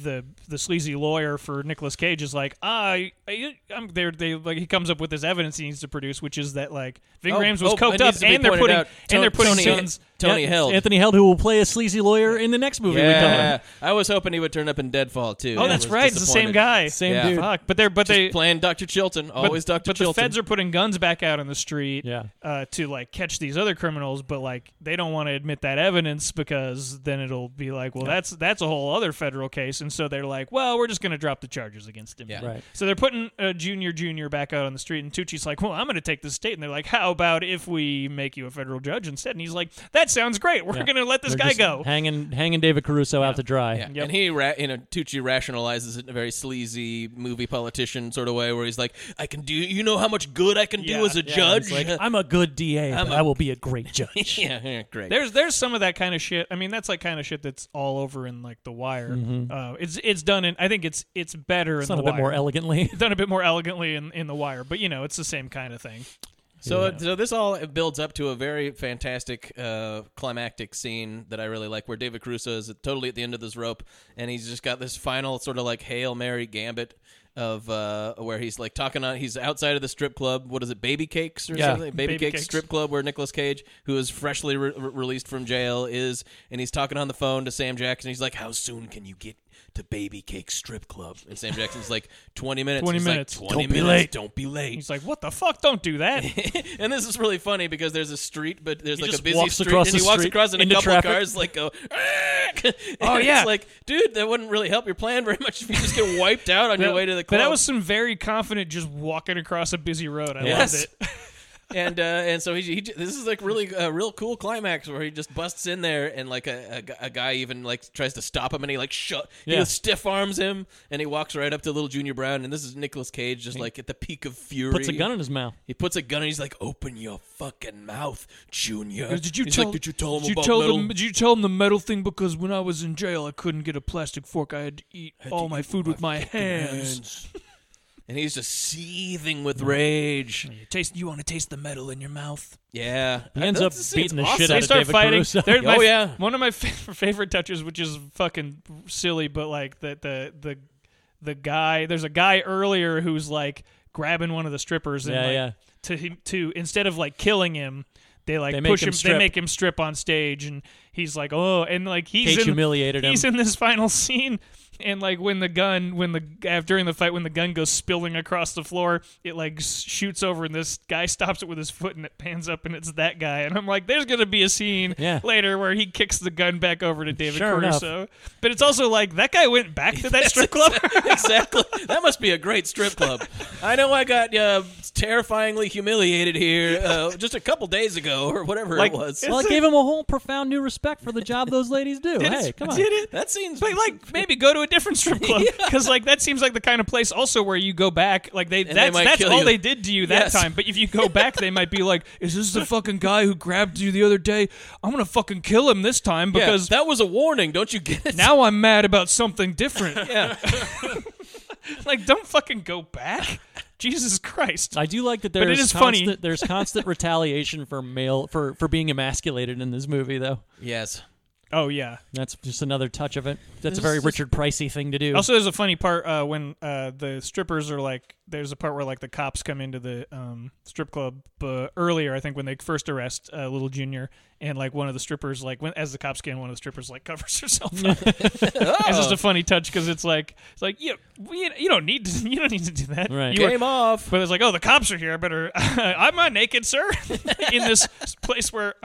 the the sleazy lawyer for Nicolas Cage is like I, I I'm there they like he comes up with this evidence he needs to produce which is that like Ving Oh, Rhames was oh, coked it up needs to be and they're pointed putting out. and they're Tony- putting Tony- guns Tony Held. Anthony Held, who will play a sleazy lawyer in the next movie we cover. yeah. I was hoping he would turn up in Deadfall too. Oh, I that's was right. It's the same disappointed. guy. Same Yeah. dude. Fuck. But they're but Just they playing Dr. Chilton. but- Always Dr. But Chilton. the feds are putting guns back out on the street Yeah. uh, to like catch these other criminals, but like they don't want to admit that evidence because then it'll be like, well, that's that's a whole other federal case, and so they're like, well, we're just going to drop the charges against him. Yeah. Right. So they're putting uh, Junior Junior back out on the street, and Tucci's like, well, I'm going to take this state, and they're like, how about if we make you a federal judge instead? And he's like, that sounds great. We're Yeah. going to let this They're guy just go. Hanging, hanging David Caruso out to dry. Yeah. Yep. And he, ra- you know, Tucci rationalizes it in a very sleazy movie politician sort of way, where he's like, "I can do. You know how much good I can Yeah, do as a yeah, judge." It's like, I'm a good DA, but I will be a great judge. yeah, yeah, great. There's there's some of that kind of shit. I mean, that's like kind of shit that's all over in like The Wire. Uh, it's it's done in. I think it's it's better Mm-hmm. It's in done a The bit Wire. more elegantly. done a bit more elegantly in, in The Wire, but you know, it's the same kind of thing. So, so this all builds up to a very fantastic uh, climactic scene that I really like, where David Caruso is totally at the end of this rope, and he's just got this final sort of like hail mary gambit of uh, where he's like talking on. He's outside of the strip club. What is it, Baby Cakes or Yeah. something? Baby, Baby Cakes, Cakes. strip club, where Nicolas Cage, who is freshly re- re- released from jail, is, and he's talking on the phone to Sam Jackson. He's like, "How soon can you get?" To Baby Cake Strip Club, and Sam Jackson's like twenty minutes. 20 He's like, minutes. 20 Don't be minutes. late. Don't be late. He's like, "What the fuck? Don't do that." and this is really funny because there's a street, but there's like a just busy walks street, across and the he walks street across, and a into couple traffic. of cars like go. Oh, yeah. it's like dude, that wouldn't really help your plan very much if you just get wiped out on your way to the But club. that was some very confident just walking across a busy road. I Yes. loved it. and uh, and so he, he j- this is like really a real cool climax where he just busts in there and like a, a, gu- a guy even like tries to stop him and he like shut he Yeah. just stiff arms him and he walks right up to little Junior Brown and this is Nicolas Cage just like at the peak of fury Puts a gun in his mouth. He puts a gun and he's like, "Open your fucking mouth, Junior." Did you he's tell? like, "Did you tell him did you about tell metal? them? Did you tell them the metal thing? Because when I was in jail, I couldn't get a plastic fork. I had to eat all my food with my hands. And he's just seething with rage. You taste. You want to taste the metal in your mouth? Yeah, He ends I- up this scene's beating the awesome. shit they out of start David fighting. Caruso. They're- my- Oh, yeah. one of my fa- favorite touches, which is fucking silly, but like the the the the guy. There's a guy earlier who's like grabbing one of the strippers, and Yeah, like, yeah. to him to instead of like killing him. They like They make push him him. strip. they make him strip on stage, and he's like, "Oh!" And like he's Cage in, humiliated him. He's in this final scene, and like when the gun, when the af- during the fight, when the gun goes spilling across the floor, it like s- shoots over, and this guy stops it with his foot, and it pans up, and it's that guy. And I'm like, "There's gonna be a scene Yeah. later where he kicks the gun back over to David Sure enough. Caruso." But it's also like that guy went back to that strip club. exactly. That must be a great strip club. I know I got uh, terrifyingly humiliated here uh, just a couple days ago or whatever Like, it was. Well, it gave him a whole profound new respect for the job those ladies do. hey, come on. Did it? that seems But like maybe go to a different strip club because like that seems like the kind of place also where you go back like they they that's might that's kill all you. they did to you that Yes. time. But if you go back, they might be like, "Is this the fucking guy who grabbed you the other day? I'm gonna fucking kill him this time Yeah, because that was a warning. Don't you get it? now I'm mad about something different." yeah. like don't fucking go back, Jesus Christ. I do like that it there's is funny. constant, there's constant retaliation for male for, for being emasculated in this movie though. yes. oh yeah. That's just another touch of it. That's a very Richard Pricey thing to do. Also, there's a funny part uh, when uh, the strippers are like, there's a part where like the cops come into the um, strip club uh, earlier. I think when they first arrest uh, Little Junior, and like one of the strippers, like when as the cops get in, one of the strippers like covers herself up. It's Oh. just a funny touch because it's like it's like you we, you don't need to you don't need to do that. Right. You are- Game off. but it's like, oh, the cops are here. I better. I'm not naked, sir, in this place where.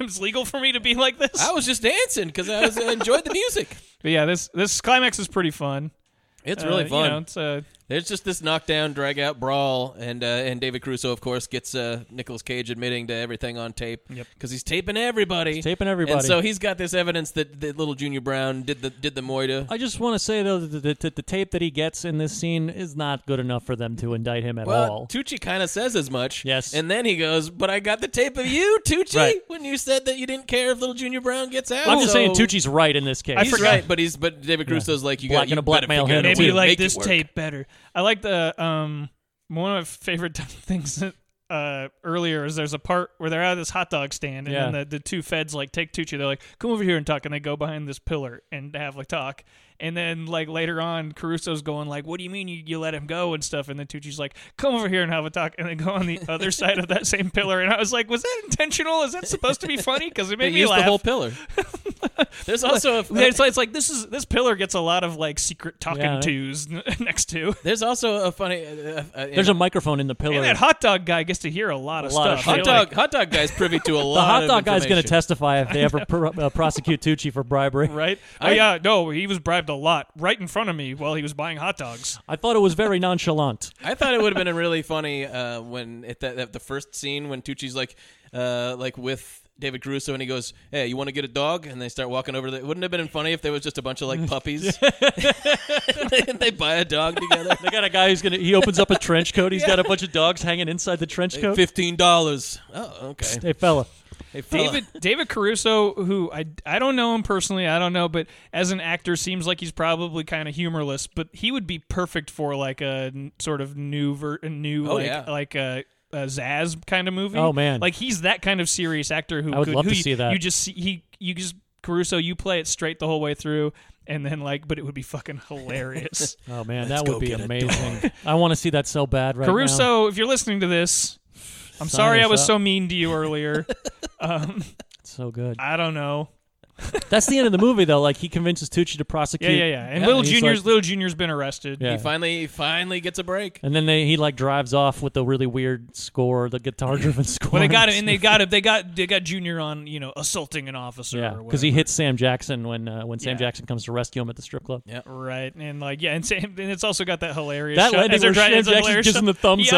It's legal for me to be like this. I was just dancing because I was I enjoyed uh, the music. But yeah, this this climax is pretty fun. It's Uh, really you fun. know, it's, uh, There's just this knockdown, drag out brawl, and uh, and David Crusoe, of course, gets uh, Nicolas Cage admitting to everything on tape because Yep. he's taping everybody, He's taping everybody. and so he's got this evidence that, that little Junior Brown did the did the moita. I just want to say though that the, that the tape that he gets in this scene is not good enough for them to indict him at well, all. Tucci kind of says as much. Yes. and then he goes, "But I got the tape of you, Tucci, Right. when you said that you didn't care if little Junior Brown gets out." I'm just saying So- Tucci's right in this case. I He's forgot- right, but he's but David Crusoe's like you Black- got you gonna better blackmail figure him out a maybe too. way you to like make it this work. tape better. I like the um one of my favorite things that, uh earlier is there's a part where they're out of this hot dog stand and Yeah. then the, the two feds like take Tucci they're like come over here and talk and they go behind this pillar and have like talk and then like later on Caruso's going like what do you mean you, you let him go and stuff and then Tucci's like come over here and have a talk and they go on the other side of that same pillar and I was like was that intentional is that supposed to be funny because it They made me used laugh the whole pillar. There's also a, it's, like- it's like this is this pillar gets a lot of like secret talking Yeah. twos n- next to. There's also a funny. Uh, uh, uh, There's a microphone in the pillar. And that hot dog guy gets to hear a lot of A lot of stuff. hot You're dog. like, hot dog guy's privy to a lot. the hot of dog guy's going to information. testify if they ever pro- uh, prosecute Tucci for bribery. right? Oh I- yeah, no, he was bribed a lot right in front of me while he was buying hot dogs. I thought it was very nonchalant. I thought it would have been a really funny uh, when at the, at the first scene when Tucci's like uh, like with David Caruso and he goes, "Hey, you want to get a dog?" And they start walking over. The, it wouldn't have been funny if there was just a bunch of like puppies. and they buy a dog together. They got a guy who's going to. He opens up a trench coat. He's got a bunch of dogs hanging inside the trench coat. Fifteen dollars. Oh, okay. Hey fella, Hey, fella. David David Caruso, who I, I don't know him personally, I don't know, but as an actor, seems like he's probably kind of humorless. But he would be perfect for like a n- sort of new ver- a new Oh, like yeah. like a. A Zaz kind of movie. Oh, man. like he's that kind of serious actor who I would could, love who to you, see that. You just see, he you just Caruso, you play it straight the whole way through, and then like, but it would be fucking hilarious. oh man, that would be amazing. I want to see that so bad right now. Caruso, if you're listening to this, I'm sorry I us was up. so mean to you earlier. It's so good. I don't know. That's the end of the movie though. Like he convinces Tucci to prosecute. Yeah, yeah, yeah. And little he's junior's like- little junior's been arrested. Yeah. He finally he finally gets a break. And then they, he like drives off with the really weird score, the guitar driven score. Well, they got him, and they got him. They got they got Junior on you know assaulting an officer. yeah, because because he hits Sam Jackson when uh, when Sam Yeah. Jackson comes to rescue him at the strip club. Yeah. right and like yeah, and, Sam, and it's also got that hilarious That shot landing as they're where trying- Sam as they're Jackson hilarious gives shot. him the thumbs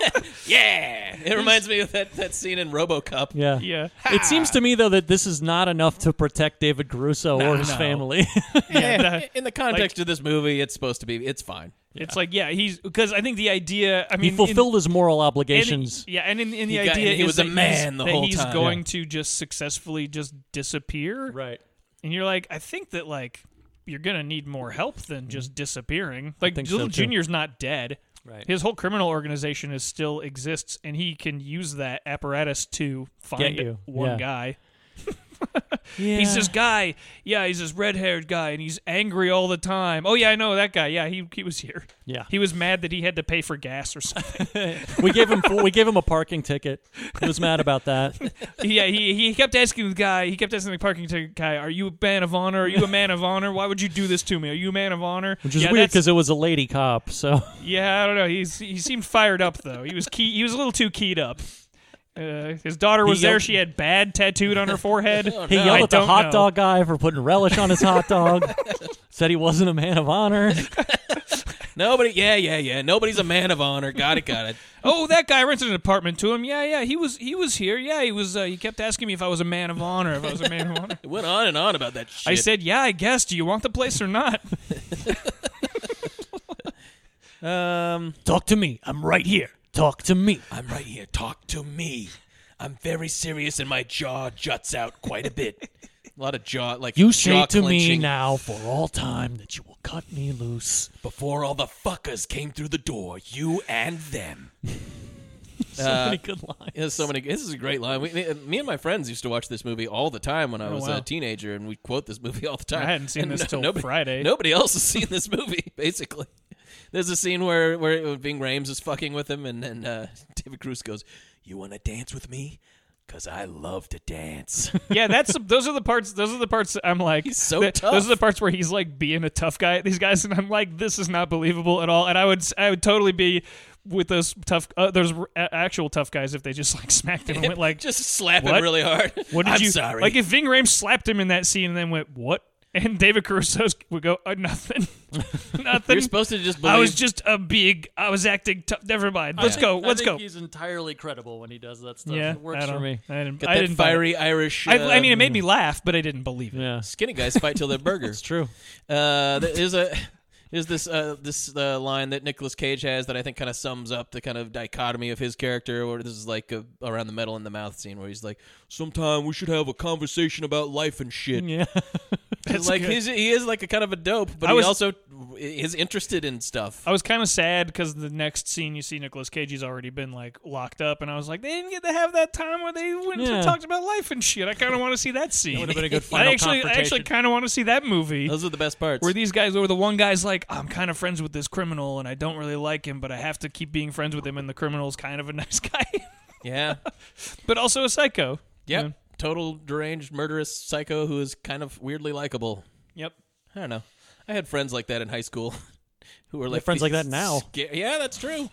Yeah. up. Yeah, it reminds me of that, that scene in RoboCop. Yeah, Yeah. It seems to me though that this is not enough to protect David Caruso or his no. family. Yeah, that- in the context of this movie, it's supposed to be it's fine. It's like yeah, he's because I think the idea. I he mean, in- fulfilled his moral and- obligations. yeah, and in, in the He got- idea he is was a that man he's, the that whole he's time. going to just successfully just disappear. right. and you're like, I think that like you're gonna need more help than just disappearing. Like Mm-hmm. think Little so, too. Junior's not dead. Right. His whole criminal organization is still exists, and he can use that apparatus to find you. one Yeah. guy. Yeah. He's this guy, yeah. He's this red-haired guy, and he's angry all the time. Oh yeah, I know that guy. Yeah, he he was here. Yeah. he was mad that he had to pay for gas or something. we gave him we gave him a parking ticket. He was mad about that. yeah, he he kept asking the guy. He kept asking the parking ticket guy, "Are you a man of honor? Are you a man of honor? Why would you do this to me? Are you a man of honor?" Which is yeah, weird that's- because it was a lady cop. So Yeah, I don't know. He's he seemed fired up though. He was key. He was a little too keyed up. Uh, his daughter was He there. yelled- She had bad tattooed on her forehead. he I yelled at the don't hot know. dog guy for putting relish on his hot dog. said he wasn't a man of honor. Nobody, yeah, yeah, yeah. Nobody's a man of honor. Got it, got it. Oh, that guy rented an apartment to him. Yeah, yeah. He was he was here. Yeah, he was. Uh, he kept asking me if I was a man of honor. If I was a man of honor. It went on and on about that shit. I said, yeah, I guess. Do you want the place or not? um, Talk to me. I'm right here. Talk to me. I'm right here. Talk to me. I'm very serious, and my jaw juts out quite a bit. a lot of jaw, like You jaw say to me clenching. now for all time that you will cut me loose. Before all the fuckers came through the door, you and them. So many good lines. It has so many. This is a great line. We, me, me and my friends used to watch this movie all the time when I was Oh, wow. a teenager, and we quote this movie all the time. I hadn't seen And this no- till nobody- Friday. Nobody else has seen this movie. Basically, there's a scene where where Bing Rames is fucking with him, and then uh, David Cruz goes, "You want to dance with me? Cause I love to dance." yeah, that's those are the parts. Those are the parts that I'm like. He's so that- tough. Those are the parts where he's like being a tough guy at these guys, and I'm like, this is not believable at all. And I would I would totally be with those tough uh, those r- a- actual tough guys if they just like smacked him and went like Just slap him What? really hard. what did I'm you sorry. like if Ving Rhames slapped him in that scene and then went what and David Caruso would go, uh, nothing, nothing. You're supposed to just believe. I was just a big. I was acting. T- Never mind. Let's go. Let's go. He's entirely credible when he does that uh, stuff. yeah, it works I don't, for me. I didn't. Got I that didn't buy it. fiery Irish. I, I mean, it um, made me laugh, but I didn't believe it. Yeah, skinny guys fight till they're burgers. it's true. Uh, th- there's a is this uh, this uh, line that Nicolas Cage has that I think kind of sums up the kind of dichotomy of his character. Where this is like a, around the metal in the mouth scene, where he's like, "Sometime we should have a conversation about life and shit." Yeah, It's like he's, he is like a kind of a dope, but I he was- also is interested in stuff. I was kind of sad because the next scene you see Nicolas Cage, he's already been like locked up, and I was like, they didn't get to have that time where they went Yeah. and talked about life and shit. I kind of want to see that scene. would've been a good I final actually, I actually confrontation. kind of want to see that movie. Those are the best parts. where these guys where the one guy's like i'm kind of friends with this criminal and i don't really like him but i have to keep being friends with him and the criminal's kind of a nice guy yeah. but also a psycho Yep. Total deranged murderous psycho who is kind of weirdly likable. yep I don't know. I had friends like that in high school who were like friends like these that now. sca- yeah, that's true.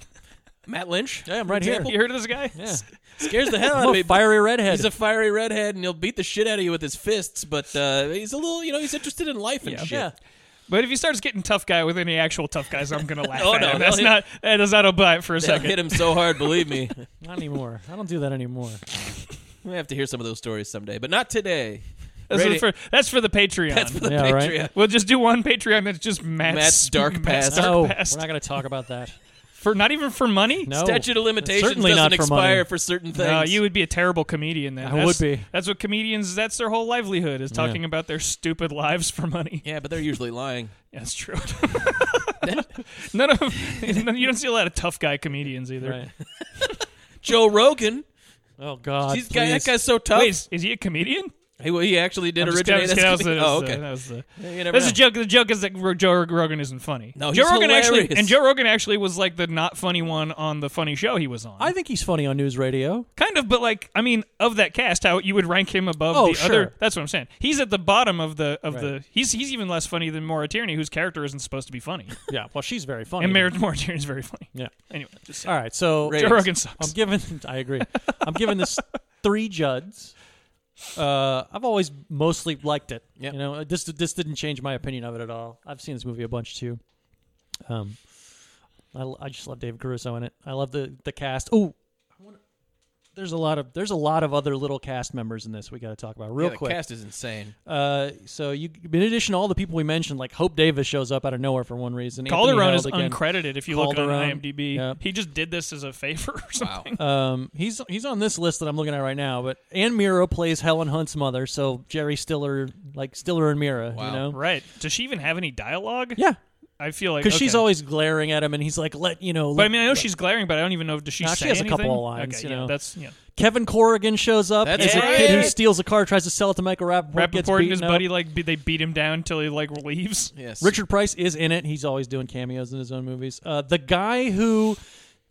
Matt Lynch. Yeah, I'm for right here. example, you heard of this guy yeah. Scares the hell out of I'm me. a fiery redhead. He's a fiery redhead, and he'll beat the shit out of you with his fists. But uh, he's a little, you know, he's interested in life and shit. yeah. but if he starts getting tough guy with any actual tough guys i'm gonna laugh Oh, at no, him that's they'll not hit- that does not apply it for a They'll second hit him so hard, believe me. Not anymore. I don't do that anymore. We have to hear some of those stories someday, but not today. that's, Rated- for, that's for the patreon That's for the Yeah, right. Patreon. We'll just do one Patreon that's just Matt's, Matt's dark past. dark no, past. we're not going to talk about that. for not even for money. No, Statute of limitations Oh, Certainly doesn't not for expire money. for certain things. No, you would be a terrible comedian. Then I That's- would be. That's what comedians. That's their whole livelihood is talking about their stupid lives for money. yeah, but they're usually lying. That's true. None of you don't see a lot of tough guy comedians either. Right. Joe Rogan. Oh God, He's guy, that please. guy's so tough. Wait, is, is he a comedian? He, well, he actually did I'm just originate. kidding, I'm as just kidding. comedian. That was the- oh, uh, okay. that was the- You never That's know. the joke. The joke is that Ro- Joe Rogan isn't funny. No, Joe he's Rogan actually, hilarious. and Joe Rogan actually was like the not funny one on the funny show he was on. I think he's funny on news radio. kind of, but like, I mean, of that cast, how you would rank him above Oh, the sure. other? That's what I'm saying. He's at the bottom of the of Right. the. He's he's even less funny than Maura Tierney, whose character isn't supposed to be funny. Yeah, well, she's very funny. and Mar- Maura Tierney's very funny. Yeah. Anyway, just All right, so Joe Ratings. Rogan sucks. I'm giving. I agree. I'm giving this three Juds. Uh, I've always mostly liked it. Yep. You know, uh, this this didn't change my opinion of it at all. I've seen this movie a bunch too. Um, I, I just love Dave Caruso in it. I love the the cast. Oh, there's a lot of there's a lot of other little cast members in this we got to talk about Yeah, real the quick. cast is insane. Uh, so you in addition to all the people we mentioned, like Hope Davis shows up out of nowhere for one reason. Calderon Anthony is Held again. uncredited if you look Calderon, on IMDb. yeah. He just did this as a favor or something. Um, he's he's on this list that I'm looking at right now. But Ann Miro plays Helen Hunt's mother, so Jerry Stiller, like Stiller and Mira, you know, Right. Does she even have any dialogue? yeah, I feel like because she's okay. always glaring at him, and he's like, "Let you know." But I mean, I know she's glaring, but I don't even know. Does she? Nah, say she has a anything? couple of lines, Okay, you yeah, know. that's yeah. Kevin Corrigan shows up That's as right. a kid who steals a car, tries to sell it to Michael Rappaport, gets Rappaport and beaten his up. buddy like be, they beat him down until he like leaves. Yes. Richard Price is in it. He's always doing cameos in his own movies. Uh, the guy who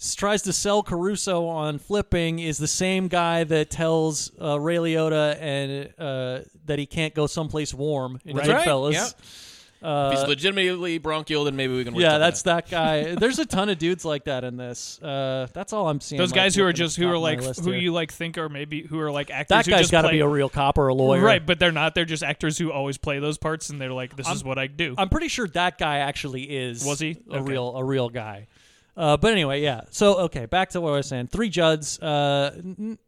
s- tries to sell Caruso on flipping is the same guy that tells uh, Ray Liotta and uh, that he can't go someplace warm in Right. Goodfellas. Yep. If he's legitimately bronchial, then maybe we can. work uh, Yeah, something that's out. that guy. There's a ton of dudes like that in this. Uh, that's all I'm seeing. Those like, guys who are looking at just the who top are of my like list who here. you like think are maybe who are like actors. That who guy's just got to play- be a real cop or a lawyer, right, but they're not. They're just actors who always play those parts, and they're like, "This is what I do." I'm pretty sure that guy actually is Was he? a Okay. real a real guy. Uh, but anyway, yeah. So okay, back to what I was saying. Three Judds, uh, n-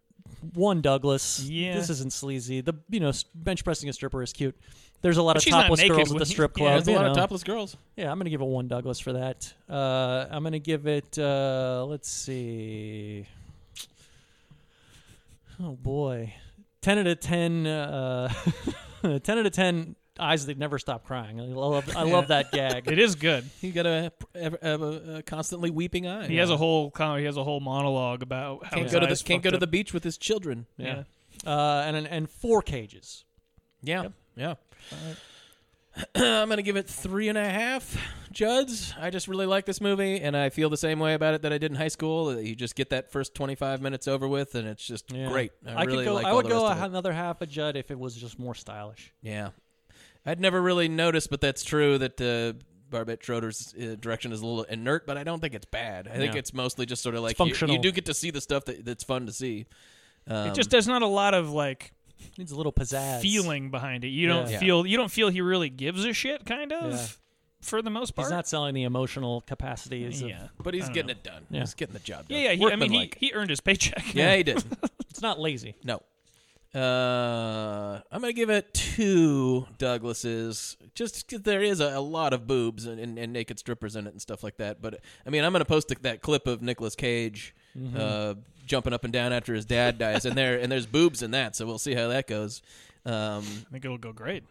one Douglas. Yeah. this isn't sleazy. The you know s- bench pressing a stripper is cute. There's a lot But of she's not topless naked girls at when the he- strip yeah, club. There's a you lot of know. topless girls. Yeah, I'm gonna give it one Douglas for that. Uh, I'm gonna give it. Uh, let's see. Oh boy, ten out of ten. Uh, ten out of ten. Eyes that never stop crying. I love. I love that gag. it is good. He got a, a, a, a constantly weeping eye. He has a whole com- he has a whole monologue about how can't his go to the eyes can't fucked go to up. the beach with his children. yeah. Uh, and and four cages. Yeah, yeah. I'm gonna give it three and a half Judds. I just really like this movie, and I feel the same way about it that I did in high school. You just get that first 25 minutes over with, and it's just great. I, could really go. like I all would the go rest of it. another half a Judd if it was just more stylish. Yeah, I'd never really noticed, but that's true that uh, Barbette Schroeder's uh, direction is a little inert, but I don't think it's bad. I think No. it's mostly just sort of like you- You, functional. Um, do get to see the stuff that, that's fun to see. It just there's not a lot of like Needs a little pizzazz. feeling behind it. You don't Yeah. feel you don't feel he really gives a shit, kind of, for the most part. He's not selling the emotional capacities. Of, yeah, But he's I don't getting know. it done. Yeah. He's getting the job done. Yeah, yeah. He, I mean, he, Workmanlike. he earned his paycheck. yeah, he did. It's not lazy. No. Uh, I'm gonna give it two Douglases, just 'cause there is a, a lot of boobs and, and, and naked strippers in it and stuff like that. But I mean, I'm gonna post th- that clip of Nicolas Cage uh, jumping up and down after his dad dies, and there and there's boobs in that, so we'll see how that goes. Um, I think it'll go great.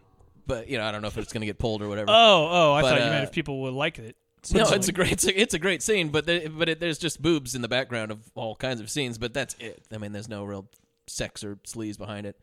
but you know, I don't know if it's gonna get pulled or whatever. Oh, oh, I But, thought you uh, meant if people would like it. no, it's a great it's a, it's a great scene, but there, but it, there's just boobs in the background of all kinds of scenes, but that's it. I mean, there's no real sex or sleaze behind it.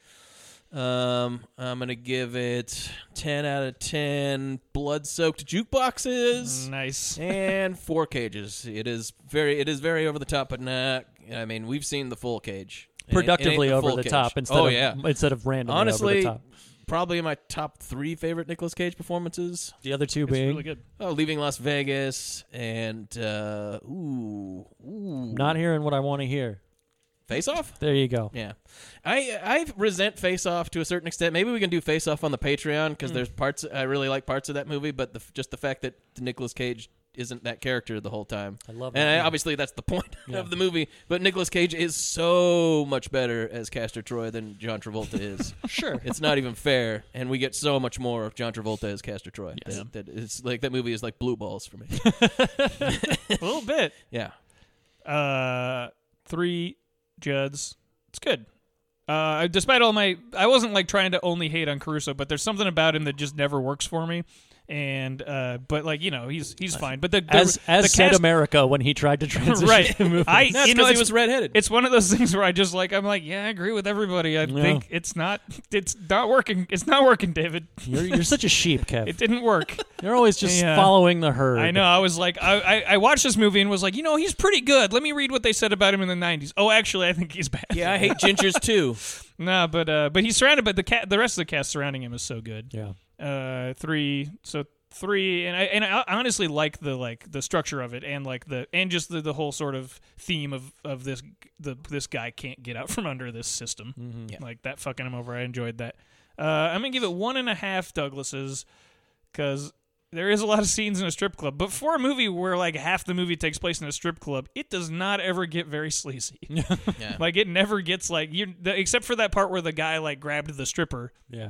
Um, I'm gonna give it ten out of ten blood-soaked jukeboxes nice. and four cages. It is very it is very over the top, but not. I mean, we've seen the full cage It ain't- it ain't Productively over full the cage. top instead oh of yeah, instead of randomly over honestly, the top. probably my top three favorite Nicolas Cage performances. The other two It's being really good. Oh, leaving Las Vegas and uh, ooh, ooh, not hearing what I want to hear. Face Off. There you go. Yeah, I I resent Face Off to a certain extent. Maybe we can do Face Off on the Patreon because there's parts I really like parts of that movie, but the, just the fact that Nicolas Cage isn't that character the whole time. I love and that, I- yeah. obviously that's the point of the movie. But Nicolas Cage is so much better as Castor Troy than John Travolta is. Sure. it's not even fair, and we get so much more of John Travolta as Castor Troy. That, that it's like that movie is like blue balls for me. a little bit. yeah. Uh, three Judds. It's good. Uh, despite all my, I wasn't like trying to only hate on Caruso, but there's something about him that just never works for me. And uh, but like you know, he's he's fine. But the, the As as the said cast, America when he tried to transition right? the movie. I That's you know because he it's- was redheaded. It's one of those things where I just like I'm like yeah I agree with everybody. I Yeah. think it's not it's not working. It's not working, David. you're, you're such a sheep, Kev. It didn't work. You're always just Yeah. following the herd. I know. I was like, I, I, I watched this movie and was like, you know, he's pretty good. Let me read what they said about him in the '90s. Oh, actually, I think he's bad. Yeah, I hate gingers too. Nah, but uh, but he's surrounded by the cat. The rest of the cast surrounding him is so good. Yeah. Uh, three. So three, and I and I honestly like the like the structure of it, and like the and just the, the whole sort of theme of of this the this guy can't get out from under this system. Like that fucking him over. I enjoyed that. Uh, I'm gonna give it one and a half Douglases because. There is a lot of scenes in a strip club, but for a movie where like half the movie takes place in a strip club, it does not ever get very sleazy. Like it never gets like you, the, except for that part where the guy like grabbed the stripper, Yeah.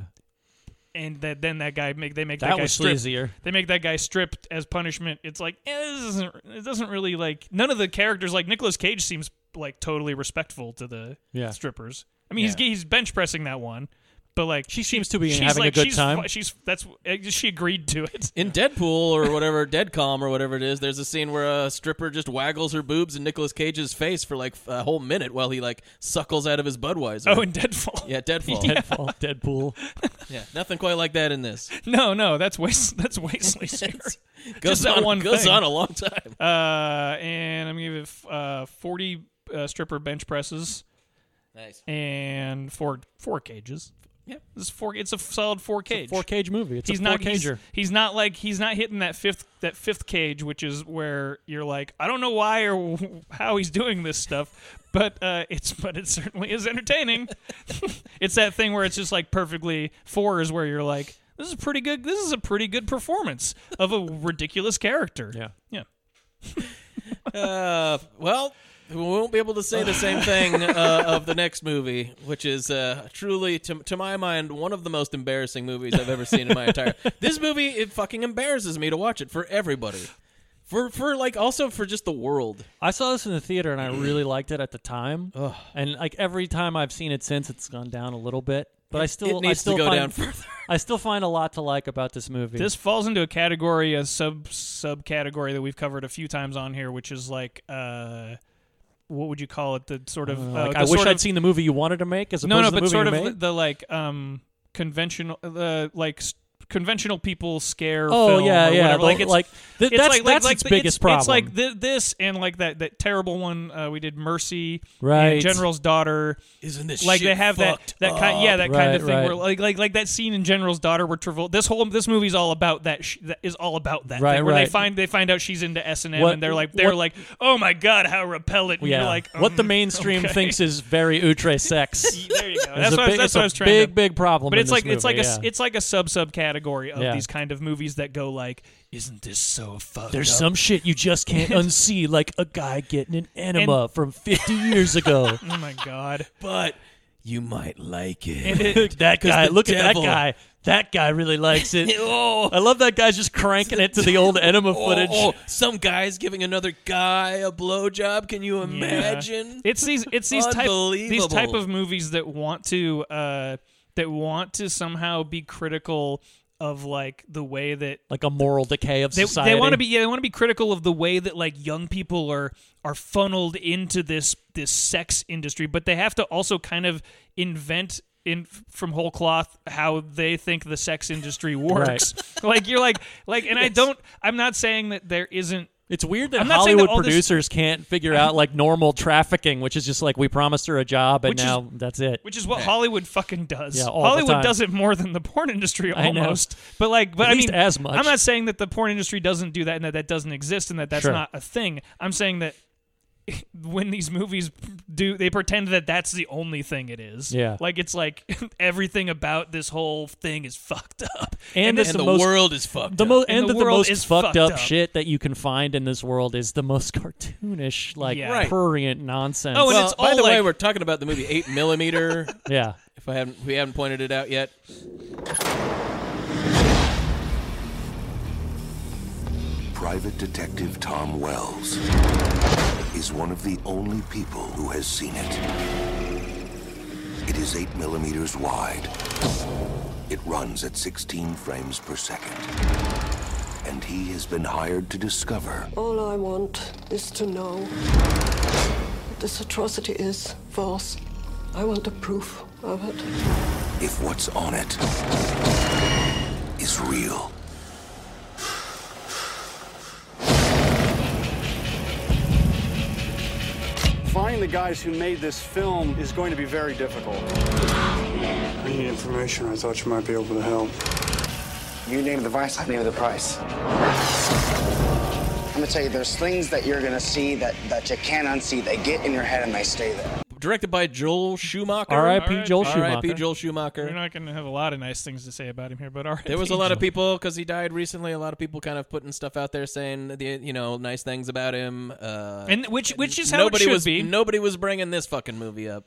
and that then that guy make they make that, That guy was strip. sleazier. They make that guy stripped as punishment. It's like eh, this isn't, it doesn't really like none of the characters like Nicolas Cage seems like totally respectful to the Yeah. strippers. I mean, he's he's bench pressing that one, but like she seems to be she's having a like, good she's, time. fi- She's that's uh, she agreed to it. In Deadpool or whatever, Deadcom or whatever it is, there's a scene where a stripper just waggles her boobs in Nicolas Cage's face for like a whole minute while he like suckles out of his Budweiser. Oh, in Deadfall. yeah, Deadfall. Yeah. Deadpool. Deadpool. nothing quite like that in this. No, no, that's way that's way sleazier. Goes Just that on, one goes thing. on a long time. Uh, and I'm gonna give it uh, 40 uh, stripper bench presses Nice. and four four cages. Yeah. This is four. It's a solid four cage. Four cage movie. It's He's a four not he's, cager. he's not like he's not hitting that fifth that fifth cage, which is where you're like I don't know why or how he's doing this stuff, but uh, it's but it certainly is entertaining. it's that thing where it's just like perfectly four is where you're like this is pretty good. This is a pretty good performance of a ridiculous character. Yeah. yeah. Uh, well, we won't be able to say the same thing uh, of the next movie, which is uh, truly, to, to my mind, one of the most embarrassing movies I've ever seen in my entire. This movie it fucking embarrasses me to watch it for everybody, for for like also for just the world. I saw this in the theater and I really liked it at the time. And like every time I've seen it since, it's gone down a little bit. But I still it needs I still to go find, down further. I still find a lot to like about this movie. This falls into a category, a sub subcategory that we've covered a few times on here, which is like, uh, what would you call it? The sort of uh, like, the I wish sort I'd of- seen the movie you wanted to make as opposed no, no, to the but movie sort you of made. the like um conventional, the like s- conventional people scare. Oh, film yeah, or yeah, whatever. the- Like it's like, th- it's that's- like, like- that's like its the- biggest problem. It's like th- this and like that that terrible one uh, we did, Mercy, Right. And General's daughter. Isn't this like they shit have that fucked that kind yeah that kind of Right, thing where right. like like like that scene in General's daughter where Travolta this whole this movie's all about that sh- that is all about that Right, thing, where right. they find they find out she's into S and M What- and they're like they're what- like oh my god how repellent and yeah. you're like what the um, mainstream okay. thinks is very outre sex. there you go that's what, I It's a was- big- that's it's what a I was trying big, to big problem but in it's this like it's like movie, a s- yeah. it's like a sub subcategory of Yeah. these kind of movies that go like isn't this so fucked There's up? some shit you just can't unsee, like a guy getting an enema from 50 years ago. oh my god but you might like it. that 'Cause guy, the look at that devil- guy. That guy really likes it. I love that guy just cranking it to the old enema footage. Oh, oh, some guy's giving another guy a blowjob. Can you imagine? It's these it's these type these Unbelievable. type of movies that want to uh that want to somehow be critical of like the way that Like a moral decay of they, society. they want to be yeah, they want to be critical of the way that like young people are are funneled into this this sex industry, but they have to also kind of invent in from whole cloth how they think the sex industry works. like you're like like and I don't I'm not saying that there isn't It's weird that I'm not saying that Hollywood all this- Uh-huh. producers can't figure out like normal trafficking, which is just like we promised her a job and Which is- now that's it. which is what Hollywood fucking does. Yeah, all the Hollywood time. does it more than the porn industry I know. almost. But like, but At I least mean, as much. I'm not saying that the porn industry doesn't do that and that that doesn't exist and that that's Sure. not a thing. I'm saying that when these movies do, they pretend that that's the only thing it is. Yeah. like it's like everything about this whole thing is fucked up. And this it's and the the, most- world is fucked. the up. most And and, the the, world most is fucked fucked up, up. shit that you can find in this world is the most cartoonish, like Yeah. Right. prurient nonsense. Oh, and Well, it's by all the way, like- we're talking about the movie Eight Millimeter. yeah, if I haven't, we haven't pointed it out yet. Private Detective Tom Wells is one of the only people who has seen it. It is 8 millimeters wide. It runs at 16 frames per second. And he has been hired to discover Oh. All I want is to know what this atrocity is false. I want the proof of it. if what's on it is real. Finding the guys who made this film is going to be very difficult. I need information. I thought you might be able to help. You name the vice, I name the price. I'm gonna tell you, there's things that you're gonna see that, that you can't unsee. They get in your head and they stay there. Directed by Joel Schumacher. R.I.P. Alright. Joel R.I.P. Schumacher. Joel We're Schumacher. not gonna have a lot of nice things to say about him here, but all right. There was a lot of people because he died recently. A lot of people kind of putting stuff out there saying the you know nice things about him. Uh, and which which is how nobody it should was be. nobody was bringing this fucking movie up.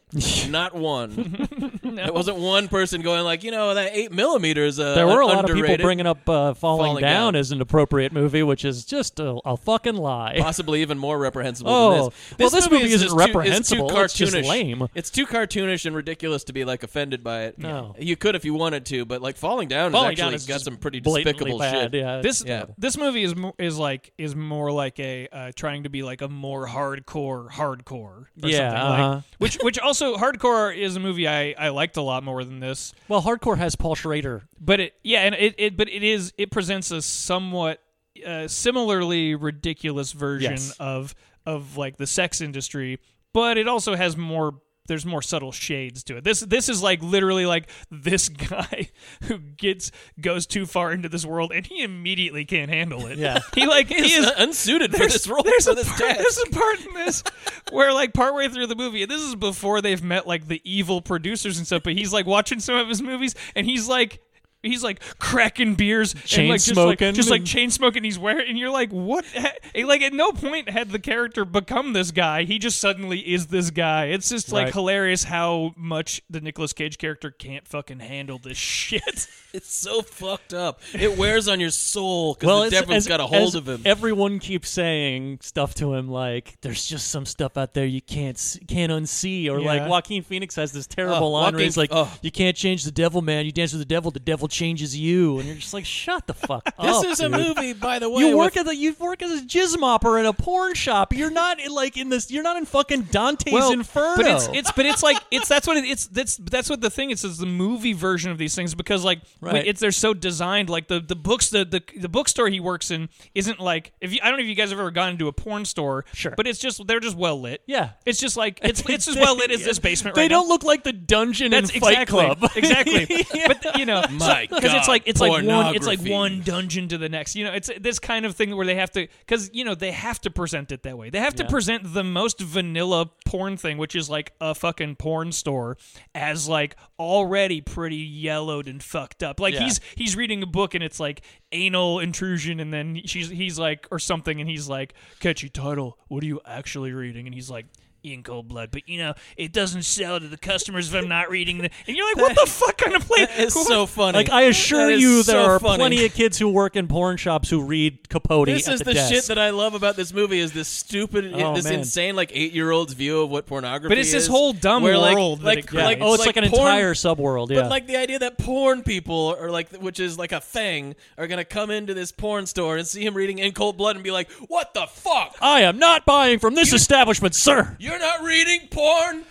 not one. No. There wasn't one person going like you know that eight millimeters. Uh, There were a lot of underrated. people bringing up uh, falling, Falling down, Down. as an appropriate movie, which is just a, a fucking lie. possibly even more reprehensible Oh. than this. Well, this movie is isn't just too- is too reprehensible, it's just cartoonish. lame. It's too cartoonish and ridiculous to be like offended by it. No. You could if you wanted to, but like falling down Falling has Down actually is got just some pretty Blatantly despicable bad. shit. Yeah. This Yeah. this movie is more, is like is more like a uh, trying to be like a more hardcore hardcore. Or Yeah, something uh-huh. like, which which also hardcore is a movie I I liked a lot more than this. well, hardcore has Paul Schrader. But it yeah, and it, it but it is it presents a somewhat uh, similarly ridiculous version Yes. of of like the sex industry, but it also has more. There's more subtle shades to it. This this is like literally like this guy who gets goes too far into this world and he immediately can't handle it. Yeah. he like he He is is unsuited for this role there's for a this part, task. There's a part in this where, like, partway through the movie, and this is before they've met like the evil producers and stuff. But he's like watching some of his movies, and he's like. He's like cracking beers, and, like, just, like, Chain-smoking. just like chain smoking. He's wearing, and you're like, what? ha- and, Like at no point had the character become this guy. He just suddenly is this guy. It's just like Right. hilarious how much the Nicolas Cage character can't fucking handle this shit. It's so fucked up. It wears on your soul because Well, the it's, devil's as- got a hold as of him. Everyone keeps saying stuff to him like, "There's just some stuff out there you can't s- can't unsee," or like Yeah. Joaquin Phoenix has this terrible Ugh, line where he's like, Joaquin- ugh. "You can't change the devil, man. You dance with the devil, the devil changes you, and you're just like, shut the fuck This up. is a Oh, dude. movie, by the way. You work with- at the you work as a jizz mopper in a porn shop. You're not in like in this. You're not in fucking Dante's Inferno. But it's, it's but it's like it's that's what it, it's that's that's what the thing is is the movie version of these things because like when Right. it's they're so designed like the the books the, the the bookstore he works in isn't like if you, I don't know if you guys have ever gone into a porn store Sure. but it's just they're just well lit Yeah. it's just like it's it's as well lit as this basement they right don't now. look like the dungeon That's in Fight exactly Club. exactly. But you know, My because it's God, like it's like one it's like pornography. one dungeon to the next. You know, it's this kind of thing where they have to because you know they have to present it that way. They have to present the most vanilla porn thing, which is like a fucking porn store, as like already pretty yellowed and fucked up. Like he's he's reading a book and it's like anal intrusion, and then she's he's like or something, and he's like catchy title. What are you actually reading? And he's like. In cold blood, but you know it doesn't sell to the customers if I'm not reading the. And you're like, what the fuck kind of play? It's so funny. Like I assure That is you, so there are funny. plenty of kids who work in porn shops who read Capote. This at is the, the, desk. shit that I love about this movie is this stupid, Oh, this man. insane like eight year old's view of what pornography. But it's this is, whole dumb where, like, world that Like, it like, creates. oh, it's like, an porn- entire subworld. Yeah, But like the idea that porn people are like, which is like a thing, are gonna come into this porn store and see him reading in cold blood and be like, "What the fuck? I am not buying from this establishment, sir. You're not reading porn?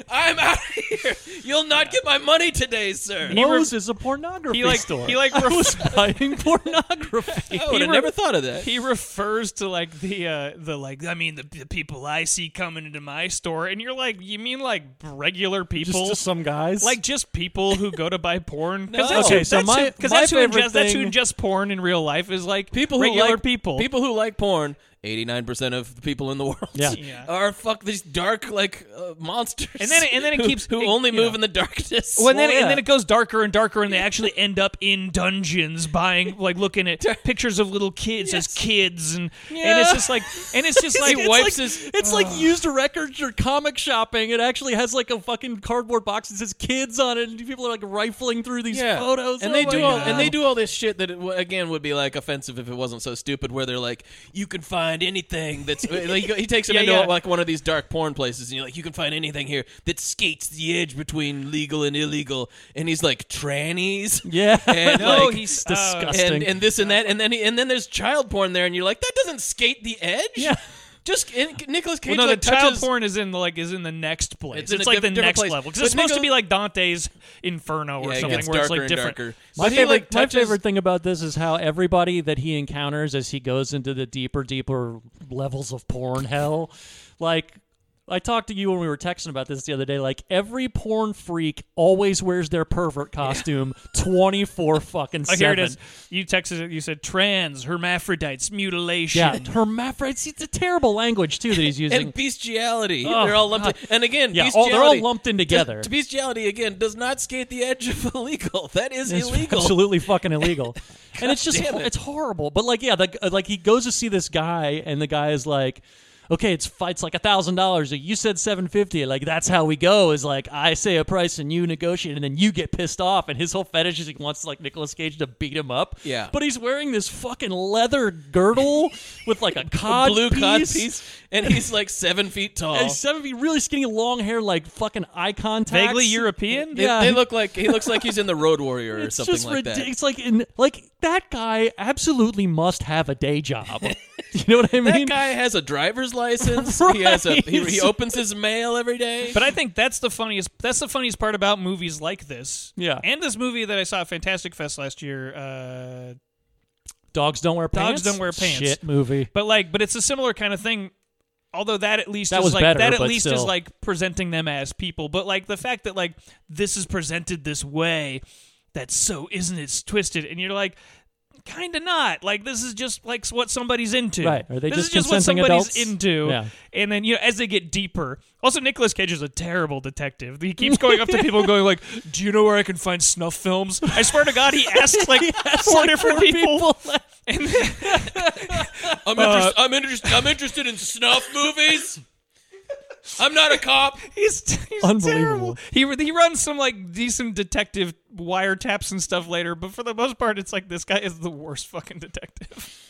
I'm out of here. You'll not get my money today, sir." Lowe's is a pornography he like store. he like I ref- was buying pornography. I would have re- never thought of that. he refers to like the uh the like I mean the, the people I see coming into my store and you're like you mean like regular people some guys. like just people who go to buy porn because No. that's Okay, who, so that's my- who- 'cause my that's who favorite ingests, that's who thing- ingests porn in real life is like people who regular like, people people who like porn. Eighty-nine percent of the people in the world Yeah. Yeah. are fuck these dark like uh, monsters, And then it- and then it who- keeps- who it- only you move know. in the darkness. Well, and then, Well, yeah. and then it goes darker and darker, and they actually end up in dungeons, buying like looking at pictures of little kids as kids, and and it's Yeah. just like and it's just like He wipes it's like, his- it's like used records or comic shopping. It actually has like a fucking cardboard box that says kids on it, and people are like rifling through these photos. and Oh they my do all, God. and they do all this shit that it, w- again would be like offensive if it wasn't so stupid. Where they're like, you can find anything that's like, he takes him Yeah, into yeah. like one of these dark porn places, and you're like, you can find anything here that skates the edge between legal and illegal, and he's like trannies, Yeah. and No, like, he's- disgusting. uh, and, and this and that, and then he, and then there's child porn there, and you're like, that doesn't skate the edge, Yeah. Just and Nicholas Cage Well, no, like the child touches, porn is in the like is in the next place. It's It's, in a like diff- the different next place. level because But it's supposed to Nico- be like Dante's Inferno or Yeah, it something, gets where it's darker like and different. darker. My But he, favorite, like, my touches- favorite thing about this is how everybody that he encounters as he goes into the deeper, deeper levels of porn hell, like. I talked to you when we were texting about this the other day. Like every porn freak always wears their pervert costume twenty four fucking Oh, seven. here it is. You texted it. You said trans, hermaphrodites, mutilation. Yeah, hermaphrodites. It's a terrible language too that he's using. and bestiality. they're all lumped. In. And again, Oh, Yeah, all- bestiality, they're all lumped in together. Does, bestiality again does not skate the edge of illegal. That is It's illegal. absolutely fucking illegal. and it's just damn it. it's horrible. But like yeah, the, like he goes to see this guy, and the guy is like. Okay, it's fights like a thousand dollars. You said seven fifty. Like that's how we go. Is like I say a price and you negotiate, and then you get pissed off. And his whole fetish is he wants like Nicolas Cage to beat him up. Yeah. but he's wearing this fucking leather girdle with like a cod Blue piece. cod piece, Oh. and he's like seven feet tall. And he's seven feet, really skinny, long hair, like fucking eye contact. Vaguely European? They, yeah, they look like he looks like he's in the Road Warrior or it's something just like ridic- that. It's like in, like that guy absolutely must have a day job. you know what I That mean? guy has a driver's license. He has a he, he opens his mail every day. But I think that's the funniest. That's the funniest part about movies like this. Yeah. And this movie that I saw at Fantastic Fest last year. Uh, Dogs don't wear pants. Dogs don't wear pants. Shit movie. but like, but it's a similar kind of thing. Although that at least That is was like better, that at but least is still. like presenting them as people. But like the fact that like this is presented this way, that's so isn't it twisted? And you're like. Kind of not like this is just like what somebody's into. Right. Are they this just is just what consenting somebody's adults? into. Yeah. And then you know, as they get deeper, also Nicolas Cage is a terrible detective. He keeps going up to people, and going like, "Do you know where I can find snuff films?" I swear to God, he asks like four different people. And then- I'm, uh, interest, I'm interested. I'm interested in snuff movies. I'm not a cop. He's, he's Unbelievable. terrible. He he runs some like decent detective wiretaps and stuff later, but for the most part, it's like this guy is the worst fucking detective.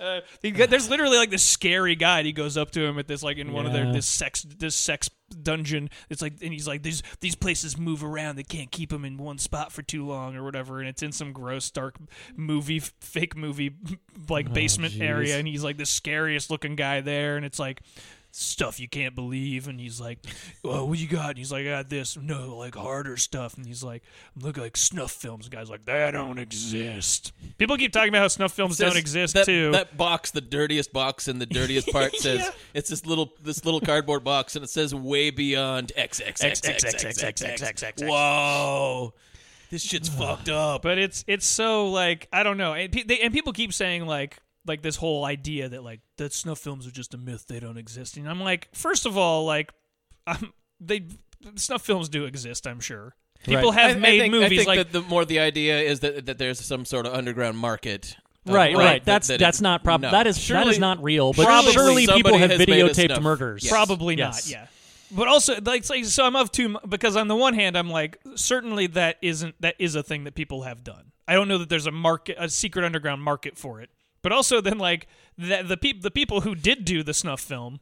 Uh, he got- there's literally like this scary guy. and He goes up to him at this like in one of their Yeah. this sex this sex dungeon. It's like and he's like these these places move around. They can't keep him in one spot for too long or whatever. And it's in some gross dark movie f- fake movie Oh, like basement jeez. area. And he's like the scariest looking guy there. And it's like. Stuff you can't believe, and he's like, "Oh, what you got?" And he's like, "I got this." No, like harder stuff, and he's like, "Look like snuff films." And guys like, "They don't exist." People keep talking about how snuff films Says don't exist that, too. That box, the dirtiest box, and the dirtiest part says it's this little this little cardboard box, and it says way beyond XXXXXXXXX. Whoa, this shit's fucked up. but it's it's so like I don't know, and, pe- they, and people keep saying like like this whole idea that like that snuff films are just a myth, they don't exist. And I'm like, first of all, like um, they snuff films do exist, I'm sure. People Right. have I- I made think- I movies think like that the more the idea is that that there's some sort of underground market. uh, Right, right. that- That's that it- that's not prob- no. That is that Surely- is not real. But probably surely people somebody have has made us videotaped stuff. murders. Yes. Probably not. Yes. Yeah. But also, like, it's like, so I'm of two because on the one hand, I'm like, certainly that isn't that is a thing that people have done. I don't know that there's a market, a secret underground market for it. But also, then like the the peop the people who did do the snuff film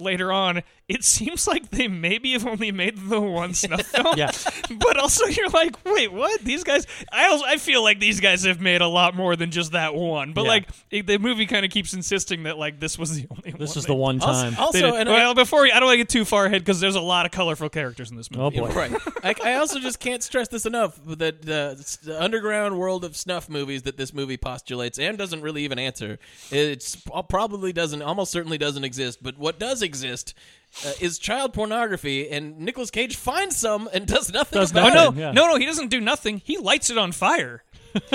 later on, it seems like they maybe have only made the one snuff film. Yeah. But also, you're like, wait, what? These guys? I also, I feel like these guys have made a lot more than just that one. But Yeah. like, it, the movie kind of keeps insisting that like this was the only. This one is the they one time. Also, they did. and I- well, before we, I don't want to get too far ahead because there's a lot of colorful characters in this movie. oh boy. Right. I, I also just can't stress this enough that the, the underground world of snuff movies that this movie postulates and doesn't really even answer, it's probably doesn't, almost certainly doesn't exist. But what does exist uh, is child pornography, and Nicolas Cage finds some and does nothing Does about no, nothing. it. Yeah. no, no, he doesn't do nothing. He lights it on fire.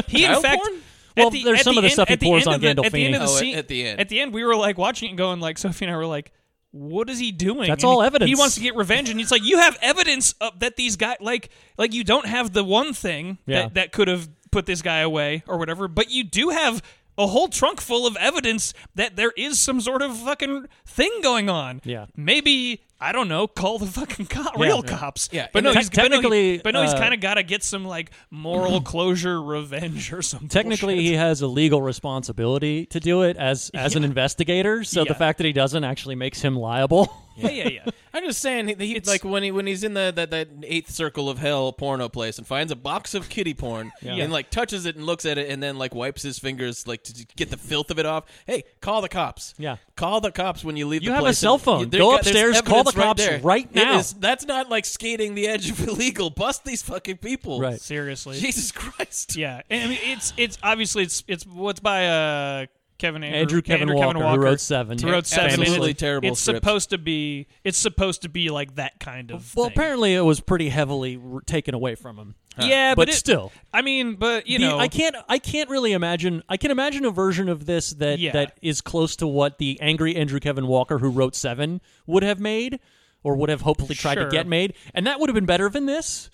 He in Child fact. porn? at Well, the- there's at some of the stuff he at pours end on of the- At the end of Gandolfini. the Oh, scene, at the end. at the end, we were like watching it, and going like Sophie and I were like, "What is he doing?" That's And all he- evidence. He wants to get revenge, and it's like you have evidence of, that these guys like like you don't have the one thing Yeah. that, that could have put this guy away or whatever, but you do have. A whole trunk full of evidence that there is some sort of fucking thing going on. Yeah. Maybe I don't know. Call the fucking cop, Yeah. real cops. Yeah. But no, Te- he's but no, he- technically, But no, he's uh, kind of got to get some like moral closure, revenge, or something. Technically, he has a legal responsibility to do it as as an investigator. So Yeah. the fact that he doesn't actually makes him liable. yeah, yeah, yeah. I'm just saying, he, he, like when he when he's in the that, that eighth circle of hell porno place and finds a box of kitty porn and like touches it and looks at it and then like wipes his fingers like to get the filth of it off. Hey, call the cops. Yeah. call the cops when you leave. You the have a place. cell And phone. you- there- Go yeah, there's upstairs, call the evidence right cops there. right It now. is- that's not like skating the edge of illegal. Bust these fucking people. Right. Seriously. Jesus Christ. Yeah, and I mean it's it's obviously it's it's what's by uh Kevin Andrew, Andrew Kevin Walker, who wrote Seven. Who wrote Seven? and Absolutely it's, terrible It's script. supposed to be it's supposed to be like that kind of. Well, thing. apparently it was pretty heavily r taken away from him. yeah, but, But it- still. I mean, but you The- know, I can't. I can't really imagine. I can imagine a version of this that Yeah. that is close to what the angry Andrew Kevin Walker who wrote Seven would have made, or would have hopefully tried Sure. to get made, and that would have been better than this.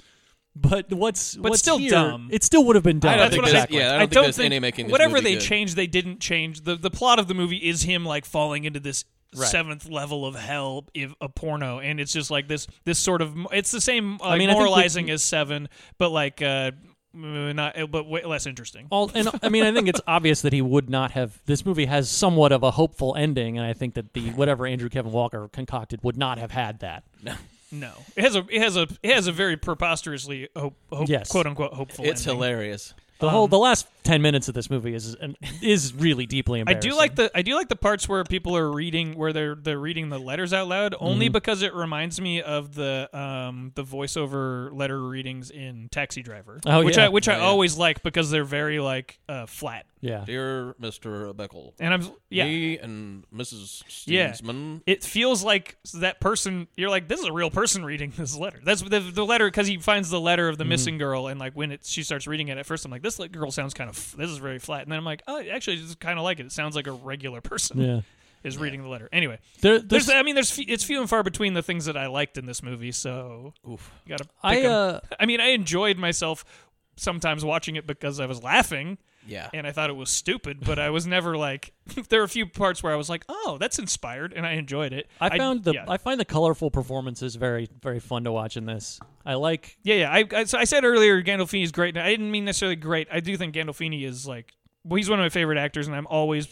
But what's But what's still here- dumb. It still would have been dumb. I don't That's think what there's- I'm saying. yeah, I don't think there's any making this whatever movie they good. changed, they didn't change. the The plot of the movie is him like falling into this Right. seventh level of hell, if a porno, and it's just like this this sort of it's the same uh, mean, I think we- moralizing as seven, but like uh, mm, not but way less interesting. Oh. All, and I mean, I think it's obvious that he would not have. This movie has somewhat of a hopeful ending, and I think that the whatever Andrew Kevin Walker concocted would not have had that. No, it has a it has a it has a very preposterously hope, hope Yes. quote unquote hopeful. It's ending. hilarious. The Um, whole the last ten minutes of this movie is is really deeply I embarrassing. do like the I do like the parts where people are reading where they're they're reading the letters out loud Mm-hmm. only because it reminds me of the um the voiceover letter readings in Taxi Driver, Oh, which yeah. I which I always like because they're very like uh, flat. yeah. Dear Mr. Beckel, And I'm yeah, me and Mrs. Yeah. Steensman it feels like that person you're like this is a real person reading this letter that's the, the letter because he finds the letter Mm-hmm. of the missing girl and like when it, she starts reading it at first i'm like this li- girl sounds kind of this is very flat and then i'm like oh actually it's kind of like it it sounds like a regular person Yeah. is reading the letter anyway There- there's, i mean there's fe- it's few and far between the things that i liked in this movie so you gotta pick I 'em. uh, i mean i enjoyed myself sometimes watching it because i was laughing Yeah. and I thought it was stupid, but I was never like. there were a few parts where I was like, "Oh, that's inspired," and I enjoyed it. I found the yeah. I find the colorful performances very very fun to watch in this. I like yeah, yeah. I, I, so I said earlier Gandolfini's great. and I didn't mean necessarily great. I do think Gandolfini is like, well, he's one of my favorite actors, and I'm always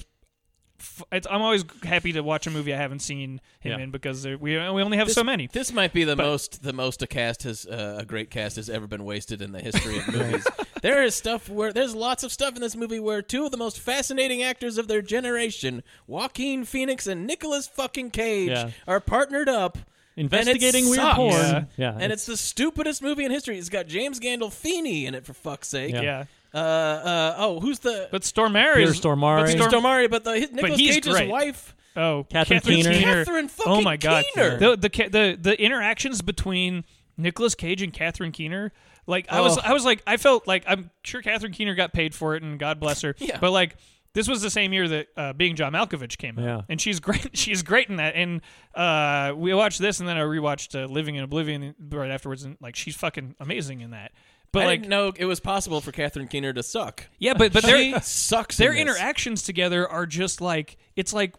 f- it's, I'm always happy to watch a movie I haven't seen him Yeah. in because there- we we only have This- so many. This might be the But- most the most a cast has uh, a great cast has ever been wasted in the history of movies. there is stuff where there's lots of stuff in this movie where two of the most fascinating actors of their generation, Joaquin Phoenix and Nicolas fucking Cage, Yeah. are partnered up. Investigating and it weird sucks. porn. Yeah. Yeah, and it's, the stupidest movie in history. It's got James Gandolfini in it for fuck's sake. Yeah. yeah. Uh, uh, oh, who's the But Stormare Peter is Stormare. but Storm- Stormare? But the his, Nicolas he's Cage's great. wife. Oh, Catherine Keener. Catherine oh fucking my god, Keener. The, the ca- the the interactions between Nicolas Cage and Catherine Keener. Like I was, Oh. I was like, I felt like I'm sure Catherine Keener got paid for it, and God bless her. Yeah. But like, this was the same year that uh, Being John Malkovich came out, Yeah. and she's great. She's great in that. And uh, we watched this, and then I rewatched uh, Living in Oblivion right afterwards, and like, she's fucking amazing in that. But I like, didn't know it was possible for Catherine Keener to suck. yeah, but but they're She sucks. their in this. interactions together are just like it's like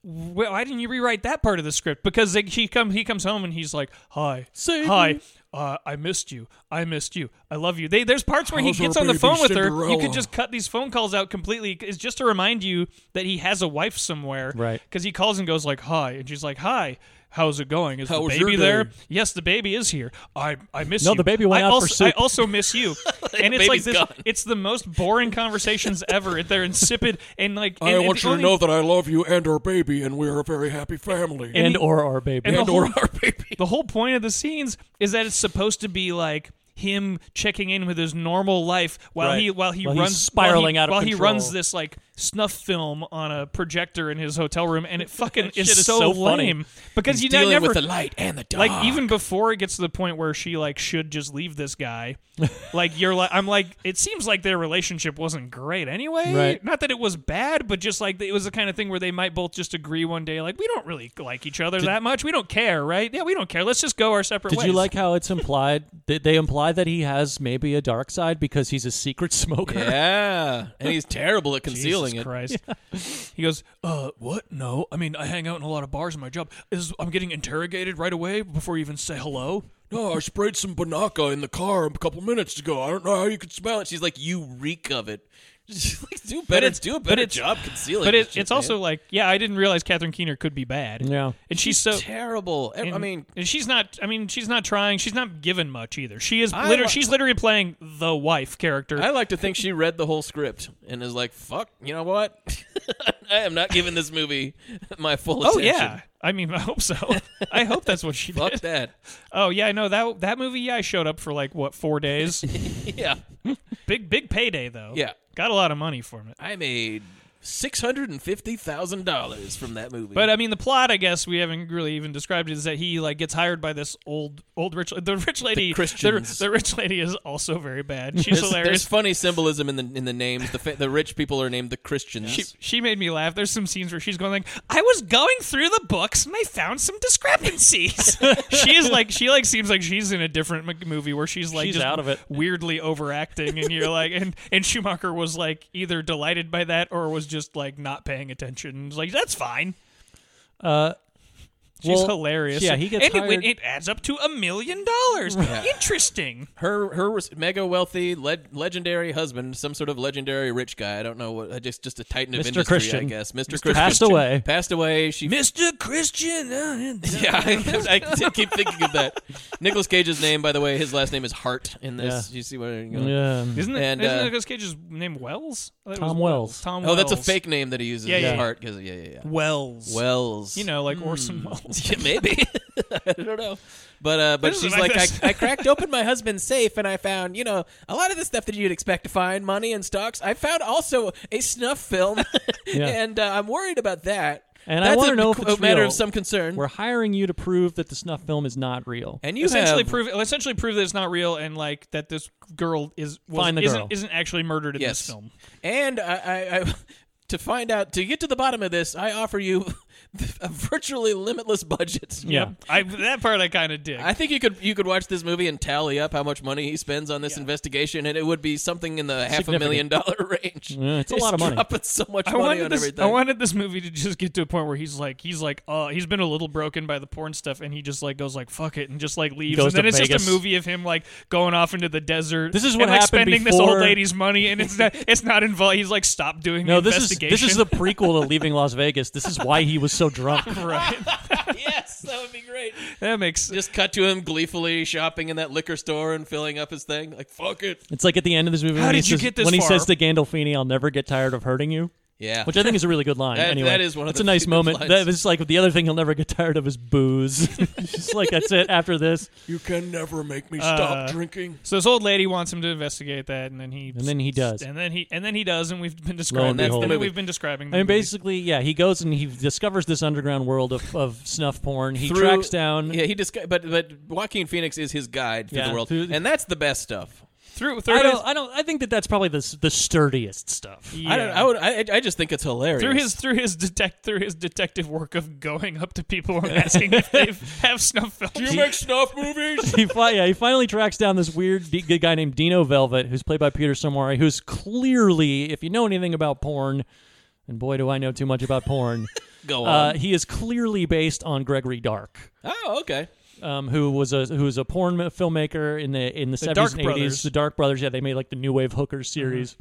wh- why didn't you rewrite that part of the script because they, he come he comes home and he's like hi Satan. hi uh, I missed you I missed you I love you they, there's parts where How's he our gets on the baby phone with her you Cinderella? could just cut these phone calls out completely it's just to remind you that he has a wife somewhere Right. because he calls and goes like hi and she's like hi how's it going is How the was your baby there day? yes the baby is here I I miss No, you the baby went I out for also, I soup. also miss you and it's like baby's this gone. it's the most boring conversations ever. They're insipid and like. And, and the only- that I love you and our baby, and we're a very happy family. and, or our baby. and the whole, our baby. the whole point of the scenes is that it's supposed to be like him checking in with his normal life while Right. he while he While he's runs while spiraling he, out of while he control. runs this like snuff film on a projector in his hotel room and it fucking shit is so, so funny. lame because you dealing never with the light and the dark. like even before it gets to the point where she like should just leave this guy like you're like i'm like it seems like their relationship wasn't great anyway Right. not that it was bad but just like it was the kind of thing where they might both just agree one day like we don't really like each other that much we don't care right yeah we don't care let's just go our separate Did ways you like how it's implied? Did they imply that he has maybe a dark side because he's a secret smoker? yeah, and he's terrible at Jesus concealing it. Christ. He goes, uh, what? No. I mean, I hang out in a lot of bars in my job. Is I'm getting interrogated right away before you even say hello. no, I sprayed some banaka in the car a couple minutes ago. I don't know how you could smell it. She's like, you reek of it. She's like, do better, it's- do a but better it's- job concealing. But this it, shit, it's also man. like, yeah, I didn't realize Catherine Keener could be bad. Yeah. And she's so terrible. I- I And- mean, and she's not. I mean, she's not trying. She's not given much either. She is. I Liter- li- she's literally playing the wife character. I like to think she read the whole script and is like, fuck, you know what? I am not giving this movie my full oh attention. yeah. I mean, I hope so. I hope that's what she did. Fuck that. Oh yeah, no that that movie. Yeah, I showed up for like what four days. Yeah. big big payday though. Yeah. got a lot of money from it. I made $650,000 from that movie. But uh, I mean, the plot. I guess we haven't really even described it. Is that he like gets hired by this old old rich the rich lady Christians. The, rich lady is also very bad. She's there's, hilarious. there's funny symbolism in the in the names. The fa- the rich people are named the Christians. She, she made me laugh. There's some scenes where she's going like, "I was going through the books and I found some discrepancies." she is like, she like seems like she's in a different m- movie where she's like She's just out of it. weirdly overacting, and you're like, and and Schumacher was like either delighted by that or was just like not paying attention. He's like, that's fine. Uh, She's well, hilarious. Yeah, he gets and it- hired- It, adds up to a million dollars. Interesting. her her was mega wealthy le- legendary husband some sort of legendary rich guy i don't know what uh, just just a titan of Mr. industry i Christian. guess mr, Mr. christian Passed away. passed away she Mr. Christian. uh, yeah I, I keep thinking of that nicholas cage's name by the way his last name is hart in this Yeah. you see what I'm going- Yeah. Isn't it? And, not uh, Nicolas Cage's name Wells? I thought it Tom was Wells. Tom oh Wells. that's a fake name that he uses Yeah, is yeah. hart because yeah yeah yeah Wells. wells Hmm. You know, like Orson Welles. Yeah, maybe I don't know, but uh, but This is she's my like, I, best- I cracked open my husband's safe and I found you know a lot of the stuff that you'd expect to find money and stocks. I found also a snuff film, and uh, I'm worried about that. And I That's wanna a, know if a it's matter real. of some concern. We're hiring you to prove that the snuff film is not real. and you essentially have, prove essentially prove that it's not real and like that this girl is was, Find the isn't, girl. isn't actually murdered in yes, this film. and I, I, I to find out to get to the bottom of this, I offer you a virtually limitless budget. Yeah. I, that part I kind of dig. I think you could you could watch this movie and tally up how much money he spends on this investigation, and it would be something in the half a million dollar range. Yeah, it's a He's lot of money. dropping so much I money wanted on this. everything. I wanted this movie to just get to a point where he's like, he's like, uh, he's been a little broken by the porn stuff, and he just like goes like, fuck it, and just like leaves. Goes and then to it's just Vegas. a movie of him like going off into the desert. This is what and, like, happened spending this before- old lady's money, and it's not. It's not involved. He's like, stop doing. No, the this is this is the investigation." prequel to Leaving Las Vegas. This is why he was so drunk. right. yes, that would be great. That makes Just cut to him gleefully shopping in that liquor store and filling up his thing. Like fuck it. It's like at the end of this movie How when, he did you says, get this when he far? says to Gandolfini, "I'll never get tired of hurting you." Yeah. which I think is a really good line. That- anyway, that is one of That's the a nice good moment. lines. That is like the other thing he'll never get tired of is booze. It's just like that's it. After this, You can never make me Uh, stop drinking. So this old lady wants him to investigate that, and then he And then he does. and then he and then he does, and we've been Lo describing. and that's behold. the movie we've been describing. the I mean, movie. basically, yeah, he goes and he discovers this underground world of, of snuff porn. He Through- tracks down. Yeah, he disc- but but Joaquin Phoenix is his guide through Yeah, the world, through- and that's the best stuff. through through I his- don't. I don't. I think that that's probably the s- the sturdiest stuff. yeah. I don't. I would. I, I just think it's hilarious. through his through his detect through his detective work of going up to people and asking if they have snuff films. you make snuff movies? he fi- yeah, he finally tracks down this weird D- good guy named Dino Velvet, who's played by Peter Samori, who's clearly, if you know anything about porn, and boy do I know too much about porn, Go uh, on. he is clearly based on Gregory Dark, oh, okay. um, who was a who was a porn mi- filmmaker in the in the Dark seventies and Brothers. Mm-hmm. eighties. The Dark Brothers, yeah, they made like the New Wave Hookers series,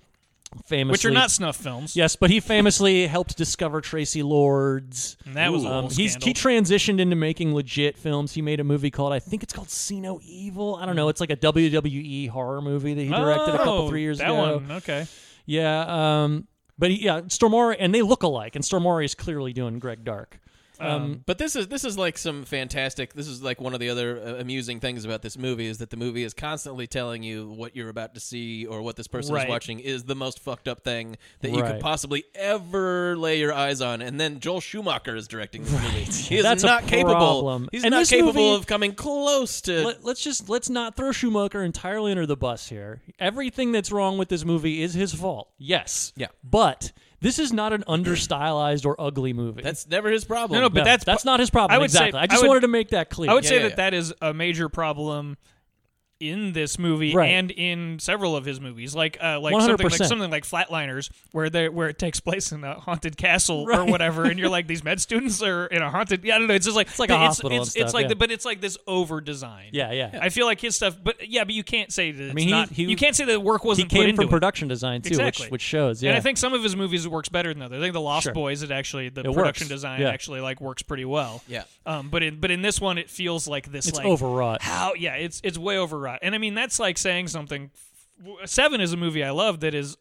famously, which are not snuff films. Yes, but he famously helped discover Tracy Lords. And Mm, that was a um, whole he's, scandal. he transitioned into making legit films. He made a movie called I think it's called Sino Evil. I don't know. It's like a WWE horror movie that he directed a couple Mm. Oh, three years that ago. one, okay. Yeah. Um, but he, yeah, Stormore and they look alike, and Stormore is clearly doing Greg Dark. But this is this is like some fantastic. This is like one of the other uh, amusing things about this movie is that the movie is constantly telling you what you're about to see or what this person Right. is watching is the most fucked up thing that you Right. could possibly ever lay your eyes on. And then Joel Schumacher is directing this movie. He is That's a not capable. problem. He's And not this capable movie- of coming close to. Let, let's just let's not throw Schumacher entirely under the bus here. Everything that's wrong with this movie is his fault. Yes. Yeah. But this is not an understylized or ugly movie. that's never his problem. No, no, but No, that's that's not his problem. I would say- exactly. I just I would- wanted to make that clear. I would say that yeah, yeah. that is a major problem in this movie Right. and in several of his movies, like uh, like something like 100%. something like Flatliners, where they where it takes place in a haunted castle or Right. whatever, and you're like these med students are in a haunted. Yeah, I don't know. It's just like it's like a hospital and It's, it's stuff, like yeah. the, but it's like this over design. Yeah, yeah. I feel like his stuff, but yeah, but you can't say that. It's mean, he- not, he- you can't say that work he wasn't put came into from it. production design too, Exactly. which which shows. Yeah, And I think some of his movies works better than others. I think The Lost Sure. Boys, it actually the It production works. design Yeah. actually like works pretty well. Yeah. Um, but in but in this one, it feels like this. It's like, overwrought. How? Yeah. It's it's way overwrought. And I mean, that's like saying something. Seven is a movie I love that is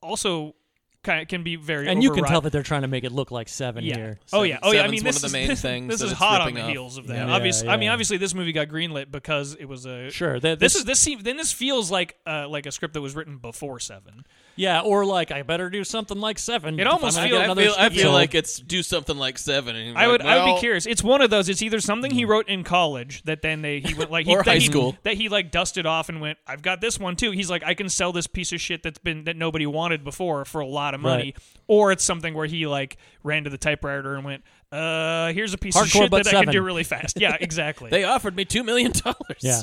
also kind of, can be very and you can overwrought. tell that they're trying to make it look like seven Yeah. here. Oh yeah. Oh yeah. I Seven's mean, one this of the is- main things This that is it's hot on ripping the off. heels of that. Yeah, obviously, I mean, yeah. obviously, this movie got greenlit because it was a Sure, that- this, this- is this seems then this feels like uh, like a script that was written before Seven. yeah, or like I better do something like seven. It if I'm almost gonna feel- get I another feel, I feel so- like it's do something like seven. And you're I would like, I would well, be curious. It's one of those. It's either something he wrote in college that then they he went like he, Or that high he- school. that he like dusted off and went. I've got this one too. He's like I can sell this piece of shit that's been that nobody wanted before for a lot of money. Right. Or it's something where he like ran to the typewriter and went. Uh, here's a piece Hardcore of shit but that I can do seven. really fast. Yeah, exactly. They offered me two million dollars. yeah.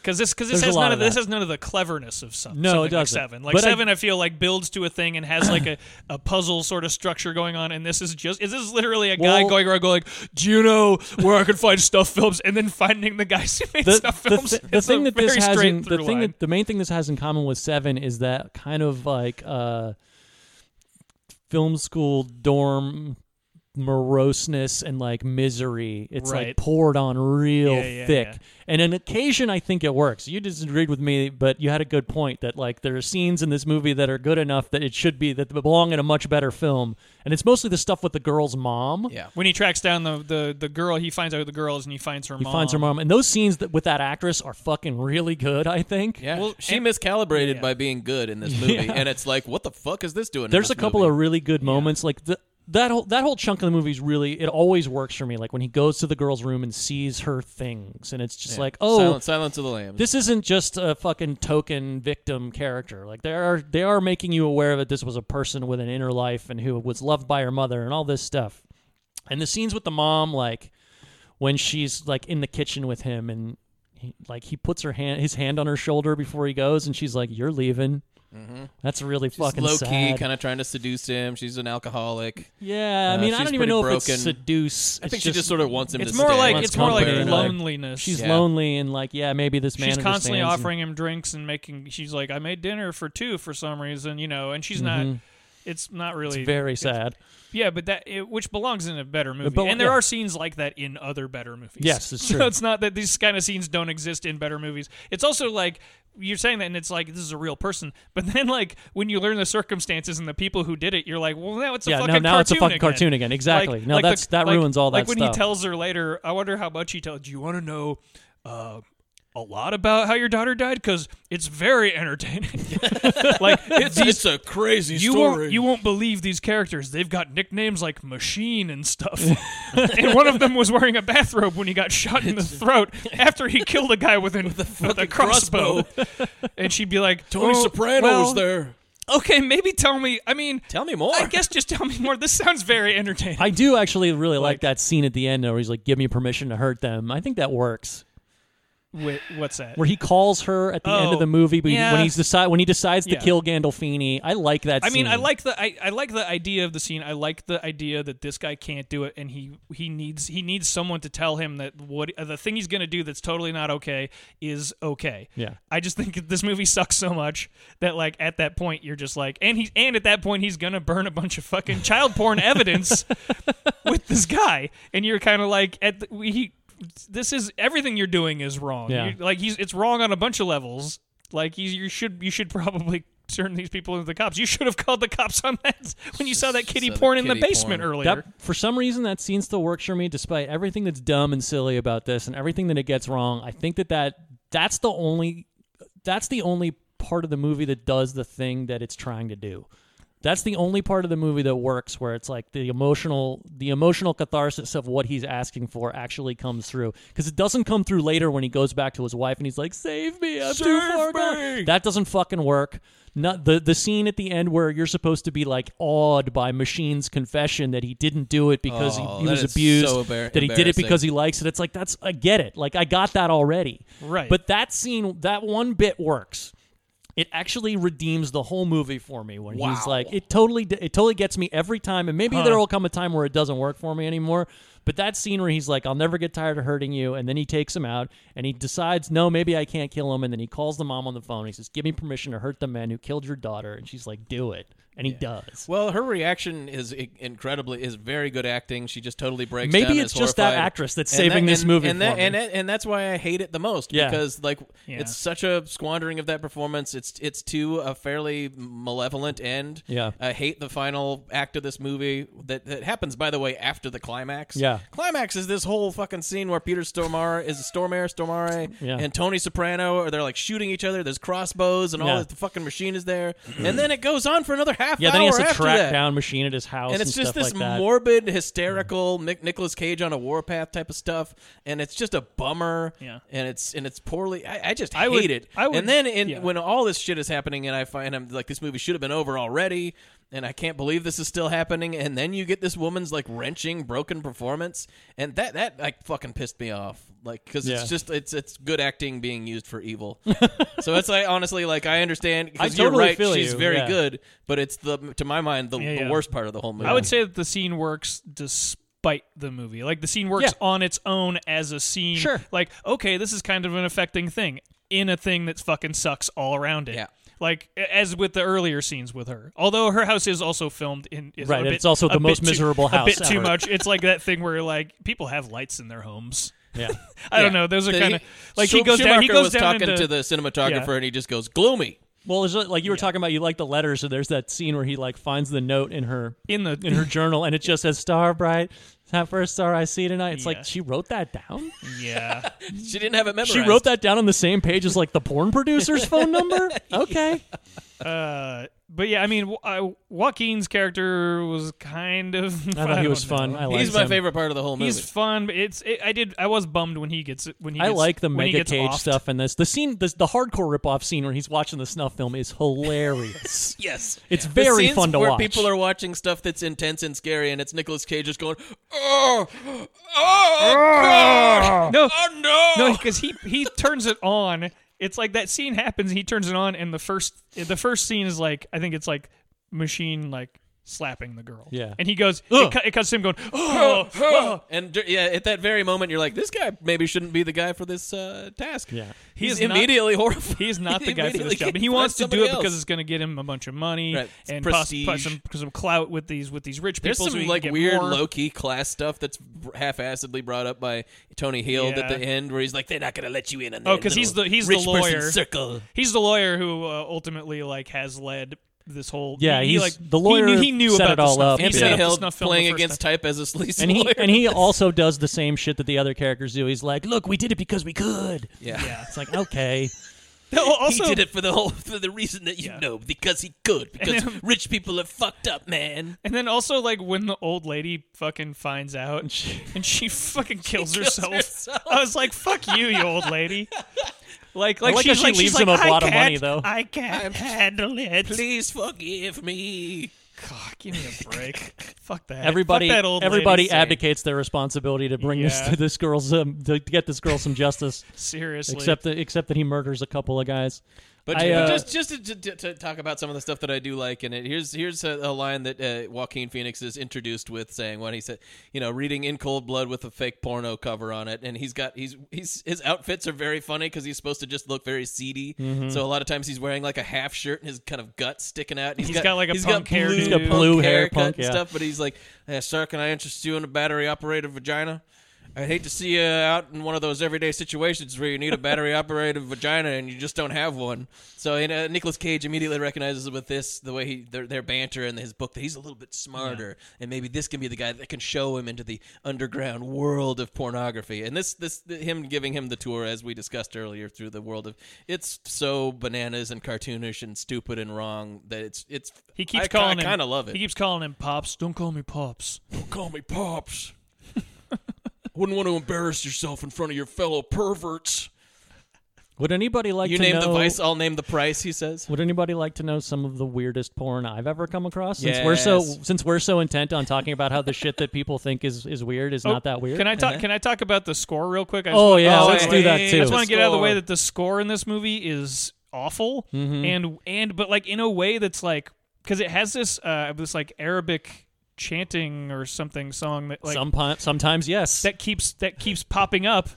Because this because this There's a has lot none of of this that. has none of the cleverness of some, No, it something like doesn't. seven. Like But I- seven, I, feel like builds to a thing and has like a, a puzzle sort of structure going on. And this is just is this is literally a guy Well- going around going like, do you know where I can find stuff films? And then finding the guys who made The, stuff the, films. thi- the It's a thing that this very has straight in, the through line. thing that, the main thing this has in common with seven is that kind of like uh, film school dorm moroseness and like misery. It's Right. like poured on real Yeah, yeah, thick. yeah. And an occasion I think it works. You disagreed with me, but you had a good point that like there are scenes in this movie that are good enough that it should be that they belong in a much better film. And it's mostly the stuff with the girl's mom. Yeah. when he tracks down the, the the girl, he finds out who the girl is and he finds her He mom. finds her mom, and those scenes that with that actress are fucking really good. I think. Yeah. Well, she and- miscalibrated yeah. by being good in this movie, and it's like, what the fuck is this doing? in There's this a couple movie? of really good moments, like the, that whole that whole chunk of the movie is really it always works for me. Like when he goes to the girl's room and sees her things, and it's just like, oh, Silence, Silence of the Lambs. this isn't just a fucking token victim character. Like they are they are making you aware that this was a person with an inner life and who was loved by her mother and all this stuff. and the scenes with the mom like when she's like in the kitchen with him and he, like he puts her hand his hand on her shoulder before he goes and she's like you're leaving Mhm. that's really She's fucking low key, sad. kind of trying to seduce him. She's an alcoholic. Yeah, I Uh, mean, I she's don't even pretty know broken. if it's seduce. I It's think she just sort of wants him. It's to more stay. like- Wants it's more like company. compare, like- loneliness. She's Yeah. lonely and like, yeah, maybe this man. she's constantly understands and- offering him drinks and making. She's like, I made dinner for two for some reason, you know, and she's not. Mhm. It's not really. It's very it's- sad. Yeah, but that it, which belongs in a better movie, bel- and there yeah. are scenes like that in other better movies. Yes, it's So true. it's not that these kind of scenes don't exist in better movies. It's also like you're saying that, and it's like this is a real person. But then, like when you learn the circumstances and the people who did it, you're like, well, now it's a Yeah, no, fucking now cartoon it's a fucking again. cartoon again. Exactly. Like, No, like the- that's- that like- ruins all Like that when stuff. he tells her later, I wonder how much he tells. Do you want to know? Uh, a lot about how your daughter died because it's very entertaining. like It's- these- it's a crazy you story. Won't, you won't believe these characters. They've got nicknames like Machine and stuff. and one of them was wearing a bathrobe when he got shot in the throat after he killed a guy with, an, with, a fucking crossbow. and she'd be like, Tony "Oh, Soprano well, was there. Okay, maybe tell me. I mean, tell me more. I guess just tell me more. This sounds very entertaining. I do actually really like, that scene at the end where he's like, "Give me permission to hurt them." I think that works. Wait, what's that? Where he calls her at the end Oh, of the movie, but he- yeah. when he's decide when he decides to Yeah. kill Gandolfini, I like that. I mean, scene. I like the I, I like the idea of the scene. I like the idea that this guy can't do it, and he he needs he needs someone to tell him that what uh, the thing he's going to do that's totally not okay is okay. Yeah. I just think that this movie sucks so much that like at that point you're just like, and he and at that point he's going to burn a bunch of fucking child porn evidence with this guy, and you're kind of like at the, he. This is everything you're doing is wrong. Yeah. You- like he's it's wrong on a bunch of levels. Like you, you should you should probably turn these people into the cops. You should have called the cops on that when you saw that kitty saw the porn in the kiddie basement porn. earlier. That, for some reason, that scene still works for me, despite everything that's dumb and silly about this, and everything that it gets wrong. I think that, that that's the only that's the only part of the movie that does the thing that it's trying to do. That's the only part of the movie that works, where it's like the emotional the emotional catharsis of what he's asking for actually comes through, because it doesn't come through later when he goes back to his wife and he's like, "Save me, I'm too Save far gone." me! That doesn't fucking work. Not the the scene at the end where you're supposed to be like awed by Machine's confession that he didn't do it because Oh, he, he that was is abused, so embar- that he did it embarrassing. because he likes it. It's like that's I get it. Like I got that already. Right. But that scene, that one bit works. It actually redeems the whole movie for me when he's Wow. like, it totally, it totally gets me every time. And maybe Huh. there will come a time where it doesn't work for me anymore. But that scene where he's like, I'll never get tired of hurting you, and then he takes him out and he decides, no, maybe I can't kill him, and then he calls the mom on the phone. he says, give me permission to hurt the man who killed your daughter, and she's like, do it, and he does. Well, her reaction is i- incredibly is very good acting. She just totally breaks. Maybe down it's is just that horrified. actress that's And saving that- this and- movie and that, for me. and that- and that's why I hate it the most Yeah. because like Yeah. it's such a squandering of that performance. It's it's to a fairly malevolent end. Yeah. I hate the final act of this movie that, that happens by the way after the climax. Yeah. climax is this whole fucking scene where Peter Stormare is Stormare Stormare Yeah. and Tony Soprano are they're like shooting each other. There's crossbows and all Yeah. the fucking machine is there, and then it goes on for another half Yeah, hour then he has to after track that down machine at his house, and it's just stuff this like that. morbid, hysterical Nick Nicholas Cage on a warpath type of stuff, and it's just a bummer. Yeah. and it's and it's poorly. I, I just I hate would- it. I would- and then in, yeah. when all this shit is happening, and I find I'm like, this movie should have been over already, and I can't believe this is still happening. And then you get this woman's like wrenching, broken performance, and that that like fucking pissed me off. Like because Yeah. it's just it's it's good acting being used for evil. so it's like honestly, like I understand I because you're totally right. feel She's you, very yeah. good, but it's the to my mind the, Yeah, the yeah. worst part of the whole movie. I would say that the scene works despite the movie. Like the scene works Yeah. on its own as a scene. Sure. Like okay, this is kind of an affecting thing in a thing that fucking sucks all around it. Yeah. Like a- as with the earlier scenes with her, although her house is also filmed in is Right, a and bit- it's also the a bit most too- miserable A bit house too ever. much. It's like that thing where like people have lights in their homes. Yeah. I don't know. Those are The- kind of like he Schum- goes down. He Schumacher goes was down talking into, to the cinematographer, Yeah. and he just goes gloomy. Well, there's like you were talking about, you like the letters, and there's that scene where he like finds the note in her in the in her journal, and it just says "Star Bright." That first star I see tonight. It's Yeah. like she wrote that down. yeah. She didn't have it memorized. She wrote that down on the same page as like the porn producer's phone number. Okay, uh, but yeah, I mean, Wa- uh, Joaquin's character was kind of. I thought he was don't know. fun. I liked He's my him. favorite part of the whole He's movie. fun, but it's. It, I did. I was bummed when he gets when he. I gets- like the when he mega gets cage offed. stuff in this. The scene, the, the hardcore ripoff scene where he's watching the snuff film is hilarious. Yes, It's The very scenes fun to where watch. people are watching stuff that's intense and scary, and it's Nicolas Cage just going, "Oh, oh, God, No, oh no, Ah. no, because he he turns it on. It's like that scene happens. He turns it on, and the first the first scene is like I think it's like machine like slapping the girl. Yeah. and he goes. It, cu- it cuts him going. Oh, oh. and dur- yeah, at that very moment, you're like, this guy maybe shouldn't be the guy for this uh, task. Yeah, He he's is not- immediately horrified. He's not the guy for this Immediately job. gets- He wants to finds do it somebody because else. it's going to get him a bunch of money Right, it's and pos- pos- prestige. some some clout with these with these rich There's people. so some he can like get weird more. low key class stuff that's half-assedly brought up by Tony Hill at Yeah. the end, where he's like, "They're not gonna let you in." on Oh, that because he's the little he's rich the person lawyer. circle. He's the lawyer who uh, ultimately like has led this whole. Yeah, he, he, he's- like the he lawyer knew- He, knew set about it the all snuff- up, He yeah. set up the Hill snuff film playing the first against time. type as a sleazy and he lawyer. and he also does the same shit that the other characters do. He's like, "Look, we did it because we could." Yeah. Yeah. it's like okay. No, also- he did it for the whole for the reason that you know because he could because then- rich people are fucked up, man. And then also like when the old lady fucking finds out and she, fucking kills, kills herself. herself. I was like, "Fuck you, you old lady." Like I like, like how she's she like, she's leaves like, him a "I lot of money, can't- though." I can't handle it. Please forgive me. God, give me a break. Fuck that. Everybody, Fuck that old lady. everybody Sorry. abdicates their responsibility to bring this Yeah. to this girl's um, to get this girl some justice. Seriously. except that except that he murders a couple of guys. But, I, but uh, just just to, to, to talk about some of the stuff that I do like in it. Here's here's a, a line that uh, Joaquin Phoenix is introduced with saying when he said, you know, reading in cold blood with a fake porno cover on it, and he's got he's he's his outfits are very funny because he's supposed to just look very seedy. Mm-hmm. Mhm. So a lot of times he's wearing like a half shirt and his kind of gut sticking out. And He's got, like, a he's punk got blue, hairdo. He's got punk blue hair, haircut punk, and yeah. stuff. But he's like, eh, sir, can I interest you in a battery operated vagina? I'd hate to see you out in one of those everyday situations where you need a battery operated vagina and you just don't have one. So you know, Nicolas Cage immediately recognizes with this the way he their, their banter and his book that he's a little bit smarter and maybe this can be the guy that can show him into the underground world of pornography. And this this th- him giving him the tour as we discussed earlier through the world of it's so bananas and cartoonish and stupid and wrong that it's it's He keeps I, calling I him. kind of love it. He keeps calling him pops. Don't call me pops. Don't call me Pops. Wouldn't want to embarrass yourself in front of your fellow perverts. Would anybody like you to name know, the vice, I'll name the price. He says. Would anybody like to know some of the weirdest porn I've ever come across? Since we're so Yes. since we're so intent on talking about how the shit that people think is is weird is not Oh, that weird. Can I talk? Can I talk about the score real quick? I just Oh, wanna- yeah, I let's just do wanna- that, I too. just want to get out of the way Score. that the score in this movie is awful, Mhm. and and but like in a way that's like because it has this uh this like Arabic chanting or something song that like Some pon- sometimes yes. that keeps that keeps popping up,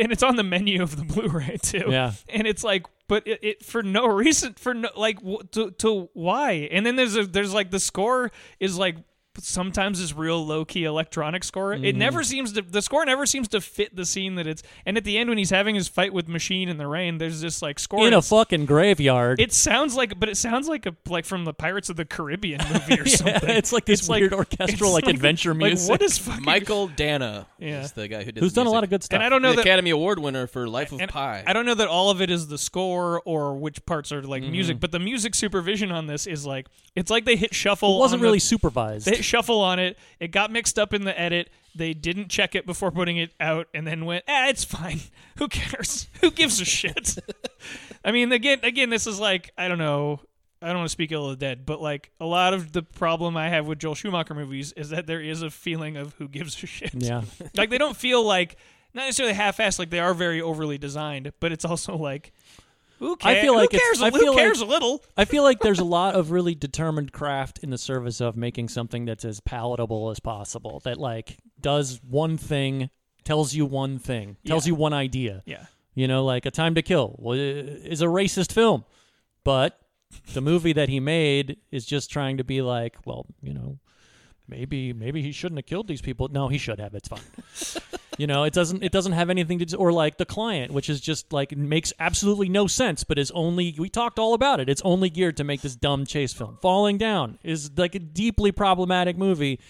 and it's on the menu of the Blu-ray too. Yeah. and it's like, but it, it for no reason, for no like wh- to, to why? And then there's a, there's like the score is like sometimes this real low key electronic score. It Mhm. never seems to the score never seems to fit the scene that it's. And at the end when he's having his fight with Machine in the rain, there's this like score in a that's- fucking graveyard. it sounds like, but it sounds like a like from the Pirates of the Caribbean movie or something. it's like this weird orchestral, it's like, adventure music. Like, what is fucking Michael Dana Yeah. is the guy who did Who's the done a music. lot of good stuff. And I don't know the that Academy Award winner for Life of and Pi. I don't know that all of it is the score or which parts are Mm-hmm. like music, but the music supervision on this is like it's like they hit shuffle. it wasn't on the- really supervised. They hit shuffle on it. It got mixed up in the edit. They didn't check it before putting it out, and then went, "Ah, it's fine. Who cares? Who gives a shit?" I mean, again, again, this is like I don't know. I don't want to speak ill of the dead, but like a lot of the problem I have with Joel Schumacher movies is that there is a feeling of who gives a shit. Yeah. like they don't feel like not necessarily half-assed. Like they are very overly designed, but it's also like who cares? I feel like who it's- cares? I who feel like- cares a little? I feel like there's a lot of really determined craft in the service of making something that's as palatable as possible. That like does one thing, tells you one thing, tells Yeah. you one idea. Yeah. You know, like A Time to Kill wa- is a racist film, but the movie that he made is just trying to be like, well, you know, maybe maybe he shouldn't have killed these people. No, he should have. It's fine. you know, it doesn't it doesn't have anything to do or like the client, which is just like makes absolutely no sense, but is only we talked all about it. It's only geared to make this dumb chase film. Falling Down is like a deeply problematic movie.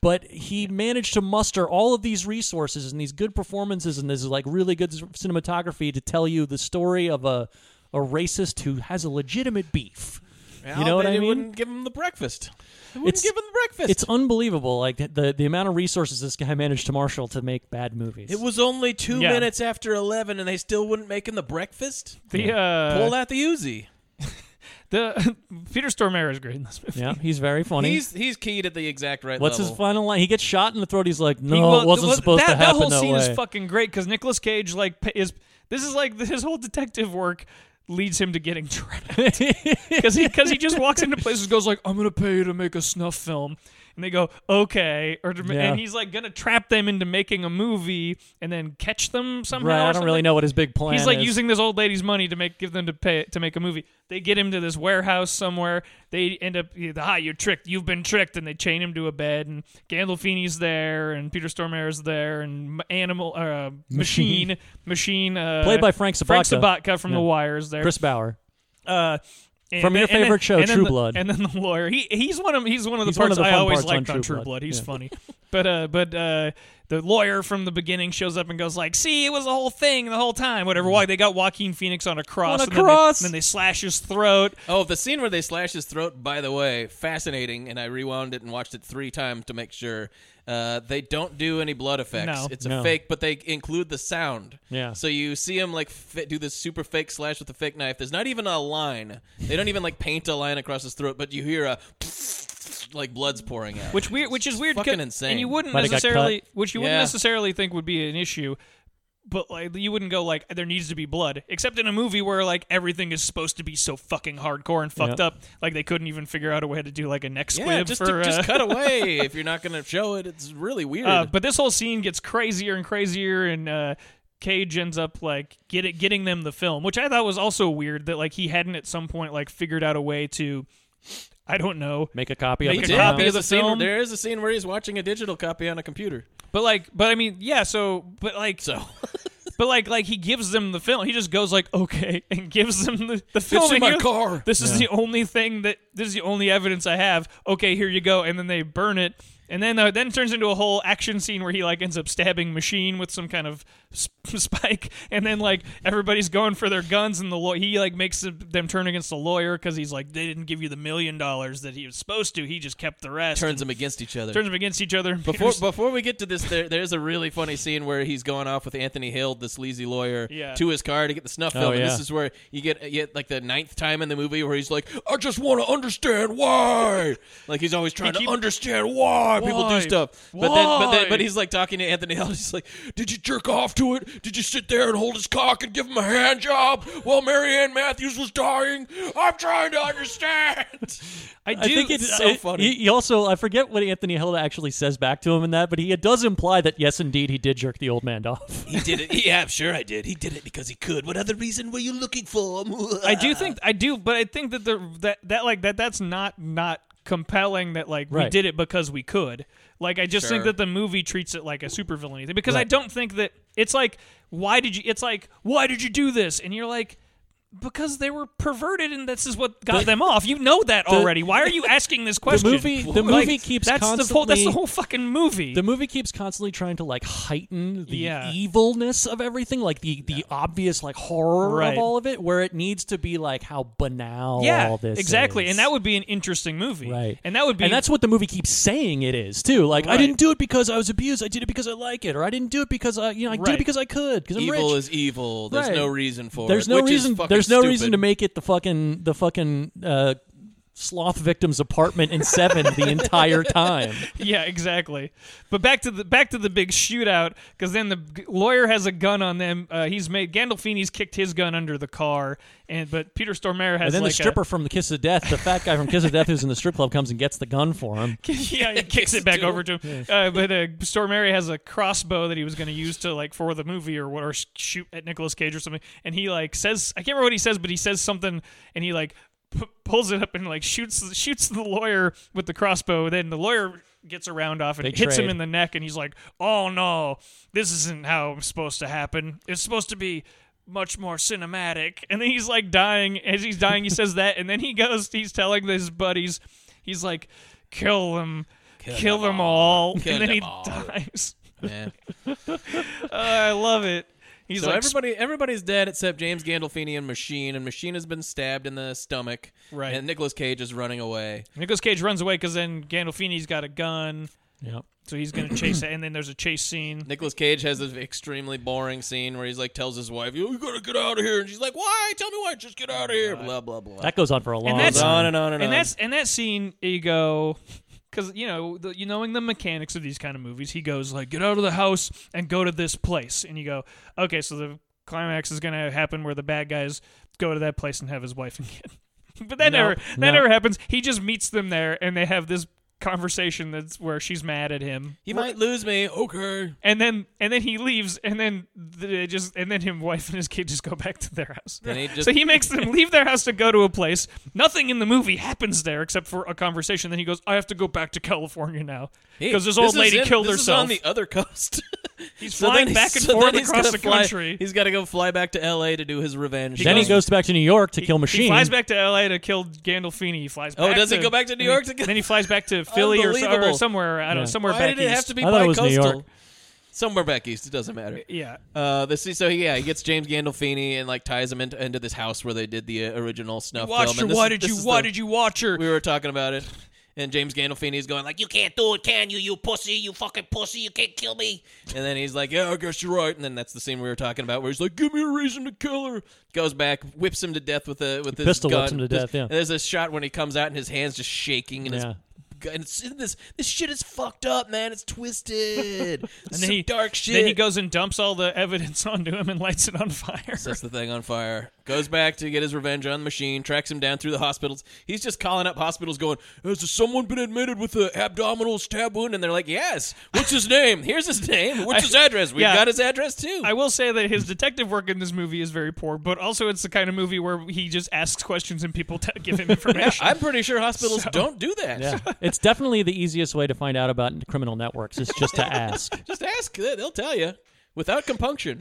But he managed to muster all of these resources and these good performances and this like really good cinematography to tell you the story of a a racist who has a legitimate beef. Well, you know what they I mean? Wouldn't give him the breakfast. They wouldn't give him the breakfast. It's unbelievable, like the the amount of resources this guy managed to marshal to make bad movies. It was only two Yeah. minutes after eleven, and they still wouldn't make him the breakfast. The, uh, pull out the Uzi. The Peter Stormare is great in this movie. yeah, he's very funny. He's he's keyed at the exact right What's his level. final line? He gets shot in the throat. He's like, "No, He- it well, wasn't well, supposed that, to happen That whole scene way." is fucking great because Nicolas Cage like pa- is this is like his whole detective work leads him to getting trapped because he because he just walks into places goes like I'm gonna pay you to make a snuff film and they go okay or to, ma- Yeah. and he's like gonna trap them into making a movie and then catch them somehow. Right, or I don't really something. know what his big plan He's like is. using this old lady's money to make give them to pay to make a movie. They get him to this warehouse somewhere. They end up ah, you're tricked. You've been tricked, and they chain him to a bed. And Gandolfini's there, and Peter Stormare's there, and M- Animal uh, Machine Machine uh, Played by Frank Sabatka. Sabatka from Yeah. The Wires. There, Chris Bauer. Uh, and From then- your and then- favorite show, and then True the- Blood. and then the lawyer. He he's one of he's one of the He's one parts of the I fun always parts liked on on, True True Blood, Blood. He's yeah. funny, but uh, but uh, the lawyer from the beginning shows up and goes like, "See, it was the whole thing the whole time." Whatever. Why they got Joaquin Phoenix on a cross? Mm-hmm. On a and then they- cross! and Then they, slash his throat. Oh, the scene where they slash his throat, by the way, fascinating, and I rewound it and watched it three times to make sure. Uh, they don't do any blood effects. No. It's a No. fake, but they include the sound. Yeah. So you see him like fi- do this super fake slash with a fake knife. There's not even a line. They don't even like paint a line across his throat, but you hear a like blood's pouring out. Which weird, which is weird, fucking 'cause- insane. And you wouldn't Might have got necessarily, cut. which you wouldn't Yeah. necessarily think would be an issue, but like you wouldn't go like there needs to be blood, except in a movie where like everything is supposed to be so fucking hardcore and fucked Yeah. up, like they couldn't even figure out a way to do like a neck squib yeah, just, for to- uh, just cut away if you're not gonna show it. It's really weird. Uh, but this whole scene gets crazier and crazier, and uh, Cage ends up like get it, getting them the film, which I thought was also weird that like he hadn't at some point like figured out a way to, I don't know, Make a copy Make of a it. Yeah, copy there's of the a scene where- film. there is a scene where he's watching a digital copy on a computer. but like, but I mean, yeah. So, but like, so. But like, like he gives them the film. He just goes like, okay, and gives them the, the film. in and my he goes, car. This is the only thing that this is the only evidence I have. Okay, here you go. And then they burn it, and then uh, then it turns into a whole action scene where he like ends up stabbing machine with some kind of sp- spike, and then like everybody's going for their guns, and the law he like makes them turn against the lawyer because he's like they didn't give you the million dollars that he was supposed to. He just kept the rest. Turns and them against each other. turns them against each other. and Before Peter's- before we get to this, there, there's a really funny scene where he's going off with Anthony Hill, the sleazy lawyer, Yeah. to his car to get the snuff Oh, film. And this yeah. is where you get, you get like the ninth time in the movie where he's like, "I just want to understand why." like he's always trying keep- to understand why, people Why? do stuff. But then, but Why? then, but he's like talking to Anthony Hill. He's like, "Did you jerk off to it? Did you sit there and hold his cock and give him a hand job while Marianne Matthews was dying? I'm trying to understand." I do. I think it's so it- funny. He, he also, I forget what Anthony Hilda actually says back to him in that, but he it does imply that yes, indeed, he did jerk the old man off. He did it. Yeah, I'm sure I did. He did it because he could. What other reason were you looking for? I do think I do, but I think that the that that like that that's not not compelling that like we Right. did it because we could. Like I just think Sure. that the movie treats it like a supervillain thing because I Right. don't think that it's like why did you it's like why did you do this and you're like because they were perverted and this is what got them off. You know that already. Why are you asking this question? movie- the Like, movie keeps that's the whole that's the constantly- whole fucking movie. The movie keeps constantly trying to like heighten the Yeah. evilness of everything, like the the obvious like horror Right. of all of it, where it needs to be like how banal yeah, all this exactly, is. and that would be an interesting movie, Right. And that would be And that's what the movie keeps saying it is too. Like I Right. didn't do it because I was abused. I did it because I like it, or I didn't do it because I, you know, I did Right. it because I could. Because I'm evil rich. is evil. There's Right. no reason for there's it. no which is reason. fucking There's no stupid. reason to make it the fucking the fucking uh, sloth victim's apartment in Seven the entire time. yeah, exactly. But back to the back to the big shootout because then the g- lawyer has a gun on them. Uh, he's made Gandolfini's kicked his gun under the car, and but Peter Stormare has And then like the stripper from the Kiss of Death, the fat guy from Kiss of Death who's in the strip club, comes and gets the gun for him. A, yeah, he kicks it back over to him. Uh, but uh, Stormare has a crossbow that he was going to use to like for the movie or what or sh- shoot at Nicolas Cage or something. And he like says I can't remember what he says, but he says something, and he like. P- pulls it up and like shoots shoots the lawyer with the crossbow. Then the lawyer gets a round off and They hits him trade. in the neck, and he's like, "Oh no, this isn't how it's supposed to happen. It's supposed to be." Much more cinematic, and then he's like dying. As he's dying, he says that, and then he goes. He's telling his buddies, he's like, "Kill them, kill, them all,", Kill and then them he all. dies. Yeah. Uh, I love it. He's so like everybody, everybody's dead except James Gandolfini and Machine, and Machine has been stabbed in the stomach. Right. And Nicolas Cage is running away. Nicolas Cage runs away because then Gandolfini's got a gun. Yep. So he's gonna chase it, and then there's a chase scene. Nicolas Cage has this extremely boring scene where he's like tells his wife, "You gotta get out of here," and she's like, "Why? Tell me why. Just get out of here." Blah blah blah. That goes on for a long and that's time. on and on and on. that's and that scene you go because you know the, you knowing the mechanics of these kind of movies he goes like get out of the house and go to this place and you go okay so the climax is going to happen where the bad guys go to that place and have his wife and kid but that Nope, never that nope. never happens he just meets them there and they have this conversation that's where she's mad at him He might lose me. Okay. and then and then he leaves and then they just and then his wife and his kid just go back to their house Then he just- so he makes them leave their house to go to a place nothing in the movie happens there except for a conversation then he goes i have to go back to california now Hey, because this old is lady in- killed this is herself on the other coast. he's So flying then back and so forth then he's across gotta the fly- country He's got to go fly back to L.A. to do his revenge. then he goes back to New York to kill Machine. he flies back to LA to kill Gandolfini. He flies. Oh, back does he to, go back to New and York he- to get- Then he flies back to Philly or, so- or Unbelievable. somewhere. I don't know. Yeah. somewhere Why back did it have east. to be I thought it was New bi-coastal? York. Somewhere back east. It doesn't matter. Yeah. Uh, this so yeah, he gets James Gandolfini and like ties him into, into this house where they did the uh, original snuff Watched film. her. And this Why is- did this you? is Why the- did you watch her? We were talking about it, and James Gandolfini's going like, "You can't do it, can you? You pussy! You fucking pussy! You can't kill me!" And then he's like, "Yeah, I guess you're right." And then that's the scene we were talking about, where he's like, "Give me a reason to kill her." Goes back, whips him to death with a with his pistol gun. whips him to This- death, yeah. And there's this shot when he comes out and his hands just shaking and his. Yeah. gu- And it's, this this shit is fucked up, man. It's twisted. and And then he dark shit. Then he goes and dumps all the evidence onto him and lights it on fire. sets the thing on fire. Goes back to get his revenge on the machine. Tracks him down through the hospitals. He's just calling up hospitals, going, "Has someone been admitted with an abdominal stab wound?" And they're like, "Yes." What's his name? Here's his name. What's his address? We've yeah. got his address too. I will say that his detective work in this movie is very poor, but also it's the kind of movie where he just asks questions and people t- give him information. am pretty sure hospitals don't do that. yeah. it's definitely the easiest way to find out about criminal networks is just to ask. just ask. They- They'll tell you without compunction.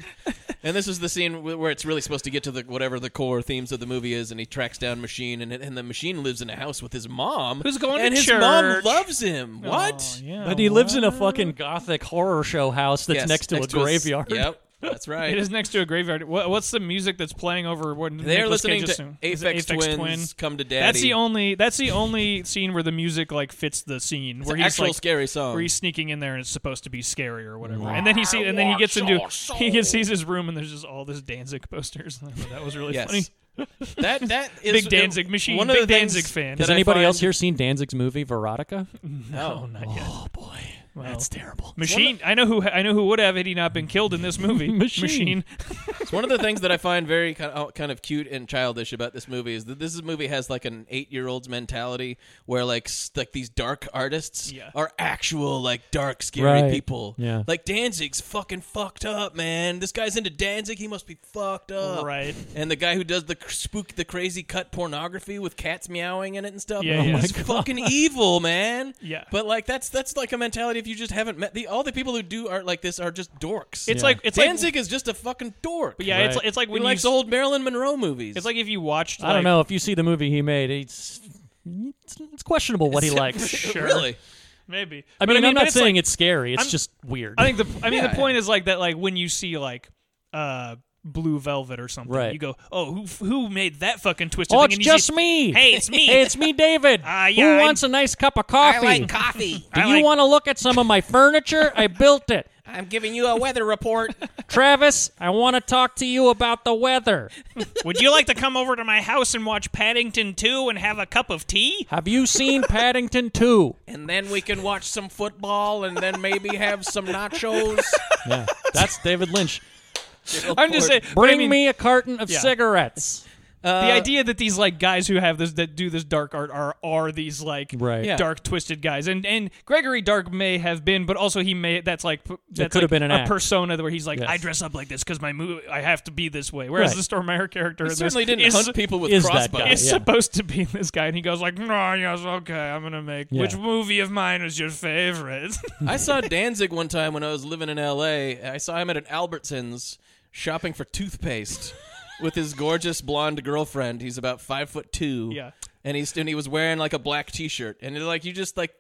and this is the scene wh- where it's really supposed to get to the whatever the core themes of the movie is, and he tracks down Machine, and and the Machine lives in a house with his mom, Who's going to and his mom church. loves him. What? Oh, yeah. But he lives in a fucking gothic horror show house that's Yes, next to a graveyard. yep, that's right. It is next to a graveyard. Wha what's the music that's playing over? What They're Nicolas listening Cage is to singing? Apex, Is it Aphex Twins, Twin? "Come to Daddy." That's the only. That's the only scene where the music like fits the scene. where an he's actual like, scary song. Where he's sneaking in there and it's supposed to be scary or whatever. And then he see, and then he gets into he gets, sees his room and there's just all this Danzig posters. And I thought that was really Yes. funny. that that is Big Danzig machine, One of big the things Danzig fan. that Has I anybody find- else here seen Danzig's movie Veronica? No, Oh boy, that's terrible. Machine. I know who. I know who would have had he not been killed in this movie. Machine. it's one of the things that I find very kind of, kind of cute and childish about this movie is that this is- movie has like an eight year old's mentality where like s- like these dark artists Yeah. are actual like dark scary Right. people. Yeah. like Danzig's fucking fucked up, man. This guy's into Danzig, he must be fucked up. Right. And the guy who does the cr- spook, the crazy cut pornography with cats meowing in it and stuff. Yeah, Oh yeah. my It's fucking evil, man. Yeah. But like that's that's like a mentality if you just haven't met the all the people who do art like this are just dorks. It's like it's Danzig like is just a fucking dork. yeah. It's Right. it's like He when likes you, old Marilyn Monroe movies. It's like if you watched. I don't like- know if you see the movie he made. It's it's, it's questionable what he likes. Sure. really. Maybe. I But mean, I am but not it's saying like- it's scary. It's I'm- just weird. I think the. I mean, Yeah. the point is like that. Like when you see like, uh, Blue Velvet or something, Right. you go, "Oh, who f- who made that fucking twisted oh, thing?" it's And you just see- me. Hey, it's me. Hey, it's me, David. Ah, Who yeah, I- wants a nice cup of coffee? coffee. Do I you like- want to look at some of my furniture? I built it. I'm giving you a weather report. Travis, I want to talk to you about the weather. Would you like to come over to my house and watch Paddington Two and have a cup of tea? Have you seen Paddington 2? and then we can watch some football and then maybe have some nachos. Yeah, that's David Lynch. I'm just saying. but I Bring mean, me a carton of Yeah. cigarettes. Uh, the idea that these like guys who have this that do this dark art are are these like Right. Yeah. dark twisted guys and and Gregory Dark may have been but also he may that's like p- that's could like have been an a act. persona where he's like Yes. I dress up like this because my movie I have to be this way whereas Right. the Stormare character in He this certainly didn't is, hunt people with is that crossbows. guy, is yeah. supposed to be this guy and he goes like no yes okay I'm gonna make Yeah. which movie of mine is your favorite I saw Danzig one time when I was living in L.A. I saw him at an Albertsons shopping for toothpaste with his gorgeous blonde girlfriend. He's about five foot two. Yeah. and he's and he was wearing like a black T-shirt, and it's like you just like.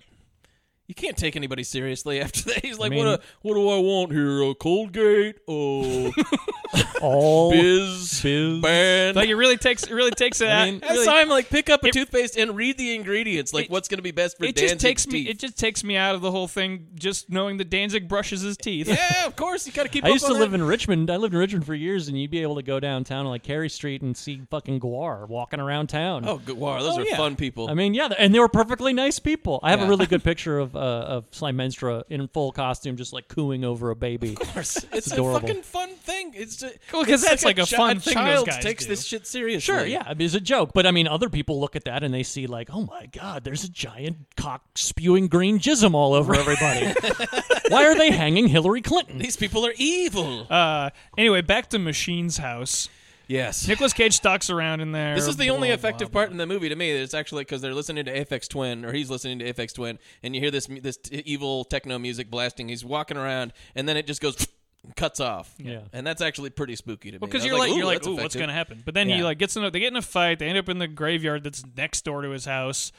You can't take anybody seriously after that. He's like, mean- what, a, what do I want here? A Colgate? Oh, all Biz. biz. Man. Like it really takes it really takes it out. mean, really- time, like pick up a it- toothpaste and read the ingredients, like what's going to be best for it just Danzig's takes me teeth. it just takes me out of the whole thing just knowing that Danzig brushes his teeth. yeah, of course you got to keep. I up used on to that. live in Richmond. I lived in Richmond for years, and you'd be able to go downtown on like Carey Street and see fucking Guar walking around town. Oh, good. Wow, those Oh, are yeah. fun people. I mean, yeah, th- and they were perfectly nice people. I have Yeah. a really good picture of uh, of Sly Menstra in full costume, just like cooing over a baby. of course, it's, a adorable. fucking fun thing. It's just, Well, 'cause it's that's like, like a chi- fun thing those Child guys takes do. this shit seriously. Sure, yeah, I mean, it's a joke, but I mean, other people look at that and they see like, oh my god, there's a giant cock spewing green jism all over everybody. Why are they hanging Hillary Clinton? These people are evil. Uh, anyway, back to Machine's house. yes. Nicolas Cage stalks around in there. This is the blah, only blah, effective blah. part in the movie to me. It's actually because they're listening to Aphex Twin, or he's listening to Aphex Twin, and you hear this mu- this t- evil techno music blasting. He's walking around, and then it just goes cuts off. Yeah. and that's actually pretty spooky to me. Well, I because was you're like, "Ooh, you're like, that's ooh, what's effective." gonna happen? But then he Yeah. like gets in a, they get in a fight. They end up in the graveyard that's next door to his house,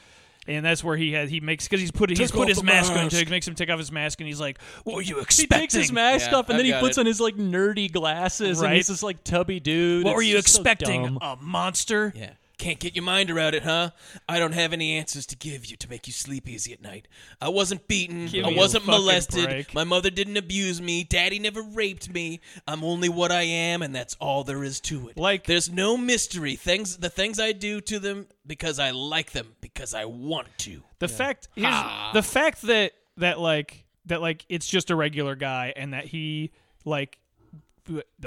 and that's where he had he makes because he's put he's off put his the mask, on. mask. He makes him take off his mask, and he's like, "What were you He expecting? takes his mask Yeah, off and I've then he got puts it. on his like nerdy glasses Right. and he's this like tubby dude. what It's were you just so expecting? dumb. a monster? Yeah. Can't get your mind around it, huh? I don't have any answers to give you to make you sleep easy at night. I wasn't beaten. Give I me a wasn't fucking molested. break. My mother didn't abuse me. Daddy never raped me. I'm only what I am, and that's all there is to it. Like- there's no mystery. Things the things I do to them because I like them because I want to. The fact here's, the fact that that like that like it's just a regular guy and that he like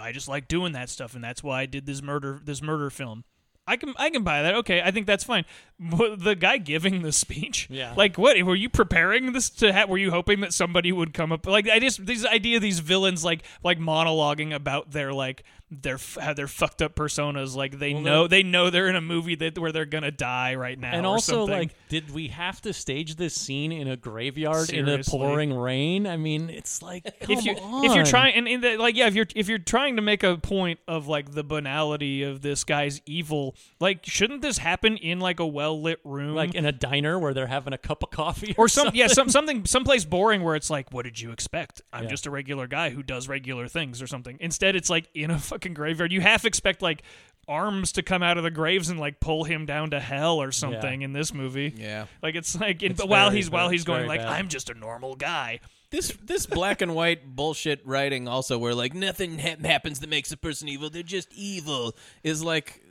I just like doing that stuff and that's why I did this murder this murder film. I can I can buy that. Okay, I think that's fine. But the guy giving the speech, Yeah. like what were you preparing this to? Ha- were you hoping that somebody would come up? Like I just this idea of these villains like like monologuing about their like their f- how their fucked up personas. Like they know they know they're in a movie that where they're gonna die right now. and or also something. like did we have to stage this scene in a graveyard in a Seriously. pouring rain? I mean, it's like come if you on. if you're trying and, and the, like yeah if you're if you're trying to make a point of like the banality of this guy's evil like shouldn't this happen in like a well lit room like in a diner where they're having a cup of coffee Mm-hmm. or, or some yeah some something someplace boring where it's like what did you expect I'm Yeah. just a regular guy who does regular things or something instead it's like in a fucking graveyard you half expect like arms to come out of the graves and like pull him down to hell or something in this movie Yeah. like it's like in, but while very he's while bad. he's It's going very like bad. I'm just a normal guy This this black and white bullshit writing also where like nothing ha- happens that makes a person evil. They're just evil is like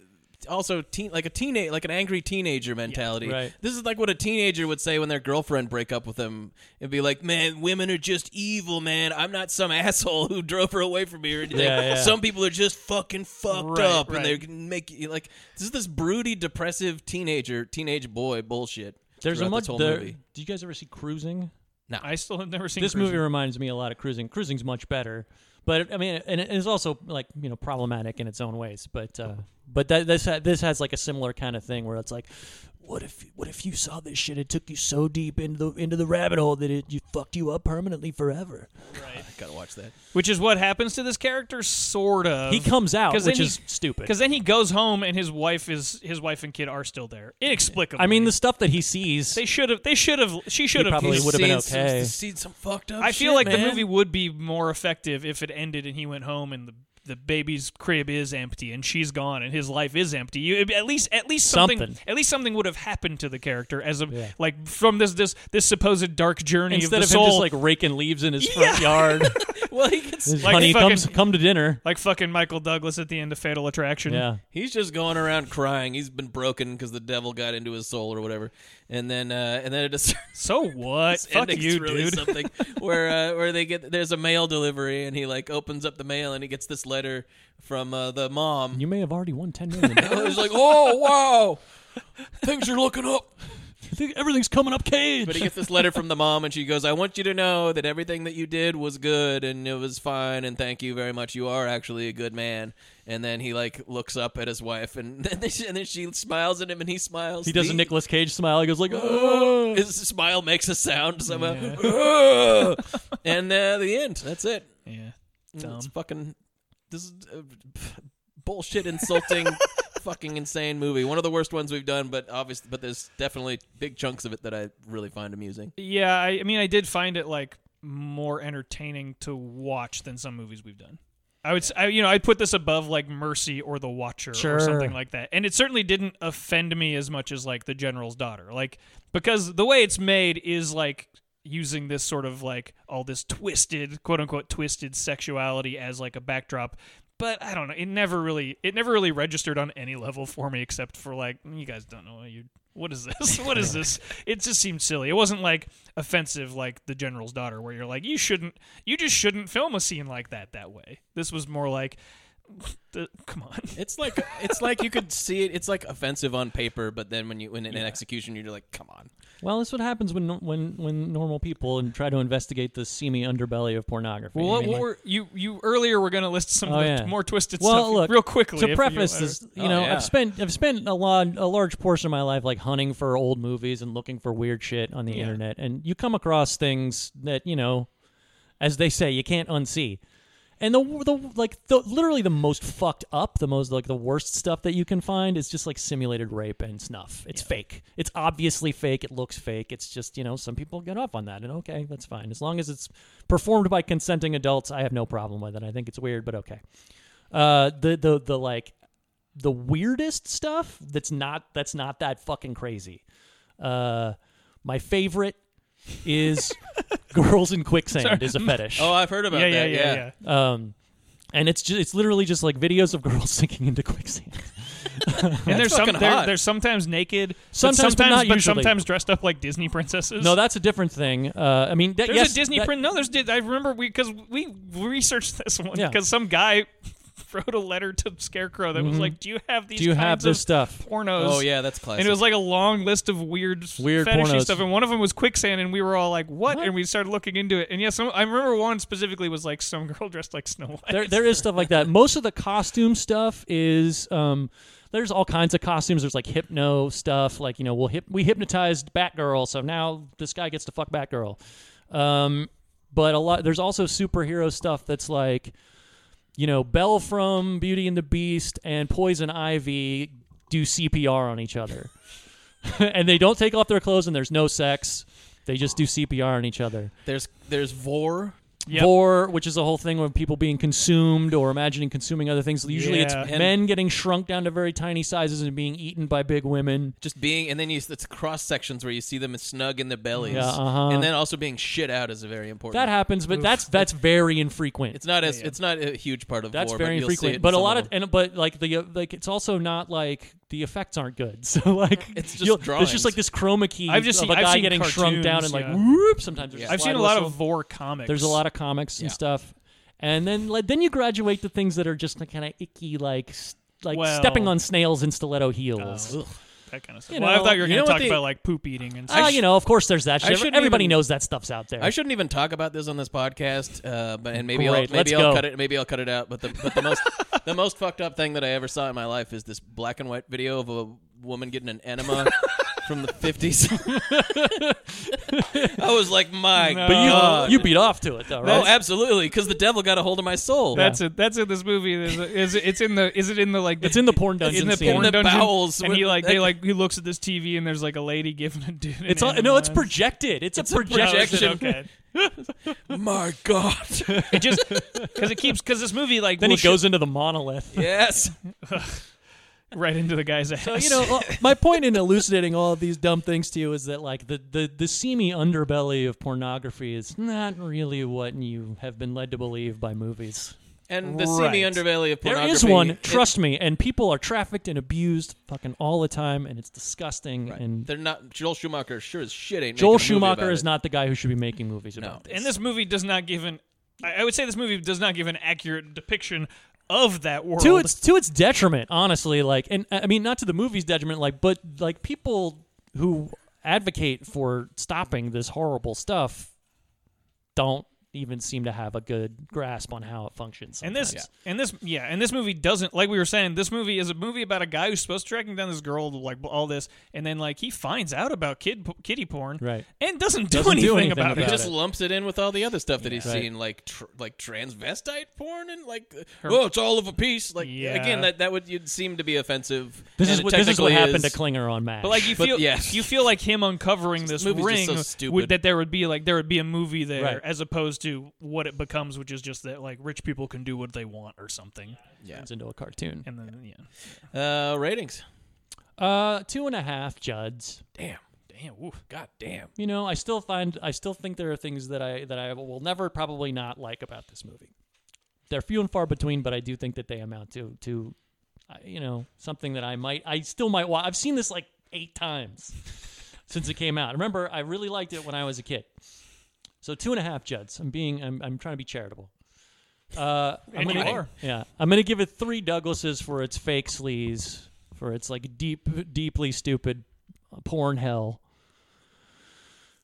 also teen like a teenage like an angry teenager mentality. right. This is like what a teenager would say when their girlfriend break up with them. It'd be like, "Man, women are just evil, man. I'm not some asshole who drove her away from here." Yeah, yeah. Some people are just fucking fucked Right, up right. and they can make you like this is this broody depressive teenager teenage boy bullshit. there's a throughout much this whole there, movie. do you guys ever see Cruising? I still have never seen this Cruising. movie reminds me a lot of cruising cruising's much better but i mean and it- it's also like you know problematic in its own ways but uh but that this ha- this has like a similar kind of thing where it's like what if what if you saw this shit it took you so deep into the into the rabbit hole that it you fucked you up permanently forever I got to watch that. which is what happens to this character sort of he comes out 'Cause which then is he- stupid because then he goes home and his wife is his wife and kid are still there inexplicably i mean the stuff that he sees they should have they should have she should have probably would- would've Oh, been Seen some- okay. seen some fucked up i feel shit, like the man. movie would be more effective if it ended and he went home and the the baby's crib is empty and she's gone and his life is empty you at least at least something, Something. at least something would have happened to the character as a like from this this this supposed dark journey of instead of, the him soul just like raking leaves in his front yard Well, he gets, his Like honey fucking- comes come to dinner like fucking michael douglas at the end of fatal attraction yeah he's just going around crying. He's been broken because the devil got into his soul or whatever, and then uh, and then it just so what fuck ending's you really dude something where uh, where they get there's a mail delivery and he like opens up the mail and he gets this letter from uh, the mom. you may have already won 10 million He's like, oh wow, things are looking up. everything's coming up cage But he gets this letter from the mom, and she goes, "I want you to know that everything that you did was good, and it was fine, and thank you very much. You are actually a good man." And then he like looks up at his wife, and then she, and then she smiles at him, and he smiles. He does a The- Nicolas Cage smile. He goes like, "Oh." His smile makes a sound somehow, "Ugh." and uh, the end. That's it. Mm, yeah It's fucking this is uh, pff, bullshit, insulting, fucking insane movie. One of the worst ones we've done, but obviously, but there's definitely big chunks of it that I really find amusing. Yeah, I, I mean, I did find it like more entertaining to watch than some movies we've done. I would, s I you know, I'd put this above like Mercy or The Watcher Sure. or something like that. And it certainly didn't offend me as much as like The General's Daughter, like because the way it's made is like using this sort of like all this twisted, quote unquote, twisted sexuality as like a backdrop. But I don't know. It never really, it never really registered on any level for me, except for like you guys don't know what you. What is this? What is this? It just seemed silly. It wasn't like offensive, like the general's daughter, where you're like, you shouldn't, you just shouldn't film a scene like that that way. This was more like, the, come on, It's like it's like you could see it. It's like offensive on paper, but then when you when in an execution, you're like, come on. Well, that's what happens when when when normal people and try to investigate the seamy underbelly of pornography. Well, I what, mean, what like- were you? You earlier were going to list some Oh, of the yeah. t- more twisted well, stuff Look, real quickly. if To you- preface this, you Oh, know, yeah. I've spent I've spent a lot a large portion of my life like hunting for old movies and looking for weird shit on the Yeah. internet, and you come across things that you know, as they say, you can't unsee. And the the like the literally the most fucked up, the most like the worst stuff that you can find is just like simulated rape and snuff. It's fake. It's obviously fake. It looks fake. It's just you know some people get off on that, and okay, that's fine as long as it's performed by consenting adults. I have no problem with it. I think it's weird, but okay. Uh, the the the like the weirdest stuff that's not that's not that fucking crazy. Uh, my favorite is girls in quicksand is a fetish. Oh, I've heard about Yeah, yeah, that. yeah, Yeah, yeah. Um, and it's just, it's literally just like videos of girls sinking into quicksand. and there's some fucking they're, hot. they're sometimes naked, but Sometimes, but sometimes, not usually. sometimes dressed up like Disney princesses. no, that's a different thing. Uh, I mean, that, there's yes, a Disney that- print. No, there's. Di- I remember we because we researched this one Yeah. because some guy wrote a letter to Scarecrow that was like, "Do you have these? Mm-hmm. Do you have kinds this of stuff?" Pornos? Oh, yeah, that's classic. And it was like a long list of weird, Weird fetishy pornos. stuff, and one of them was quicksand, and we were all like, "What?" And we started looking into it, and yeah, some I remember one specifically was like some girl dressed like Snow White. there, there is stuff like that. Most of the costume stuff is um, there's all kinds of costumes. There's like hypno stuff, like you know, we'll hip, we hypnotized Batgirl, so now this guy gets to fuck Batgirl. Um, but a lot there's also superhero stuff that's like, you know, Belle from Beauty and the Beast and Poison Ivy do CPR on each other, and they don't take off their clothes, and there's no sex. They just do CPR on each other. There's there's vor. Yep. Vor, which is a whole thing of people being consumed or imagining consuming other things. Usually Yeah. it's men getting shrunk down to very tiny sizes and being eaten by big women. Just being, and then you, it's cross sections where you see them snug in their bellies, Yeah, uh-huh. and then also being shit out is a very important. That happens, but that's that's very infrequent. It's not as it's not a huge part of that's war, very but you'll see it infrequent. in But a some lot of them. and but like the uh, like it's also not like the effects aren't good. So like It's just you'll- there's drawings. just like this chroma key I've just of seen- a I've guy seen getting shrunk down and cartoons, like yeah. whoop. Sometimes there's a I've seen slide a lot whistle. of vor comics. There's a lot of comics and Yeah. stuff, and then like, then you graduate to things that are just like, kind of icky, like s- like Well- stepping on snails in stiletto heels. that kind of stuff. you well, know, I thought you were you going know to what talk they- about like poop eating and Ah, stuff. you know, of course, there's that. I Shit. shouldn't Everybody even- knows that stuff's out there. I shouldn't even talk about this on this podcast, uh, but and maybe Great, I'll maybe let's I'll go. cut it maybe I'll cut it out. But the but the most the most fucked up thing that I ever saw in my life is this black and white video of a woman getting an enema from the fifties. I was like, my But you, god, you beat off to it though, right? oh absolutely, because the devil got a hold of my soul. That's it. That's in this movie. There's a- Is it, it's in the? Is it in the like? It's in the porn dungeon in the scene. porn In the dungeon. bowels and with he like the- they like he looks at this TV and there's like a lady giving a dude. an it's all, no, enema. it's projected. It's, a Oh, projection. is it? Okay. my god. It just because it keeps because this movie like Then will he goes into the monolith. yes. sh- right into the guy's ass. So you know, well, my point in elucidating all of these dumb things to you is that like the the the seamy underbelly of pornography is not really what you have been led to believe by movies. And the seamy Right. underbelly of There pornography. is one, it- trust me, and people are trafficked and abused fucking all the time, and it's disgusting. right. And they're not. Joel Schumacher sure as shit ain't. making a Joel movie Schumacher about is it. not the guy who should be making movies about this. and this movie does not give an. I, I would say this movie does not give an accurate depiction of that world. to its to its detriment, honestly. Like, and I mean, not to the movie's detriment, like, but like people who advocate for stopping this horrible stuff don't even seem to have a good grasp on how it functions. And this, sometimes. and this, yeah, and this movie doesn't like we were saying. This movie is a movie about a guy who's supposed to tracking down this girl, like all this, and then like he finds out about kid kitty porn, Right. And doesn't do, Doesn't anything, do anything about, about it. He it. just lumps it in with all the other stuff that he's Right. seen, like tr- like transvestite porn and like uh, oh, it's all of a piece. Like Yeah. again, that that would you'd seem to be offensive. this and is it what this is what technically happened is. to Klinger on Mash. But like you But, feel, yeah. you feel like him uncovering this movie's just ring so would- stupid. that there would be like there would be a movie there, Right. as opposed to what it becomes, which is just that like rich people can do what they want or something. Yeah, turns into a cartoon. And then yeah, Uh, ratings. Uh, two and a half Juds. Damn. damn, woof, god damn. You know, I still find I still think there are things that I that I will never probably not like about this movie. They're few and far between, but I do think that they amount to to uh, you know something that I might I still might watch. I've seen this like eight times since it came out. Remember, I really liked it when I was a kid. So two and a half Juds. I'm being I'm I'm trying to be charitable. Uh, I'm And you gonna, are. Yeah, I'm gonna give it three Douglases for its fake sleaze, for its like deep, deeply stupid porn hell.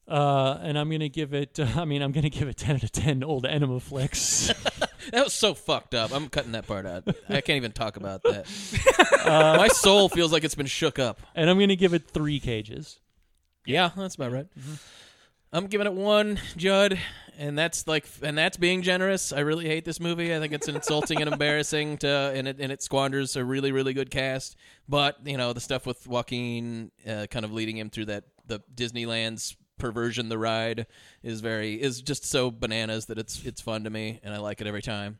Uh, and I'm gonna give it. I mean, I'm gonna give it ten out of ten. Old enema flicks. That was so fucked up. I'm cutting that part out. I can't even talk about that. My soul feels like it's been shook up. and I'm gonna give it three cages. Yeah, that's about right. I'm giving it one, Judd, and that's like, and that's being generous. I really hate this movie. I think it's insulting and embarrassing to, and it and it squanders a really really good cast. But you know the stuff with Joaquin, uh, kind of leading him through that the Disneyland's perversion, the ride is very is just so bananas that it's it's fun to me, and I like it every time.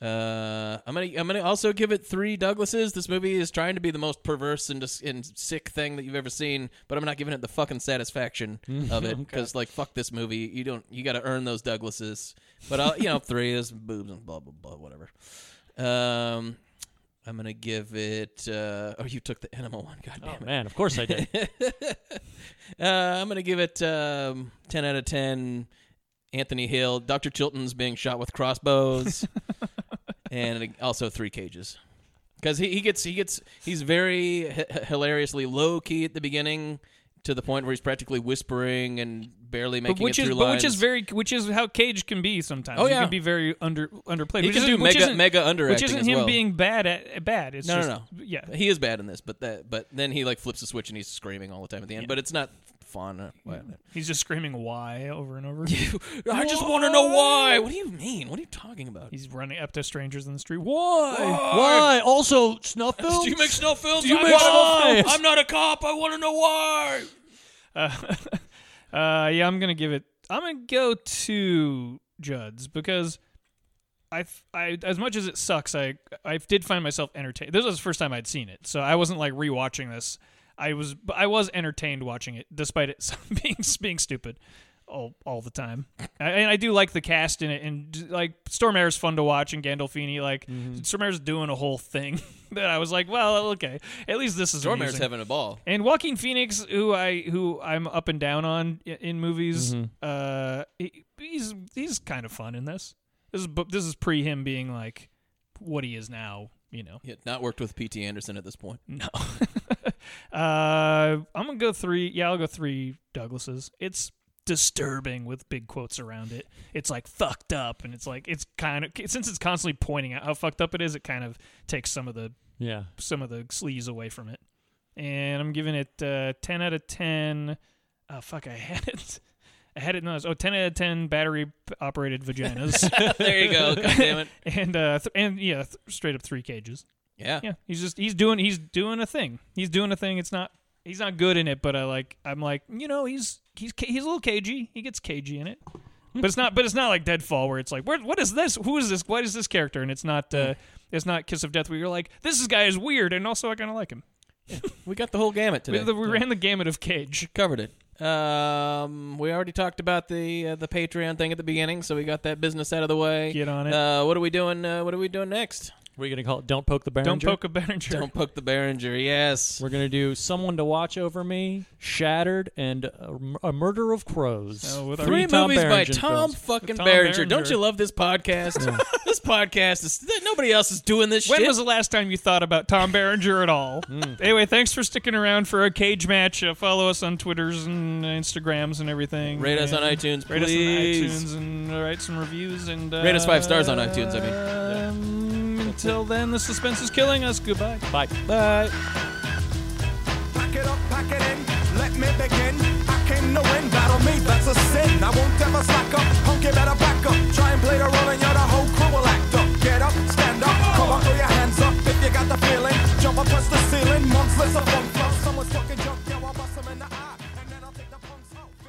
Uh, I'm gonna I'm gonna also give it three Douglases. This movie is trying to be the most perverse and dis- and sick thing that you've ever seen, but I'm not giving it the fucking satisfaction of it because like fuck this movie. You don't you got to earn those Douglases. But I'll, you know three is boobs and blah blah blah whatever. Um, I'm gonna give it. Uh, oh, you took the animal one. God damn Oh it. man, of course I did. Uh, I'm gonna give it um, ten out of ten. Anthony Hill, Doctor Chilton's being shot with crossbows, and also three cages. Because he, he gets he gets he's very h- h- hilariously low key at the beginning to the point where he's practically whispering and barely making But which it is through but lines. which is very which is how Cage can be sometimes. Oh, he yeah. can be very under underplayed. He which can isn't- do which mega- isn't- mega underacting Which isn't as him well. being bad at bad. It's no, just, no, no. yeah. he is bad in this, but that but then he like flips a switch and he's screaming all the time at the end. But it's not fun. Or whatever. He's just screaming why over and over. I just want to know why. What do you mean? What are you talking about? He's running up to strangers in the street. Why? Why? Also, snuff films. Do you make snow films? Do you I'm make not- snuff films? I'm not a cop. I want to know why. Uh, yeah, I'm gonna give it. I'm gonna go to Judd's because I, f- I, as much as it sucks, I, I did find myself entertained. This was the first time I'd seen it, so I wasn't like rewatching this. I was, but I was entertained watching it, despite it being being stupid all all the time. I, and I do like the cast in it, and like Stormare's fun to watch, and Gandolfini, like Stormare's doing a whole thing that I was like, well, okay, at least this is Stormare's amusing. having a ball. And Joaquin Phoenix, who I who I'm up and down on i- in movies, uh, he, he's he's kind of fun in this. This is bu- this is pre him being like what he is now. You know, He had not worked with P.T. Anderson at this point. no. uh, I'm gonna go three. Yeah, I'll go three Douglases. It's disturbing with big quotes around it. It's like fucked up, and it's like it's kind of since it's constantly pointing out how fucked up it is. It kind of takes some of the Yeah. some of the sleaze away from it. And I'm giving it uh, 10 out of 10. Oh, fuck, I had it. I had it. No, it's- oh, 10 out of 10 battery p- operated vaginas. There you go. God damn it. and, uh, th- and yeah, th- straight up three cages. Yeah. Yeah, he's just, he's doing, he's doing a thing. He's doing a thing. It's not, he's not good in it, but I like, I'm like, you know, he's, he's, ca- he's a little cagey. He gets cagey in it. But it's not, but it's not like Deadfall where it's like, where, what is this? Who is this? What is this character? And it's not, uh, it's not Kiss of Death where you're like, this guy is weird, and also I kind of like him. We got the whole gamut We, today. the, we ran the gamut of Cage. Covered it. Um, we already talked about the uh, the Patreon thing at the beginning, so we got that business out of the way. Get on it. Uh, what are we doing? Uh, what are we doing next? We're gonna call it "Don't Poke the Bear." Don't poke a Behringer. Don't poke the Behringer. Yes. We're gonna do "Someone to Watch Over Me," "Shattered," and uh, "A Murder of Crows." Oh, with our- Three Tom movies by Berenger Tom films. fucking Tom Behringer. Berenger. Don't you love this podcast? this podcast is nobody else is doing this When shit. Hmm. was the last time you thought about Tom Berenger at all? Anyway, thanks for sticking around for a cage match. Uh, follow us on Twitters and Instagrams and everything. Rate us on And iTunes, Rate please. us on iTunes and uh, write some reviews and uh, Rate us five stars on iTunes, I mean. um, Until then, the suspense is killing us. Goodbye. Bye. Bye. Pack it up, pack it in, let me begin. I came to win, battle me, that's a sin. I won't ever slack up, honky better back up. Try and play the role and you're the whole crew will act up. Get up, stand up, come on, throw